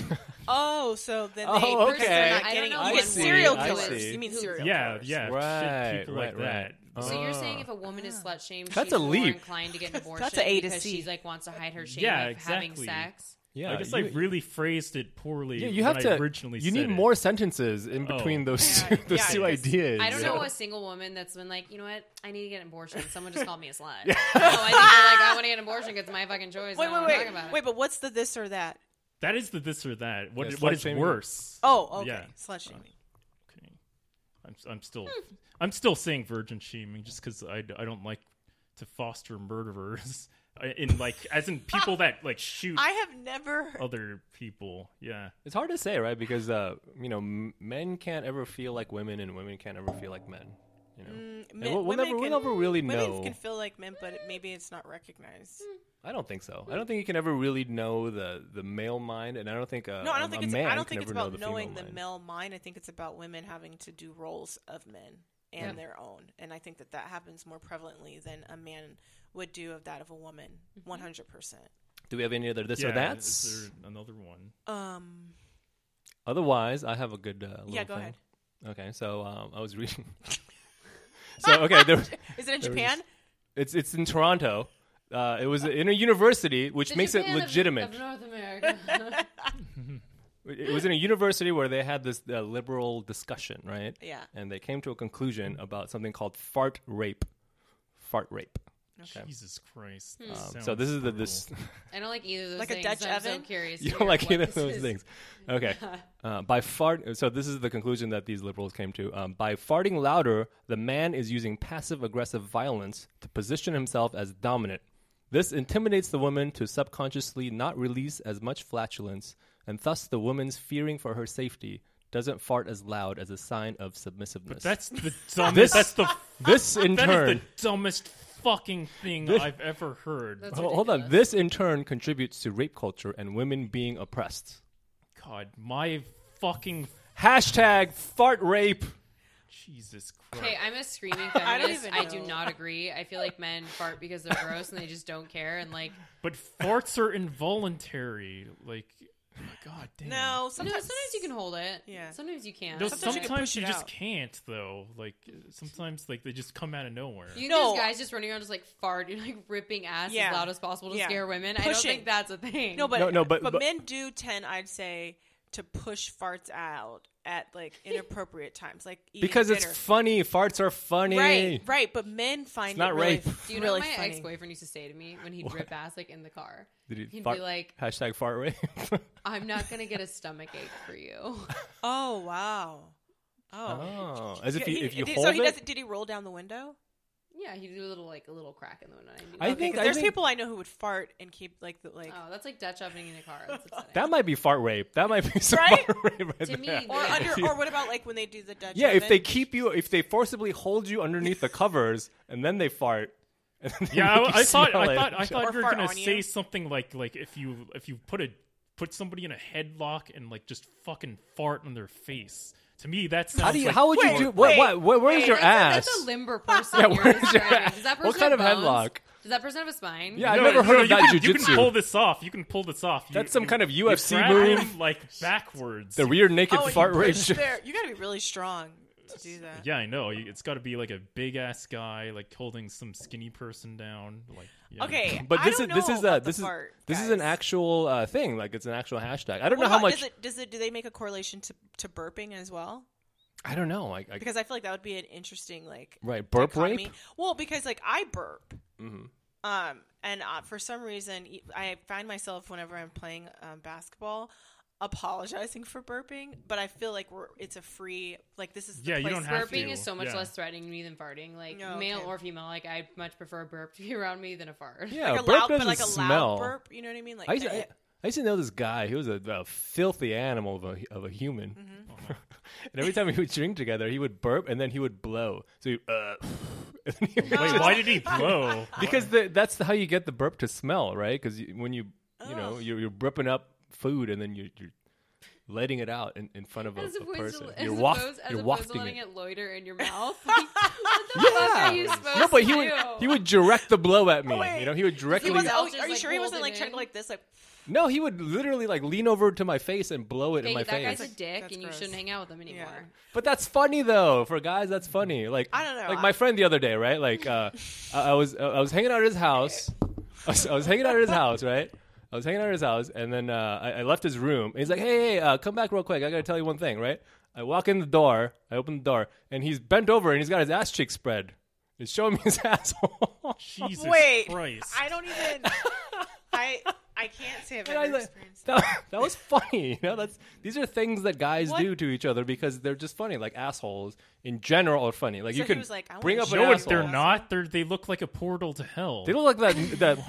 S3: oh, so then they.
S4: Oh,
S3: because they're
S4: okay.
S3: not
S2: I
S3: getting
S2: don't know
S3: you
S2: what
S3: mean serial
S2: I
S3: killers.
S2: see.
S3: You mean
S2: Who-
S3: serial
S1: yeah,
S3: killers?
S1: yeah,
S4: Right,
S1: shit, people
S4: right,
S1: like
S4: right.
S1: that.
S2: So you're
S4: Ah.
S2: saying if a woman is slut shamed,
S4: That's
S2: she's
S4: a
S2: more
S4: leap.
S2: inclined to get an abortion
S3: *laughs* That's a A to
S2: because
S3: C.
S2: she's like wants to hide her shame
S1: Yeah,
S2: of having
S1: exactly.
S2: sex.
S4: yeah,
S1: I guess
S4: you,
S1: I really phrased it poorly.
S4: yeah, you have
S1: when
S4: to.
S1: I originally,
S4: you
S1: said
S4: need
S1: it.
S4: more sentences in
S1: Oh.
S4: between those
S3: Yeah,
S4: two, those
S3: yeah,
S4: two
S3: because
S4: ideas.
S2: I don't
S4: yeah.
S2: know a single woman that's been like, you know what, I need to get an abortion. Someone just called me a slut.
S4: *laughs*
S2: No, I think they're like, I want to get an abortion because it's my fucking choice.
S3: Wait,
S2: and I
S3: wait,
S2: don't wanna talk about
S3: wait,
S2: it.
S3: wait! But what's the this or that?
S1: That is the this or that. What
S4: Yeah,
S1: what
S4: slut
S1: is
S4: shaming.
S1: worse?
S3: Oh, okay.
S1: Yeah.
S3: Slut shaming.
S1: Okay. I'm I'm still I'm still saying virgin shaming just because I I don't like to foster murderers *laughs* I- in like as in people that like shoot
S4: Uh,
S3: I have never.
S4: Oh,
S1: other people. Yeah.
S4: It's hard to say, right? Because uh, you know, m- men can't ever feel like women, and women can't ever feel like men. You
S2: Mm.
S4: know, And
S3: men-
S4: we'll, we'll
S3: women
S4: never, we'll
S3: can-
S4: never really
S3: Women
S4: know.
S3: can feel like men, but maybe it's not recognized.
S4: I don't think so. I don't think you can ever really know the the male mind, and I don't think uh,
S3: No, I
S4: a
S3: don't think it's.
S4: man
S3: I don't
S4: can
S3: think it's
S4: ever know
S3: about
S4: the
S3: knowing
S4: female
S3: the
S4: mind.
S3: male mind. I think it's about women having to do roles of men and
S4: Yeah.
S3: their own, and I think that that happens more prevalently than a man would do of that of a woman.
S2: Mm-hmm.
S3: One hundred percent.
S4: Do we have any other this
S1: yeah,
S4: or
S1: is
S4: that's?
S1: there another one.
S3: Um.
S4: *laughs* Otherwise, I have a good uh, little
S3: Yeah. Go
S4: thing.
S3: ahead.
S4: Okay, so um, I was
S3: *laughs*
S4: reading. *laughs* so okay, there,
S3: Is it in
S4: There
S3: Japan?
S4: it's it's in Toronto. Uh, it was in a university, which
S2: The
S4: makes
S2: Japan
S4: it
S2: of-
S4: legitimate.
S2: Of,
S4: *laughs*
S2: North America.
S4: it was in a university where they had this uh, liberal discussion, right?
S3: Yeah.
S4: And they came to a conclusion about something called fart rape. Fart rape.
S1: Jesus Christ.
S4: Um, so this is the this.
S2: *laughs* I don't like either of those
S3: Like a
S2: things.
S3: Dutch
S2: I'm so
S3: oven?
S2: curious. to
S4: *laughs* you don't
S2: hear
S4: like
S2: what
S4: either of
S2: this
S4: those
S2: is.
S4: things.
S2: *laughs*
S4: Okay. Uh, by fart, so this is the conclusion that these liberals came to. Um, by farting louder, the man is using passive aggressive violence to position himself as dominant. This intimidates the woman to subconsciously not release as much flatulence, and thus the woman's fearing for her safety doesn't fart as loud as a sign of submissiveness.
S1: But that's
S4: *laughs*
S1: the dumbest. that's the
S4: this in
S1: that
S4: turn.
S1: is the dumbest fucking thing I've ever heard.
S2: That's
S4: Ho- Hold on.
S2: ridiculous.
S4: This in turn contributes to rape culture and women being oppressed.
S1: God, my fucking
S4: Hashtag fart rape.
S1: Jesus Christ.
S2: Okay, I'm a screaming
S3: *laughs* I don't
S2: feminist.
S3: even
S2: I, do
S3: know.
S2: not agree. I feel like men fart because they're gross and they just don't care. And
S3: *laughs*
S2: like,
S1: But farts are involuntary. Like, oh my God damn.
S3: No,
S2: no,
S3: sometimes,
S2: sometimes you can hold it.
S3: Yeah.
S2: Sometimes you can't.
S1: No,
S2: Sometimes
S1: sometimes,
S3: you can push
S1: you,
S3: it
S1: just
S3: out.
S1: can't though. Like sometimes, like they just come out of nowhere.
S2: You
S3: No.
S2: know, guys just running around, just like farting, *laughs* like ripping ass
S3: Yeah.
S2: as loud as possible to
S3: Yeah.
S2: scare women. I don't
S3: Pushing.
S2: think that's a thing.
S3: No, but
S4: No, no, but-
S3: but,
S4: but-
S3: men do tend, I'd say, to push farts out at like
S2: *laughs*
S3: inappropriate times, like eating
S4: Because it's
S3: dinner.
S4: funny. Farts are funny.
S3: right, right. But men find
S4: It's not
S3: it really,
S4: rape.
S2: do you know
S3: really
S2: what my
S3: funny.
S2: ex-boyfriend used to say to me when he'd rip ass like in the car?
S4: Did he
S2: He'd
S4: fart-
S2: be like,
S4: Hashtag fart rape.
S2: "I'm not gonna get a stomach ache for you." *laughs*
S3: Oh wow. *laughs* Oh.
S4: *laughs* oh, as
S3: Yeah,
S4: if you,
S3: he-
S4: if you
S3: did-
S4: hold
S3: so he
S4: it.
S3: doesn't. Did he roll down the window?
S2: yeah, he'd do a little like a little crack in the window. and he'd be
S4: I
S2: like,
S4: think-
S3: 'Cause there's
S4: think-
S3: people I know who would fart and keep like the like.
S2: Oh, that's like Dutch opening in a car. That's upsetting.
S4: *laughs* That might be fart rape. That might be *laughs* some
S3: Right?
S4: fart rape. Right
S2: To me,
S4: there.
S2: the-
S3: Or
S2: Yeah.
S4: *laughs*
S3: under, or what about like when they do the Dutch?
S4: yeah, if
S3: oven?
S4: they keep you, if they forcibly hold you
S3: *laughs*
S4: underneath the covers and then they fart. And then they
S1: yeah, I,
S4: *laughs* make you
S1: I thought
S4: smell
S1: I
S4: it.
S1: thought I
S3: Or
S1: thought you were
S3: fart
S1: gonna
S3: on you.
S1: say something like like if you if you put a put somebody in a headlock and like just fucking fart on their face. To me, that sounds
S4: How do you?
S1: like
S4: how would you
S3: Wait,
S4: do? What?
S3: wait,
S4: What? Where, where's
S2: Wait,
S4: your ass?
S2: that's a- that's a limber person.
S4: *laughs* Yeah,
S2: you're
S4: where's your
S2: describing.
S4: ass?
S2: Does that person
S4: What kind
S2: have
S4: of
S2: bones?
S4: headlock?
S2: Does that person have a spine?
S4: Yeah, I've never heard of
S1: you
S4: that
S1: can, You
S4: jujitsu.
S1: can pull this off. You can pull this off. You-
S4: That's some
S1: you-
S4: kind of
S1: you
S4: UFC
S1: grab
S4: move.
S1: him, like backwards.
S4: the rear naked
S3: oh, and
S4: fart
S3: you
S4: rape.
S3: push
S4: shit.
S3: there. You got to be really strong to do
S1: *laughs*
S3: that.
S1: yeah, I know. You- It's got to be like a big ass guy, like holding some skinny person down. Like yeah.
S3: Okay,
S4: *laughs* But
S3: I
S4: this is
S3: don't
S4: this
S3: know
S4: is
S3: about
S4: a
S3: the
S4: this is
S3: fart,
S4: this is an
S3: guys.
S4: actual uh, thing. Like it's an actual hashtag. I don't
S3: What
S4: know how
S3: about-
S4: much.
S3: Does it, does it? Do they make a correlation to to burping as well?
S4: I don't know. I, I,
S3: Because I feel like that would be an interesting like
S4: right, burp
S3: dichotomy.
S4: rape.
S3: Well, because like I burp,
S4: hmm
S3: um, and uh, for some reason e- I find myself whenever I'm playing um, basketball apologizing for burping, but I feel like we're it's a free like this is the
S1: Yeah, you
S3: place
S1: don't
S3: where
S1: have
S2: Burping
S1: to.
S2: is so much
S1: Yeah.
S2: less threatening to me than farting. Like
S3: Oh,
S2: male
S3: okay.
S2: or female, like I'd much prefer a burp to be around me than a fart.
S4: Yeah,
S3: like a
S4: burp
S3: loud,
S4: doesn't
S3: but like a
S4: smell.
S3: loud burp. You know what I mean? Like
S4: I used, to, I, I used to know this guy. He was a, a filthy animal of a, of a human.
S3: Mm-hmm.
S4: *laughs* and every time we would drink together, he would burp and then he would blow. So he, uh, *laughs* and then he would-
S3: um, *laughs*
S1: Wait, why did he blow?
S4: because the, that's how you get the burp to smell, right? Because you, when you you know
S3: Ugh.
S4: you're, you're burping up food and then you're, you're letting it out in, in front of
S2: *laughs*
S4: a,
S2: As
S4: a
S2: opposed
S4: person.
S2: to, as
S4: you're
S2: opposed,
S4: waft-
S2: as opposed
S4: you're
S2: to
S4: wafting
S2: letting
S4: it.
S2: it. loiter
S4: *laughs*
S2: in your mouth. *laughs* Like, what the fuck are you supposed
S4: No, but he
S2: to
S4: would
S2: do?
S4: he would direct the blow at me.
S3: Oh, wait.
S4: you know, he would directly.
S3: He wasn't, oh,
S2: Belches,
S3: are you
S2: like,
S3: sure he
S2: hold
S3: wasn't
S2: it
S3: like trying
S2: in.
S3: to like this? Like
S4: no, he would literally like lean over to my face and blow it
S2: Hey,
S4: in my
S2: that
S4: face.
S2: guy's a dick,
S3: That's
S2: and you
S3: gross.
S2: shouldn't hang out with him anymore.
S4: But that's funny though. For guys, that's funny. Like
S3: I don't know.
S4: Like my friend the other day, right? Like
S3: *laughs*
S4: uh, I, I was I was hanging out at his house. *laughs* I was, I was hanging out at his house, right? I was hanging out at his house, and then uh, I, I left his room. And he's like, "Hey, hey, uh, come back real quick. I gotta tell you one thing, right?" I walk in the door. I open the door, and he's bent over, and he's got his ass cheek spread. He's showing me his *laughs* asshole.
S1: Jesus
S3: wait,
S1: Christ!
S3: I don't even.
S4: *laughs*
S3: I I can't say I've
S4: And I
S3: ever
S4: was like,
S3: experienced that.
S4: that, *laughs* that was funny. You know, that's these are things that guys
S3: What?
S4: do to each other because they're just funny. Like assholes in general are funny. Like
S3: So
S4: you
S3: he
S4: can
S3: was like, I
S4: bring
S3: wanna
S4: up
S3: show
S4: an
S1: no,
S3: you
S1: if
S4: asshole.
S1: they're not. They're, they look like a portal to hell.
S4: They look like
S3: *laughs*
S4: that. that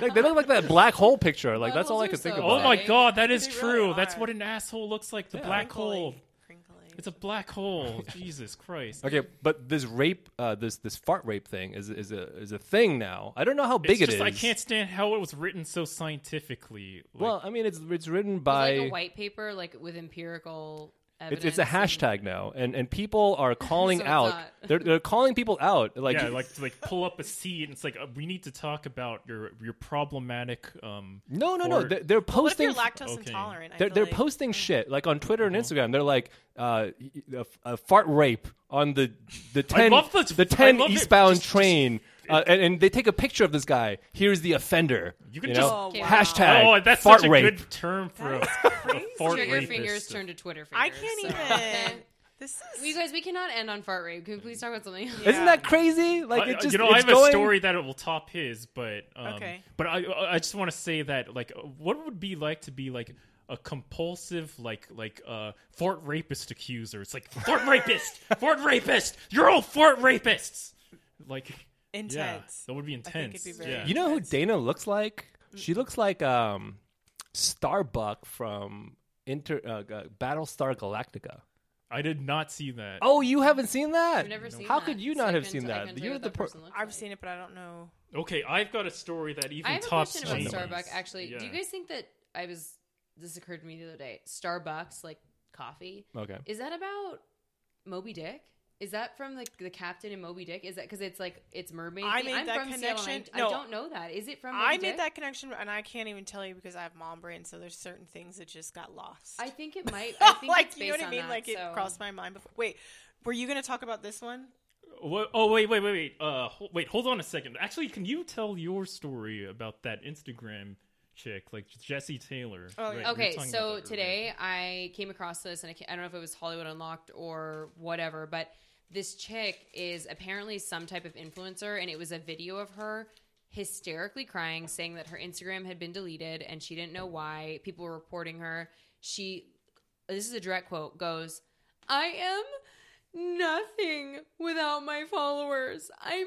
S4: like, they look like that black hole picture. Like that's all I
S2: Bubbles
S4: could
S2: are
S4: think
S2: so
S4: about.
S1: oh my
S2: They-
S1: god, that is
S3: they
S1: true.
S3: really
S1: That's
S3: are.
S1: what an asshole looks like. The black hole.
S3: Crinkling.
S1: It's a black
S4: *laughs*
S1: hole. Jesus Christ.
S4: Okay, but this rape, uh, this this fart rape thing is is a is a thing now. I don't know how big
S1: It's
S4: it
S1: just, I
S4: is.
S1: can't stand how it was written so scientifically. Like,
S4: Well, I mean, it's it's written
S2: It's
S4: by.
S2: like a white paper, like with empirical evidence.
S4: it's, it's a
S2: and-
S4: hashtag now, and, and people
S3: *laughs*
S4: are calling
S2: So it's
S4: out.
S2: not.
S4: They're, they're calling people out. Like,
S1: yeah, like like pull up a seat, and it's like uh, we need to talk about your your problematic. Um,
S4: no, no, no.
S1: or-
S4: They're, they're
S3: What if
S4: posting.
S3: you're lactose
S1: okay.
S3: intolerant? I
S4: they're
S3: feel
S4: they're
S3: like-
S4: posting shit like on Twitter
S2: Uh-huh.
S4: and Instagram. They're like uh, y- y- a, f- a fart rape on the the ten
S1: love the- I
S4: ten
S1: love it.
S4: eastbound
S1: Just- just-
S4: train, uh, and, and they take a picture of this guy. Here's the offender.
S1: You can
S4: know?
S1: just-
S3: Oh, wow.
S4: hashtag
S1: oh, that's
S4: fart
S1: such a
S4: rape.
S1: good term for a, a *laughs* fart
S2: Trigger
S1: rapist.
S2: fingers turned to Twitter fingers.
S3: I can't
S2: so-
S3: even.
S2: Okay.
S3: *laughs* This
S2: Well, *laughs* You
S3: is.
S2: guys, we cannot end on fart rape. Can we please talk about something
S3: *laughs*
S2: else?
S4: Isn't that crazy? Like
S1: I- uh,
S4: it just
S1: you know,
S4: it's
S1: I have
S4: going,
S1: a story that it will top his, but um,
S3: Okay.
S1: But I, I just want to say that, like, what would it be like to be like a compulsive, like, like uh, fart rapist accuser? It's like
S2: *laughs*
S1: fart rapist, fart rapist. You're all fart rapists. Like
S3: Intense.
S1: Yeah, that would be
S3: think it'd
S1: intense.
S3: be very
S1: yeah.
S4: You know
S2: Mm.
S4: who Dana looks like? She looks like um Starbuck from Inter uh, uh, Battlestar Galactica.
S1: I did not see that.
S4: Oh, you haven't seen that?
S2: I've never seen
S4: How
S2: that,
S4: could you
S2: so
S4: not
S2: I
S4: have
S2: couldn't
S4: seen
S2: tell- I
S4: that?
S2: couldn't tell you
S4: You're
S2: what
S4: the
S2: that
S4: per-
S2: person looks
S3: I've
S2: like.
S3: seen it, but I don't know.
S1: Okay, I've got a story that even
S2: I have a
S1: tops
S2: question about
S1: Jamie's.
S2: Starbucks. Actually, do you
S1: Yeah.
S2: guys think that I was? This occurred to me the other day. Starbucks, like coffee,
S4: okay.
S2: is that about Moby Dick? Is that from like the captain in Moby Dick? Is that because it's like it's mermaid?
S3: I
S2: theme?
S3: made
S2: I'm
S3: that
S2: from Seattle, and
S3: connection.
S2: I,
S3: No.
S2: I don't know that. Is it from? Moby
S3: I made
S2: Dick?
S3: that connection, and I can't even tell you because I have mom brain. So there's certain things that just got lost. *laughs*
S2: I think it might. I think
S3: like
S2: it's
S3: you know
S2: based
S3: what I
S2: on
S3: mean?
S2: that,
S3: like it
S2: so-
S3: crossed my mind before. Wait, were you going to talk about this one?
S1: Wha- Oh wait, wait, wait, wait. Uh, ho- wait. Hold on a second. Actually, can you tell your story about that Instagram chick, like Jesse Taylor?
S3: Oh, yeah.
S1: right? We were talking
S2: Okay,
S1: about that
S2: so
S1: earlier.
S2: today I came across this, and I, can't, I don't know if it was Hollywood Unlocked or whatever, but this chick is apparently some type of influencer, and it was a video of her hysterically crying, saying that her Instagram had been deleted and she didn't know why. People were reporting her. She, this is a direct quote, goes, I am nothing without my followers. I'm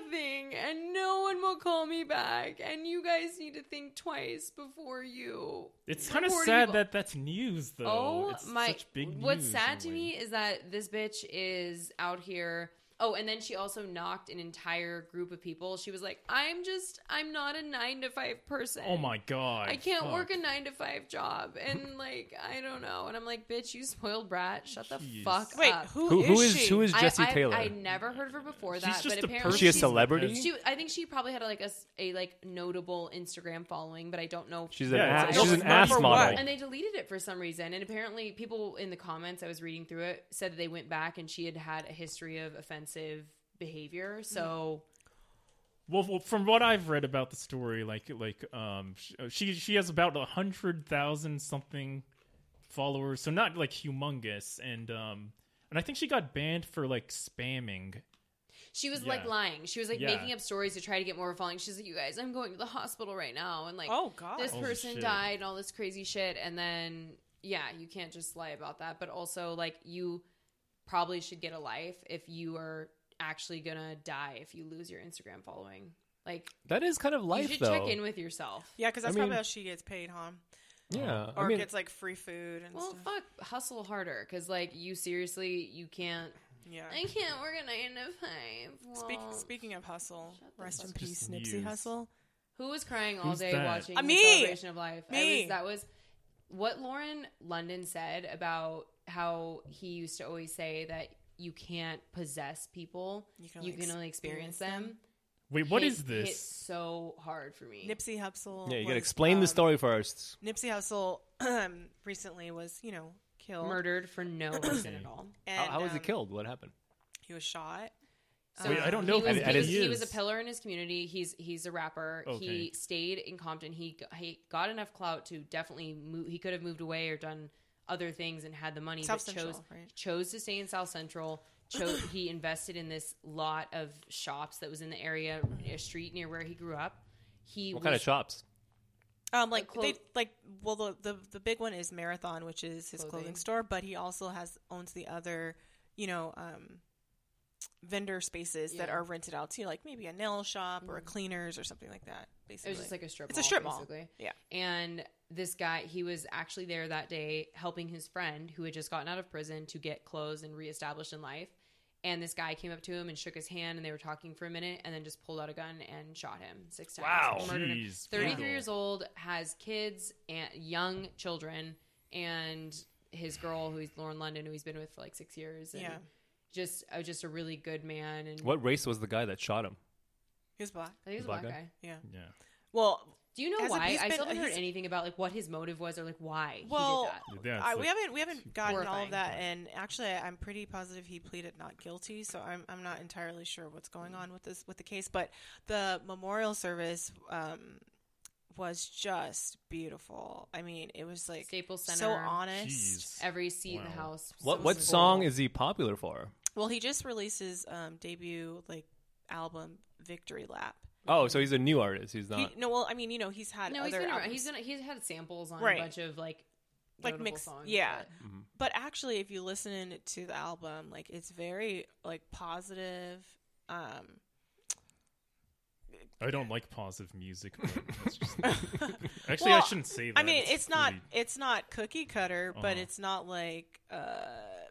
S2: nothing, and no one will call me back. And you guys need to think twice before you.
S1: it's kind of
S2: reporting
S1: sad
S2: people-
S1: that that's news, though.
S2: Oh
S1: It's
S2: my!
S1: Such big
S2: what's
S1: news
S2: sad
S1: in a
S2: to
S1: way.
S2: me is that this bitch is out here. Oh, and then she also knocked an entire group of people. She was like, "I'm just, I'm not a nine to five person.
S1: Oh my god!
S2: I can't
S1: fuck.
S2: work a nine to five job,
S1: *laughs*
S2: and like, I don't know." And I'm like, "Bitch, you spoiled brat. Shut the
S1: Jeez.
S2: fuck
S3: Wait,
S2: up."
S4: Who who is
S3: she?
S4: who is
S2: I-
S4: Jesse
S2: I,
S4: Taylor?
S2: I, never heard of her before that.
S1: She's just a
S2: but apparently
S1: person.
S4: Is she a
S2: she's-
S4: celebrity?
S2: She, I think she probably had like a, s- a, like notable Instagram following, but I don't know.
S4: she's an
S1: Yeah,
S4: ass,
S2: it's-
S4: she's an
S2: it's
S1: not
S4: ass
S1: for
S4: model.
S1: what?
S2: and they deleted it for some reason. And apparently, people in the comments I was reading through it said that they went back and she had had a history of offensive behavior. So
S1: Well, well, from what I've read about the story, like like um, sh- uh, she she has about a hundred thousand something followers, so not like humongous, and um, and I think she got banned for like spamming.
S2: she was
S1: Yeah.
S2: like lying. She was like
S1: Yeah.
S2: making up stories to try to get more following. She's like, "You guys, I'm going to the hospital right now," and like,
S3: Oh God!
S2: this
S1: Holy
S2: person
S1: shit.
S2: died and all this crazy shit and then yeah you can't just lie about that but also like you probably should get a life if you are actually gonna die if you lose your instagram following like
S4: That is kind of
S2: you
S4: life,
S2: should
S4: though.
S2: check in with yourself
S3: yeah, because that's
S4: mean-
S3: probably how she gets paid, huh?
S4: yeah,
S3: Or
S4: I mean,
S3: gets like free food and
S2: well
S3: stuff.
S2: fuck hustle harder because like you seriously you can't
S3: Yeah.
S2: i can't work a nine to five well,
S3: Speak, speaking of hustle,
S2: shut the
S3: rest
S2: fuck
S3: in
S2: up.
S3: peace,
S1: Just
S3: Nipsey
S1: news.
S3: Hustle.
S2: Who was crying all
S1: Who's
S2: day
S1: that?
S2: watching
S3: Uh,
S2: the
S3: me!
S2: celebration of life? I
S3: Me!
S2: was, that was what Lauren London said about how he used to always say that you can't possess people; you can only, experience, them.
S1: Wait, what
S2: Hit-
S1: is
S2: Hit
S1: this?
S2: so hard for me.
S3: Nipsey Hustle.
S4: yeah, you
S3: was,
S4: gotta explain the
S3: um,
S4: story first.
S3: Nipsey Hustle recently was, you know, killed.
S2: Murdered for no reason at all.
S4: How,
S3: And,
S4: how was he
S3: um,
S4: killed? What happened?
S3: He was shot. Um,
S1: Wait, I don't know
S2: He
S1: who
S2: was,
S4: that
S2: he, was,
S4: is.
S2: he was a pillar in his community. He's he's a rapper.
S1: Okay.
S2: He stayed in Compton. He g- he got enough clout to definitely move. He could have moved away or done other things and had the money,
S3: South
S2: but
S3: Central,
S2: chose
S3: right?
S2: chose to stay in South Central. Chose, he invested in this lot of shops that was in the area, a street near where he grew up. He
S4: What kind of
S2: was-
S4: shops?
S3: Um, like
S2: clo-
S3: they like well the, the the big one is Marathon, which is his clothing,
S2: Clothing.
S3: store, but he also has owns the other, you know, um, vendor spaces that
S2: Yeah. Mm.
S3: are rented out to you, like maybe a nail shop or a cleaners or something like that.
S2: It
S3: Basically,
S2: was just like a strip.
S3: It's a strip mall.
S2: basically.
S3: Yeah.
S2: And this guy, he was actually there that day helping his friend who had just gotten out of prison to get clothes and reestablished in life. And this guy came up to him and shook his hand, and they were talking for a minute, and then just pulled out a gun and shot him six times.
S4: Wow.
S2: Murdered him.
S1: Jeez,
S2: 33
S1: brutal.
S2: years old, has kids and young children, and his girl, who's Lauren London, who he's been with for like six years. And
S3: Yeah.
S2: Just, uh, just a really good man. And
S4: What race was the guy that shot him?
S3: he was black.
S2: I think he was a
S4: Black
S2: black
S4: guy?
S2: guy.
S3: Yeah.
S1: Yeah.
S3: Well,
S2: Do you know
S3: Hasn't-
S2: why?
S3: he's
S2: I
S3: been-
S2: still haven't heard
S3: he's-
S2: anything about like what his motive was or like why
S3: Well-
S2: he did that.
S1: Yeah,
S3: I,
S1: it's
S3: we
S1: like-
S3: haven't we haven't gotten all of
S2: horrifying.
S3: that, and actually, I'm pretty positive he pleaded not guilty. So I'm I'm not entirely sure what's going on with this with the case, but the memorial service um, was just beautiful. I mean, it was like
S2: Staples
S3: so
S2: Center.
S3: honest.
S1: Jeez.
S2: Every seat in the
S1: Wow.
S2: house.
S4: What
S2: so
S4: what
S2: full.
S4: song is he popular for?
S3: Well, he just released his um, debut like album, Victory Lap.
S4: Oh, so he's a new artist. He's
S3: He,
S4: not.
S3: no, well, I mean, you know, he's had
S2: No, he's
S3: other
S2: been around.
S3: albums.
S2: He's, been, he's had samples on
S3: Right.
S2: a bunch of like
S3: Like
S2: notable
S3: mix-
S2: songs.
S3: yeah.
S2: but-
S4: mm-hmm.
S3: but actually if you listen to the album like it's very like positive um
S1: I don't like positive music. But that's just, actually, I
S3: Well,
S1: shouldn't say that.
S3: I mean, it's not
S1: really-
S3: it's not cookie cutter, but
S1: Uh-huh.
S3: it's not like uh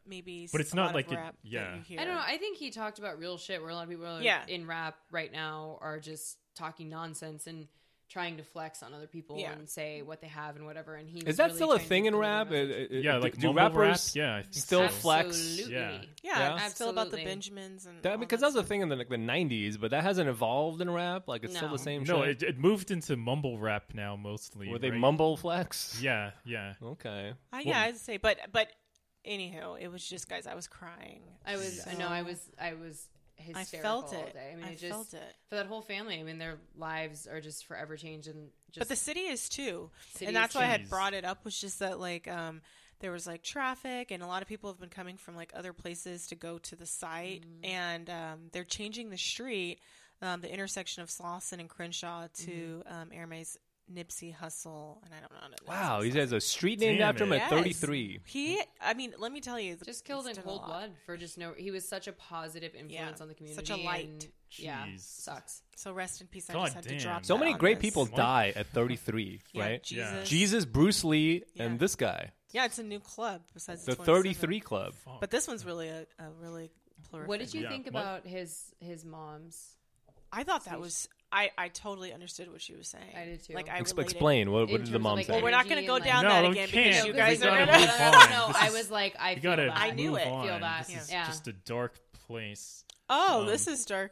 S3: maybe.
S1: But
S3: s-
S1: it's
S3: a
S1: not
S3: lot of
S1: like it-
S3: rap that
S1: yeah.
S3: you
S2: I don't know.
S3: hear.
S2: I think he talked about real shit where a lot of people are
S3: Yeah.
S2: in rap right now are just talking nonsense and trying to flex on other people
S3: Yeah.
S2: and say what they have and whatever. And he
S4: Is
S2: was
S4: that
S2: really
S4: still a
S2: trying to
S4: thing in
S2: deliver a
S4: rap? Uh,
S2: message.
S4: uh,
S1: yeah,
S4: do-
S1: like
S4: do
S1: mumble rap?
S4: rappers
S1: Yeah, I think
S4: still
S1: so.
S4: flex?
S2: Absolutely.
S1: Yeah.
S3: Yeah,
S4: Yeah.
S3: it's still about the
S2: Absolutely.
S3: Benjamins and all
S4: That, because that was a thing in the, like, the 90s, but that hasn't evolved in rap. Like, it's still
S2: No.
S4: the same
S1: No,
S4: shit.
S1: it, it moved into mumble rap now mostly.
S4: Where they
S1: right?
S4: mumble flex?
S1: Yeah, yeah.
S4: Okay.
S3: I, Uh, yeah, I'd say, but but anywho, it was just guys. I was crying.
S2: I was. I know. I was. I was.
S3: I
S2: Hysterical
S3: felt
S2: All
S3: it.
S2: day. I mean, it just
S3: felt it.
S2: for that whole family. I mean, their lives are just forever changed and just.
S3: But the city is too,
S2: City
S3: and
S2: is
S3: that's why I
S1: too.
S3: had brought it up. Was just that like um, there was like traffic, and a lot of people have been coming from like other places to go to the site,
S2: Mm-hmm.
S3: and um, they're changing the street, um, the intersection of Slauson and Crenshaw to
S2: Mm-hmm.
S3: um, Airmay's Nipsey Hustle, and I don't know. how to pronounce
S4: Wow, he
S3: his
S4: has a street named
S1: Damn
S4: after him
S1: it.
S4: at
S3: Yes.
S4: 33.
S3: He, I mean, let me tell you, the-
S2: just killed
S3: he's
S2: in
S3: done a
S2: cold
S3: lot.
S2: blood for just no. He was such a positive influence on the community.
S3: Such a light.
S2: and- yeah,
S1: Jeez.
S2: sucks.
S3: So rest in peace. I
S1: God
S3: just had
S1: damn.
S3: to drop.
S4: So
S3: that
S4: many
S3: on
S4: great
S3: this.
S4: people
S1: What?
S4: die at 33,
S3: *laughs* Yeah,
S4: right?
S3: Jesus.
S1: Yeah.
S4: Jesus, Bruce Lee,
S3: Yeah.
S4: and this guy.
S3: Yeah, it's a new club besides
S4: The
S3: 27.
S4: 33 Club.
S1: Fuck.
S3: But this one's really a, a really. Plurific.
S2: What did you
S1: Yeah.
S2: think
S1: What?
S2: about his his mom's?
S3: I thought that was I, I totally understood what she was saying.
S2: I did too.
S3: Like I
S4: Ex-
S3: related.
S4: explain. What,
S2: In
S4: what did
S2: terms
S4: the
S2: of,
S4: mom
S2: like,
S4: say?
S3: Well, "Oh, we're not going
S2: energy
S3: to go
S2: and,
S3: down
S2: like-
S3: that
S1: No, we
S3: again
S1: can't,
S3: because you
S1: because
S3: guys
S1: we
S3: are
S1: gotta
S2: no,
S3: going
S2: no, no,
S1: move
S2: no,
S3: *laughs*
S1: on.
S2: no,
S1: This
S2: no,
S1: is-
S2: I was like, I
S1: you
S2: feel
S1: gotta
S2: that.
S3: I knew
S1: move
S3: it.
S1: On.
S2: Feel that.
S1: This is
S2: Yeah.
S1: just a dark place.
S3: Oh,
S1: Um,
S3: this is dark.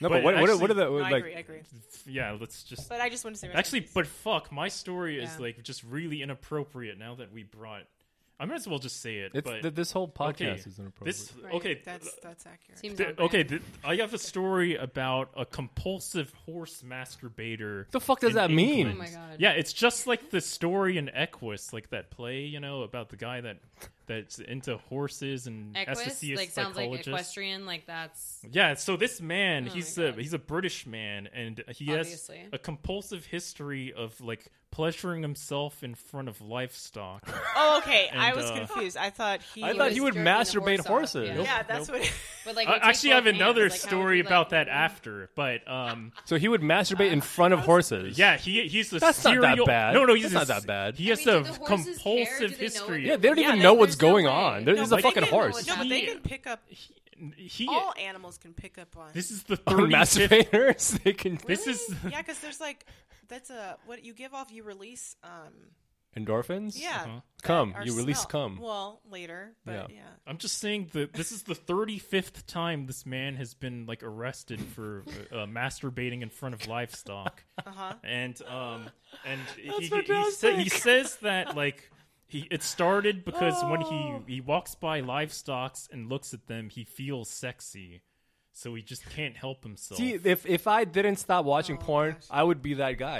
S4: No,
S1: But
S4: but what, what, what are
S1: actually-
S4: the
S3: No,
S4: like?
S3: I agree. I agree.
S1: Yeah, let's just.
S3: But I just want to say rest in
S1: Actually,
S3: peace.
S1: but fuck, my story is
S2: Yeah.
S1: like just really inappropriate. Now that we brought, I might as well just say it.
S4: It's,
S1: but
S4: th- this whole podcast
S1: okay,
S4: is inappropriate.
S1: this
S3: Right,
S1: okay.
S3: that's that's accurate.
S2: Seems
S1: th-
S2: on brand.
S1: okay, th- I have a story about a compulsive horse masturbator.
S4: what the fuck does
S1: in
S4: that mean?
S1: England.
S2: Oh my God.
S1: Yeah, it's just like the story in Equus, like that play, you know, about the guy that that's into horses and has to
S2: Equus,
S1: see a
S2: like sounds like
S1: psychologist.
S2: equestrian, like that's
S1: Yeah, so this man,
S2: Oh
S1: he's
S2: my
S1: a
S2: God.
S1: he's a British man, and he
S2: Obviously.
S1: has a compulsive history of like pleasuring himself in front of
S2: *laughs*
S1: livestock. Uh,
S3: Oh, okay. I
S1: And,
S3: was
S1: uh,
S3: confused. I thought he.
S4: I thought
S3: was-
S4: he would
S2: jerking the
S4: masturbate
S2: horse off,
S4: horses.
S2: yeah.
S3: Yeah, that's what. *laughs*
S2: But like,
S1: I
S2: you take
S1: Uh, actually have
S2: both hands,
S1: another
S2: like, how would
S1: story
S2: you, like- mm-hmm.
S1: about that after, but um,
S4: So he would masturbate in front of horses. *laughs*
S1: yeah, he he's a
S4: That's not that
S1: serial.
S4: bad.
S1: No, no, he's
S4: That's
S1: a,
S4: not that bad.
S1: He
S2: I
S1: has a
S2: mean, do the horses care? Do
S1: compulsive
S2: they know
S1: history.
S2: what
S4: yeah, they don't
S2: Yeah,
S4: even
S2: like,
S4: know what's
S2: there's no
S4: going
S2: way.
S4: on. There
S2: No,
S4: is a
S1: but they
S4: fucking
S1: didn't know
S4: horse.
S2: what's
S3: No, but they
S1: Yeah.
S3: can pick up.
S1: he
S3: All animals can pick up on.
S1: this is the
S4: On
S1: 35th.
S4: masturbators, they can
S1: This is
S3: *laughs* Yeah, because there's like that's a what you give off, you release. Um,
S4: endorphins.
S3: yeah.
S1: Uh-huh.
S4: Cum.
S3: or
S4: You release
S3: smell.
S4: cum.
S3: Well, later, but
S4: Yeah.
S3: yeah.
S1: I'm just saying that this is the 35th time this man has been like arrested for uh, masturbating in front of livestock.
S3: Uh huh.
S1: and um and he, he, he, sa-
S4: fantastic.
S1: he says that like he it started because when he he walks by livestocks and looks at them he feels sexy so he just can't help himself
S4: See, if if I didn't stop watching
S3: Oh,
S4: porn,
S3: gosh.
S4: I would be that
S1: *laughs*
S4: guy.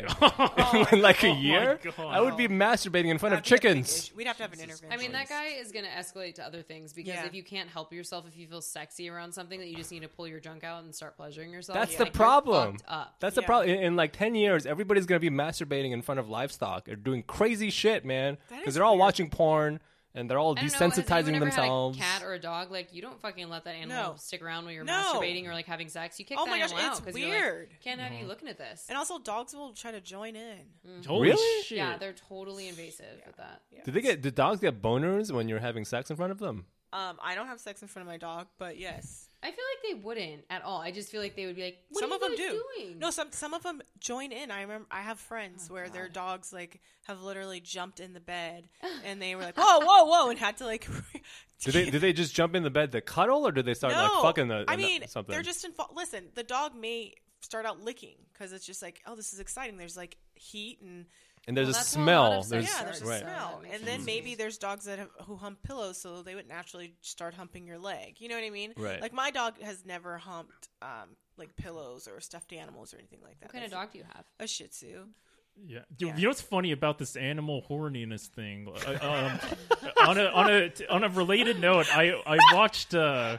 S4: *laughs* In like a
S1: Oh my
S4: year,
S1: God.
S4: I would be masturbating in front of
S3: That'd be a big
S4: chickens.
S3: issue. We'd have to have an intervention.
S2: I mean, that guy is going to escalate to other things because
S3: Yeah.
S2: if you can't help yourself, if you feel sexy around something, that you just need to pull your junk out and start pleasuring yourself.
S4: That's
S2: like,
S4: the
S2: Oh, you're
S4: problem.
S2: fucked up.
S4: That's the
S3: Yeah.
S4: problem. In, in like ten years, everybody's gonna be masturbating in front of livestock or doing crazy shit, man.
S3: That
S4: Because
S3: is
S4: they're all
S3: weird.
S4: watching porn and they're all
S2: I don't know, has anyone
S4: desensitizing
S2: ever
S4: themselves.
S2: Had a cat or a dog, like you don't fucking let that animal
S3: No.
S2: stick around when you're
S3: No.
S2: masturbating or like having sex. You kick
S3: Oh
S2: that
S3: my gosh,
S2: animal out
S3: it's
S2: 'cause you're like,
S3: weird. Mm-hmm.
S2: Can't have you looking at this.
S3: And also, dogs will try to join in.
S1: holy
S4: Really?
S1: shit
S2: Yeah, they're totally invasive with that.
S4: Did they get? Did dogs get boners when you're having sex in front of them?
S3: Um, I don't have sex in front of my dog, but yes,
S2: I feel like they wouldn't at all. I just feel like they would be like, what
S3: some
S2: are
S3: of them
S2: you guys
S3: do.
S2: Doing? Oh,
S3: No, some some of them join in. I remember I have friends where their dogs like have literally jumped in
S2: *laughs*
S3: the bed, and they were like, "Whoa, whoa, whoa!" and had to like. *laughs*
S4: Did they? did they just jump in the bed to cuddle, or did they start
S3: no,
S4: like fucking the?
S3: I mean,
S4: something.
S3: they're just in. Fa- Listen, the dog may start out licking because it's just like, oh, this is exciting. There's like heat and
S4: and there's
S2: Well,
S4: a
S2: that's how a lot
S4: smell.
S2: of sex
S4: there's
S3: yeah, there's a
S4: right.
S3: smell,
S2: That makes
S3: and then
S2: sense.
S3: maybe there's dogs that have, who hump pillows, so they would naturally start humping your leg. You know what I mean?
S4: Right.
S3: Like my dog has never humped um, like pillows or stuffed animals or anything like that.
S2: What kind of
S3: That's
S2: dog do you have?
S3: A Shih Tzu.
S1: Yeah. You, you know what's funny about this animal horniness thing? Uh, um, on a on a on a related note, I I watched uh,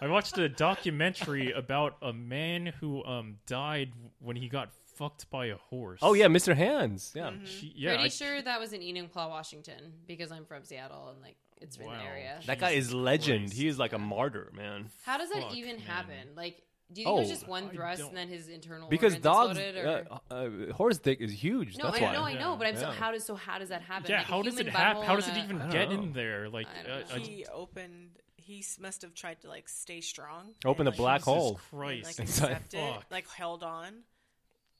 S1: I watched a documentary about a man who um died when he got fucked by a horse.
S4: Oh yeah, Mr. Hands.
S2: Mm-hmm.
S4: Yeah.
S1: She- yeah.
S2: Pretty
S1: I-
S2: sure that was in Enumclaw, Washington, because I'm from Seattle and like it's in
S1: Wow.
S2: the area.
S4: That guy is legend.
S1: Christ.
S4: He is like a martyr, man.
S2: How does that
S1: Fuck,
S2: even
S1: man.
S2: happen? Like Do you think it was
S4: Oh,
S2: just one
S1: I
S2: thrust
S1: don't-
S2: and then his internal
S4: because
S2: organs
S4: dogs,
S2: exploded, or?
S4: uh, uh, horse dick is huge.
S2: no,
S4: that's
S2: I
S4: why.
S2: know, I know,
S1: Yeah.
S2: but I'm so
S4: Yeah.
S2: how does so how does that happen?
S1: yeah,
S2: Like, a
S1: how does
S2: human
S1: it happen?
S2: butthole
S1: How does
S2: and
S1: it
S2: a-
S1: even
S4: I
S1: get
S4: don't know.
S1: in there? Like,
S2: I
S1: uh,
S2: don't know.
S1: uh,
S3: He opened. He s- must have tried to like stay strong.
S4: Opened
S3: and,
S4: a
S3: like,
S4: black
S1: Jesus
S4: hole.
S3: and,
S1: Christ!
S3: Like
S4: It's like,
S3: accepted,
S1: fuck.
S3: like held on.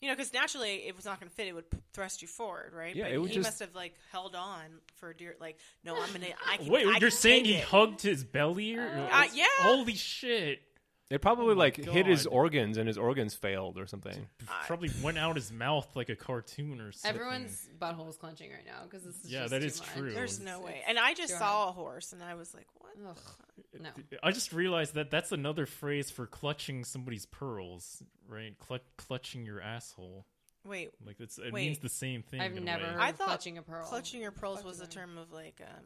S3: You know, because naturally, if it was not going to fit, it would p- thrust you forward, right?
S4: Yeah,
S3: but
S4: it would
S3: he
S4: just-
S3: must have like held on for a dear. Like, no, I'm gonna. I
S4: *laughs*
S3: can,
S1: Wait,
S3: I
S1: you're
S3: can
S1: saying
S3: take
S1: he
S3: it.
S1: hugged his belly? Or,
S3: Uh, yeah.
S1: Holy shit!
S4: It probably like hit his
S1: God.
S4: organs and his organs failed or something.
S1: Probably went out his mouth like a cartoon or something.
S2: Everyone's butthole is clenching right now because this is
S1: Yeah,
S2: just
S1: that
S2: too
S1: is
S2: much.
S1: true.
S3: There's no
S2: It's-
S3: way.
S2: it's
S3: And I just
S2: too
S3: saw a horse, and I was like, what?
S2: Ugh, no.
S1: I just realized that that's another phrase for clutching somebody's pearls, right? Clu- clutching your asshole.
S3: Wait,
S1: Like it's it
S3: Wait.
S1: means the same thing.
S2: I've
S1: in a
S2: never
S1: way.
S2: heard
S3: I
S2: of
S3: thought
S2: clutching a pearl.
S3: clutching your pearls
S2: Clutching
S3: was a
S2: them.
S3: term of like, um,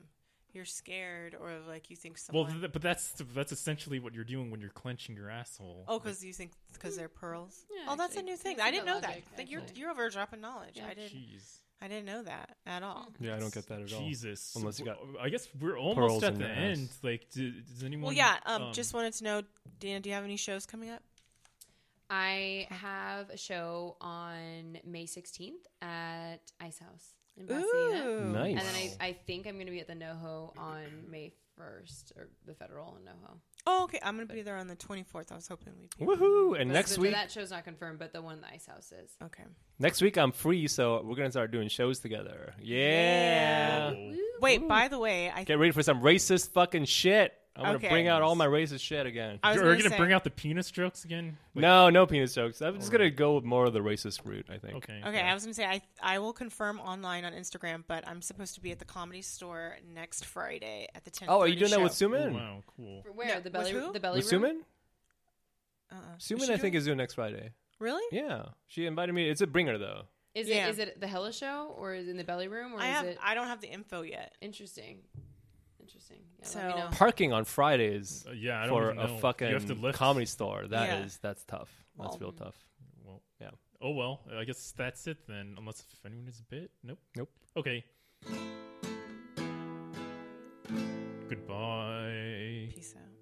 S3: you're scared, or like you think
S1: Well,
S3: someone.
S1: th- but that's that's essentially what you're doing when you're clenching your asshole.
S3: Oh, because you think because they're pearls.
S2: Yeah,
S3: oh, that's a
S2: actually,
S3: new thing.
S2: thanks
S3: I
S2: for
S3: didn't
S2: that
S3: know
S2: logic,
S3: that. Like you're
S2: actually.
S3: you're over a drop in knowledge.
S2: Yeah.
S3: I didn't.
S1: Jeez,
S3: I didn't know that at all.
S4: Yeah, I don't get that at all.
S1: Jesus.
S4: Unless you got
S1: W- I guess we're
S4: pearls
S1: almost at
S4: in
S1: the
S4: your ass.
S1: end. Like, do, does
S2: Mm.
S1: anyone?
S3: Well, yeah. Um, just wanted to know, Dana, do you have any shows coming up?
S2: I have a show on May 16th at Ice House in Pasadena.
S3: Ooh,
S4: Nice.
S2: And then I, I think I'm going to be at the NoHo on May 1st, or the Federal and NoHo.
S3: Oh, okay. I'm gonna be there on the 24th. I was hoping we'd be.
S4: Woohoo! And
S2: But
S4: next
S2: the-
S4: week,
S2: That show's not confirmed, but the one at the Ice House is.
S3: Okay.
S4: next week I'm free, so we're gonna start doing shows together. Yeah.
S1: Oh,
S3: Wait. By the way, I
S4: Get ready for some racist fucking shit. I'm gonna
S3: Okay.
S4: bring out all my racist shit again.
S3: I was
S1: are we
S3: gonna,
S1: gonna
S3: say,
S1: bring out the penis jokes again?
S4: no, no penis jokes. I'm just gonna go with more of the racist route. I think.
S1: Okay.
S3: Okay, I was gonna say I I will confirm online on Instagram, but I'm supposed to be at the Comedy Store next Friday at the 10.
S4: Oh, are you doing
S3: show.
S4: that with
S1: Oh,
S4: Suman?
S1: wow, cool.
S2: For Where?
S3: No,
S2: the belly
S3: with who?
S2: The belly
S4: With
S2: room?
S4: Suman?
S3: Uh-uh. Is
S4: Suman,
S3: she
S4: I think
S3: doing-
S4: is doing next Friday.
S3: really.
S4: Yeah, she invited me. It's a bringer though.
S2: Is,
S3: Yeah.
S2: it, is it the Hella show, or is it in the belly room, or
S3: I
S2: is
S3: have
S2: it...
S3: I don't have the info yet.
S2: Interesting. Interesting. Yeah,
S3: So-
S2: let me know.
S4: Parking on Fridays
S1: Uh, yeah, I don't
S4: for
S1: even know.
S4: a fucking
S1: you have to lift.
S4: comedy store. That is
S3: Yeah.
S4: that's tough. That's
S3: Well,
S4: real tough.
S1: Well,
S4: Yeah.
S1: Oh well, I guess that's it then. Unless if anyone is a bit. Nope.
S4: Nope.
S1: Okay. Goodbye.
S3: Peace out.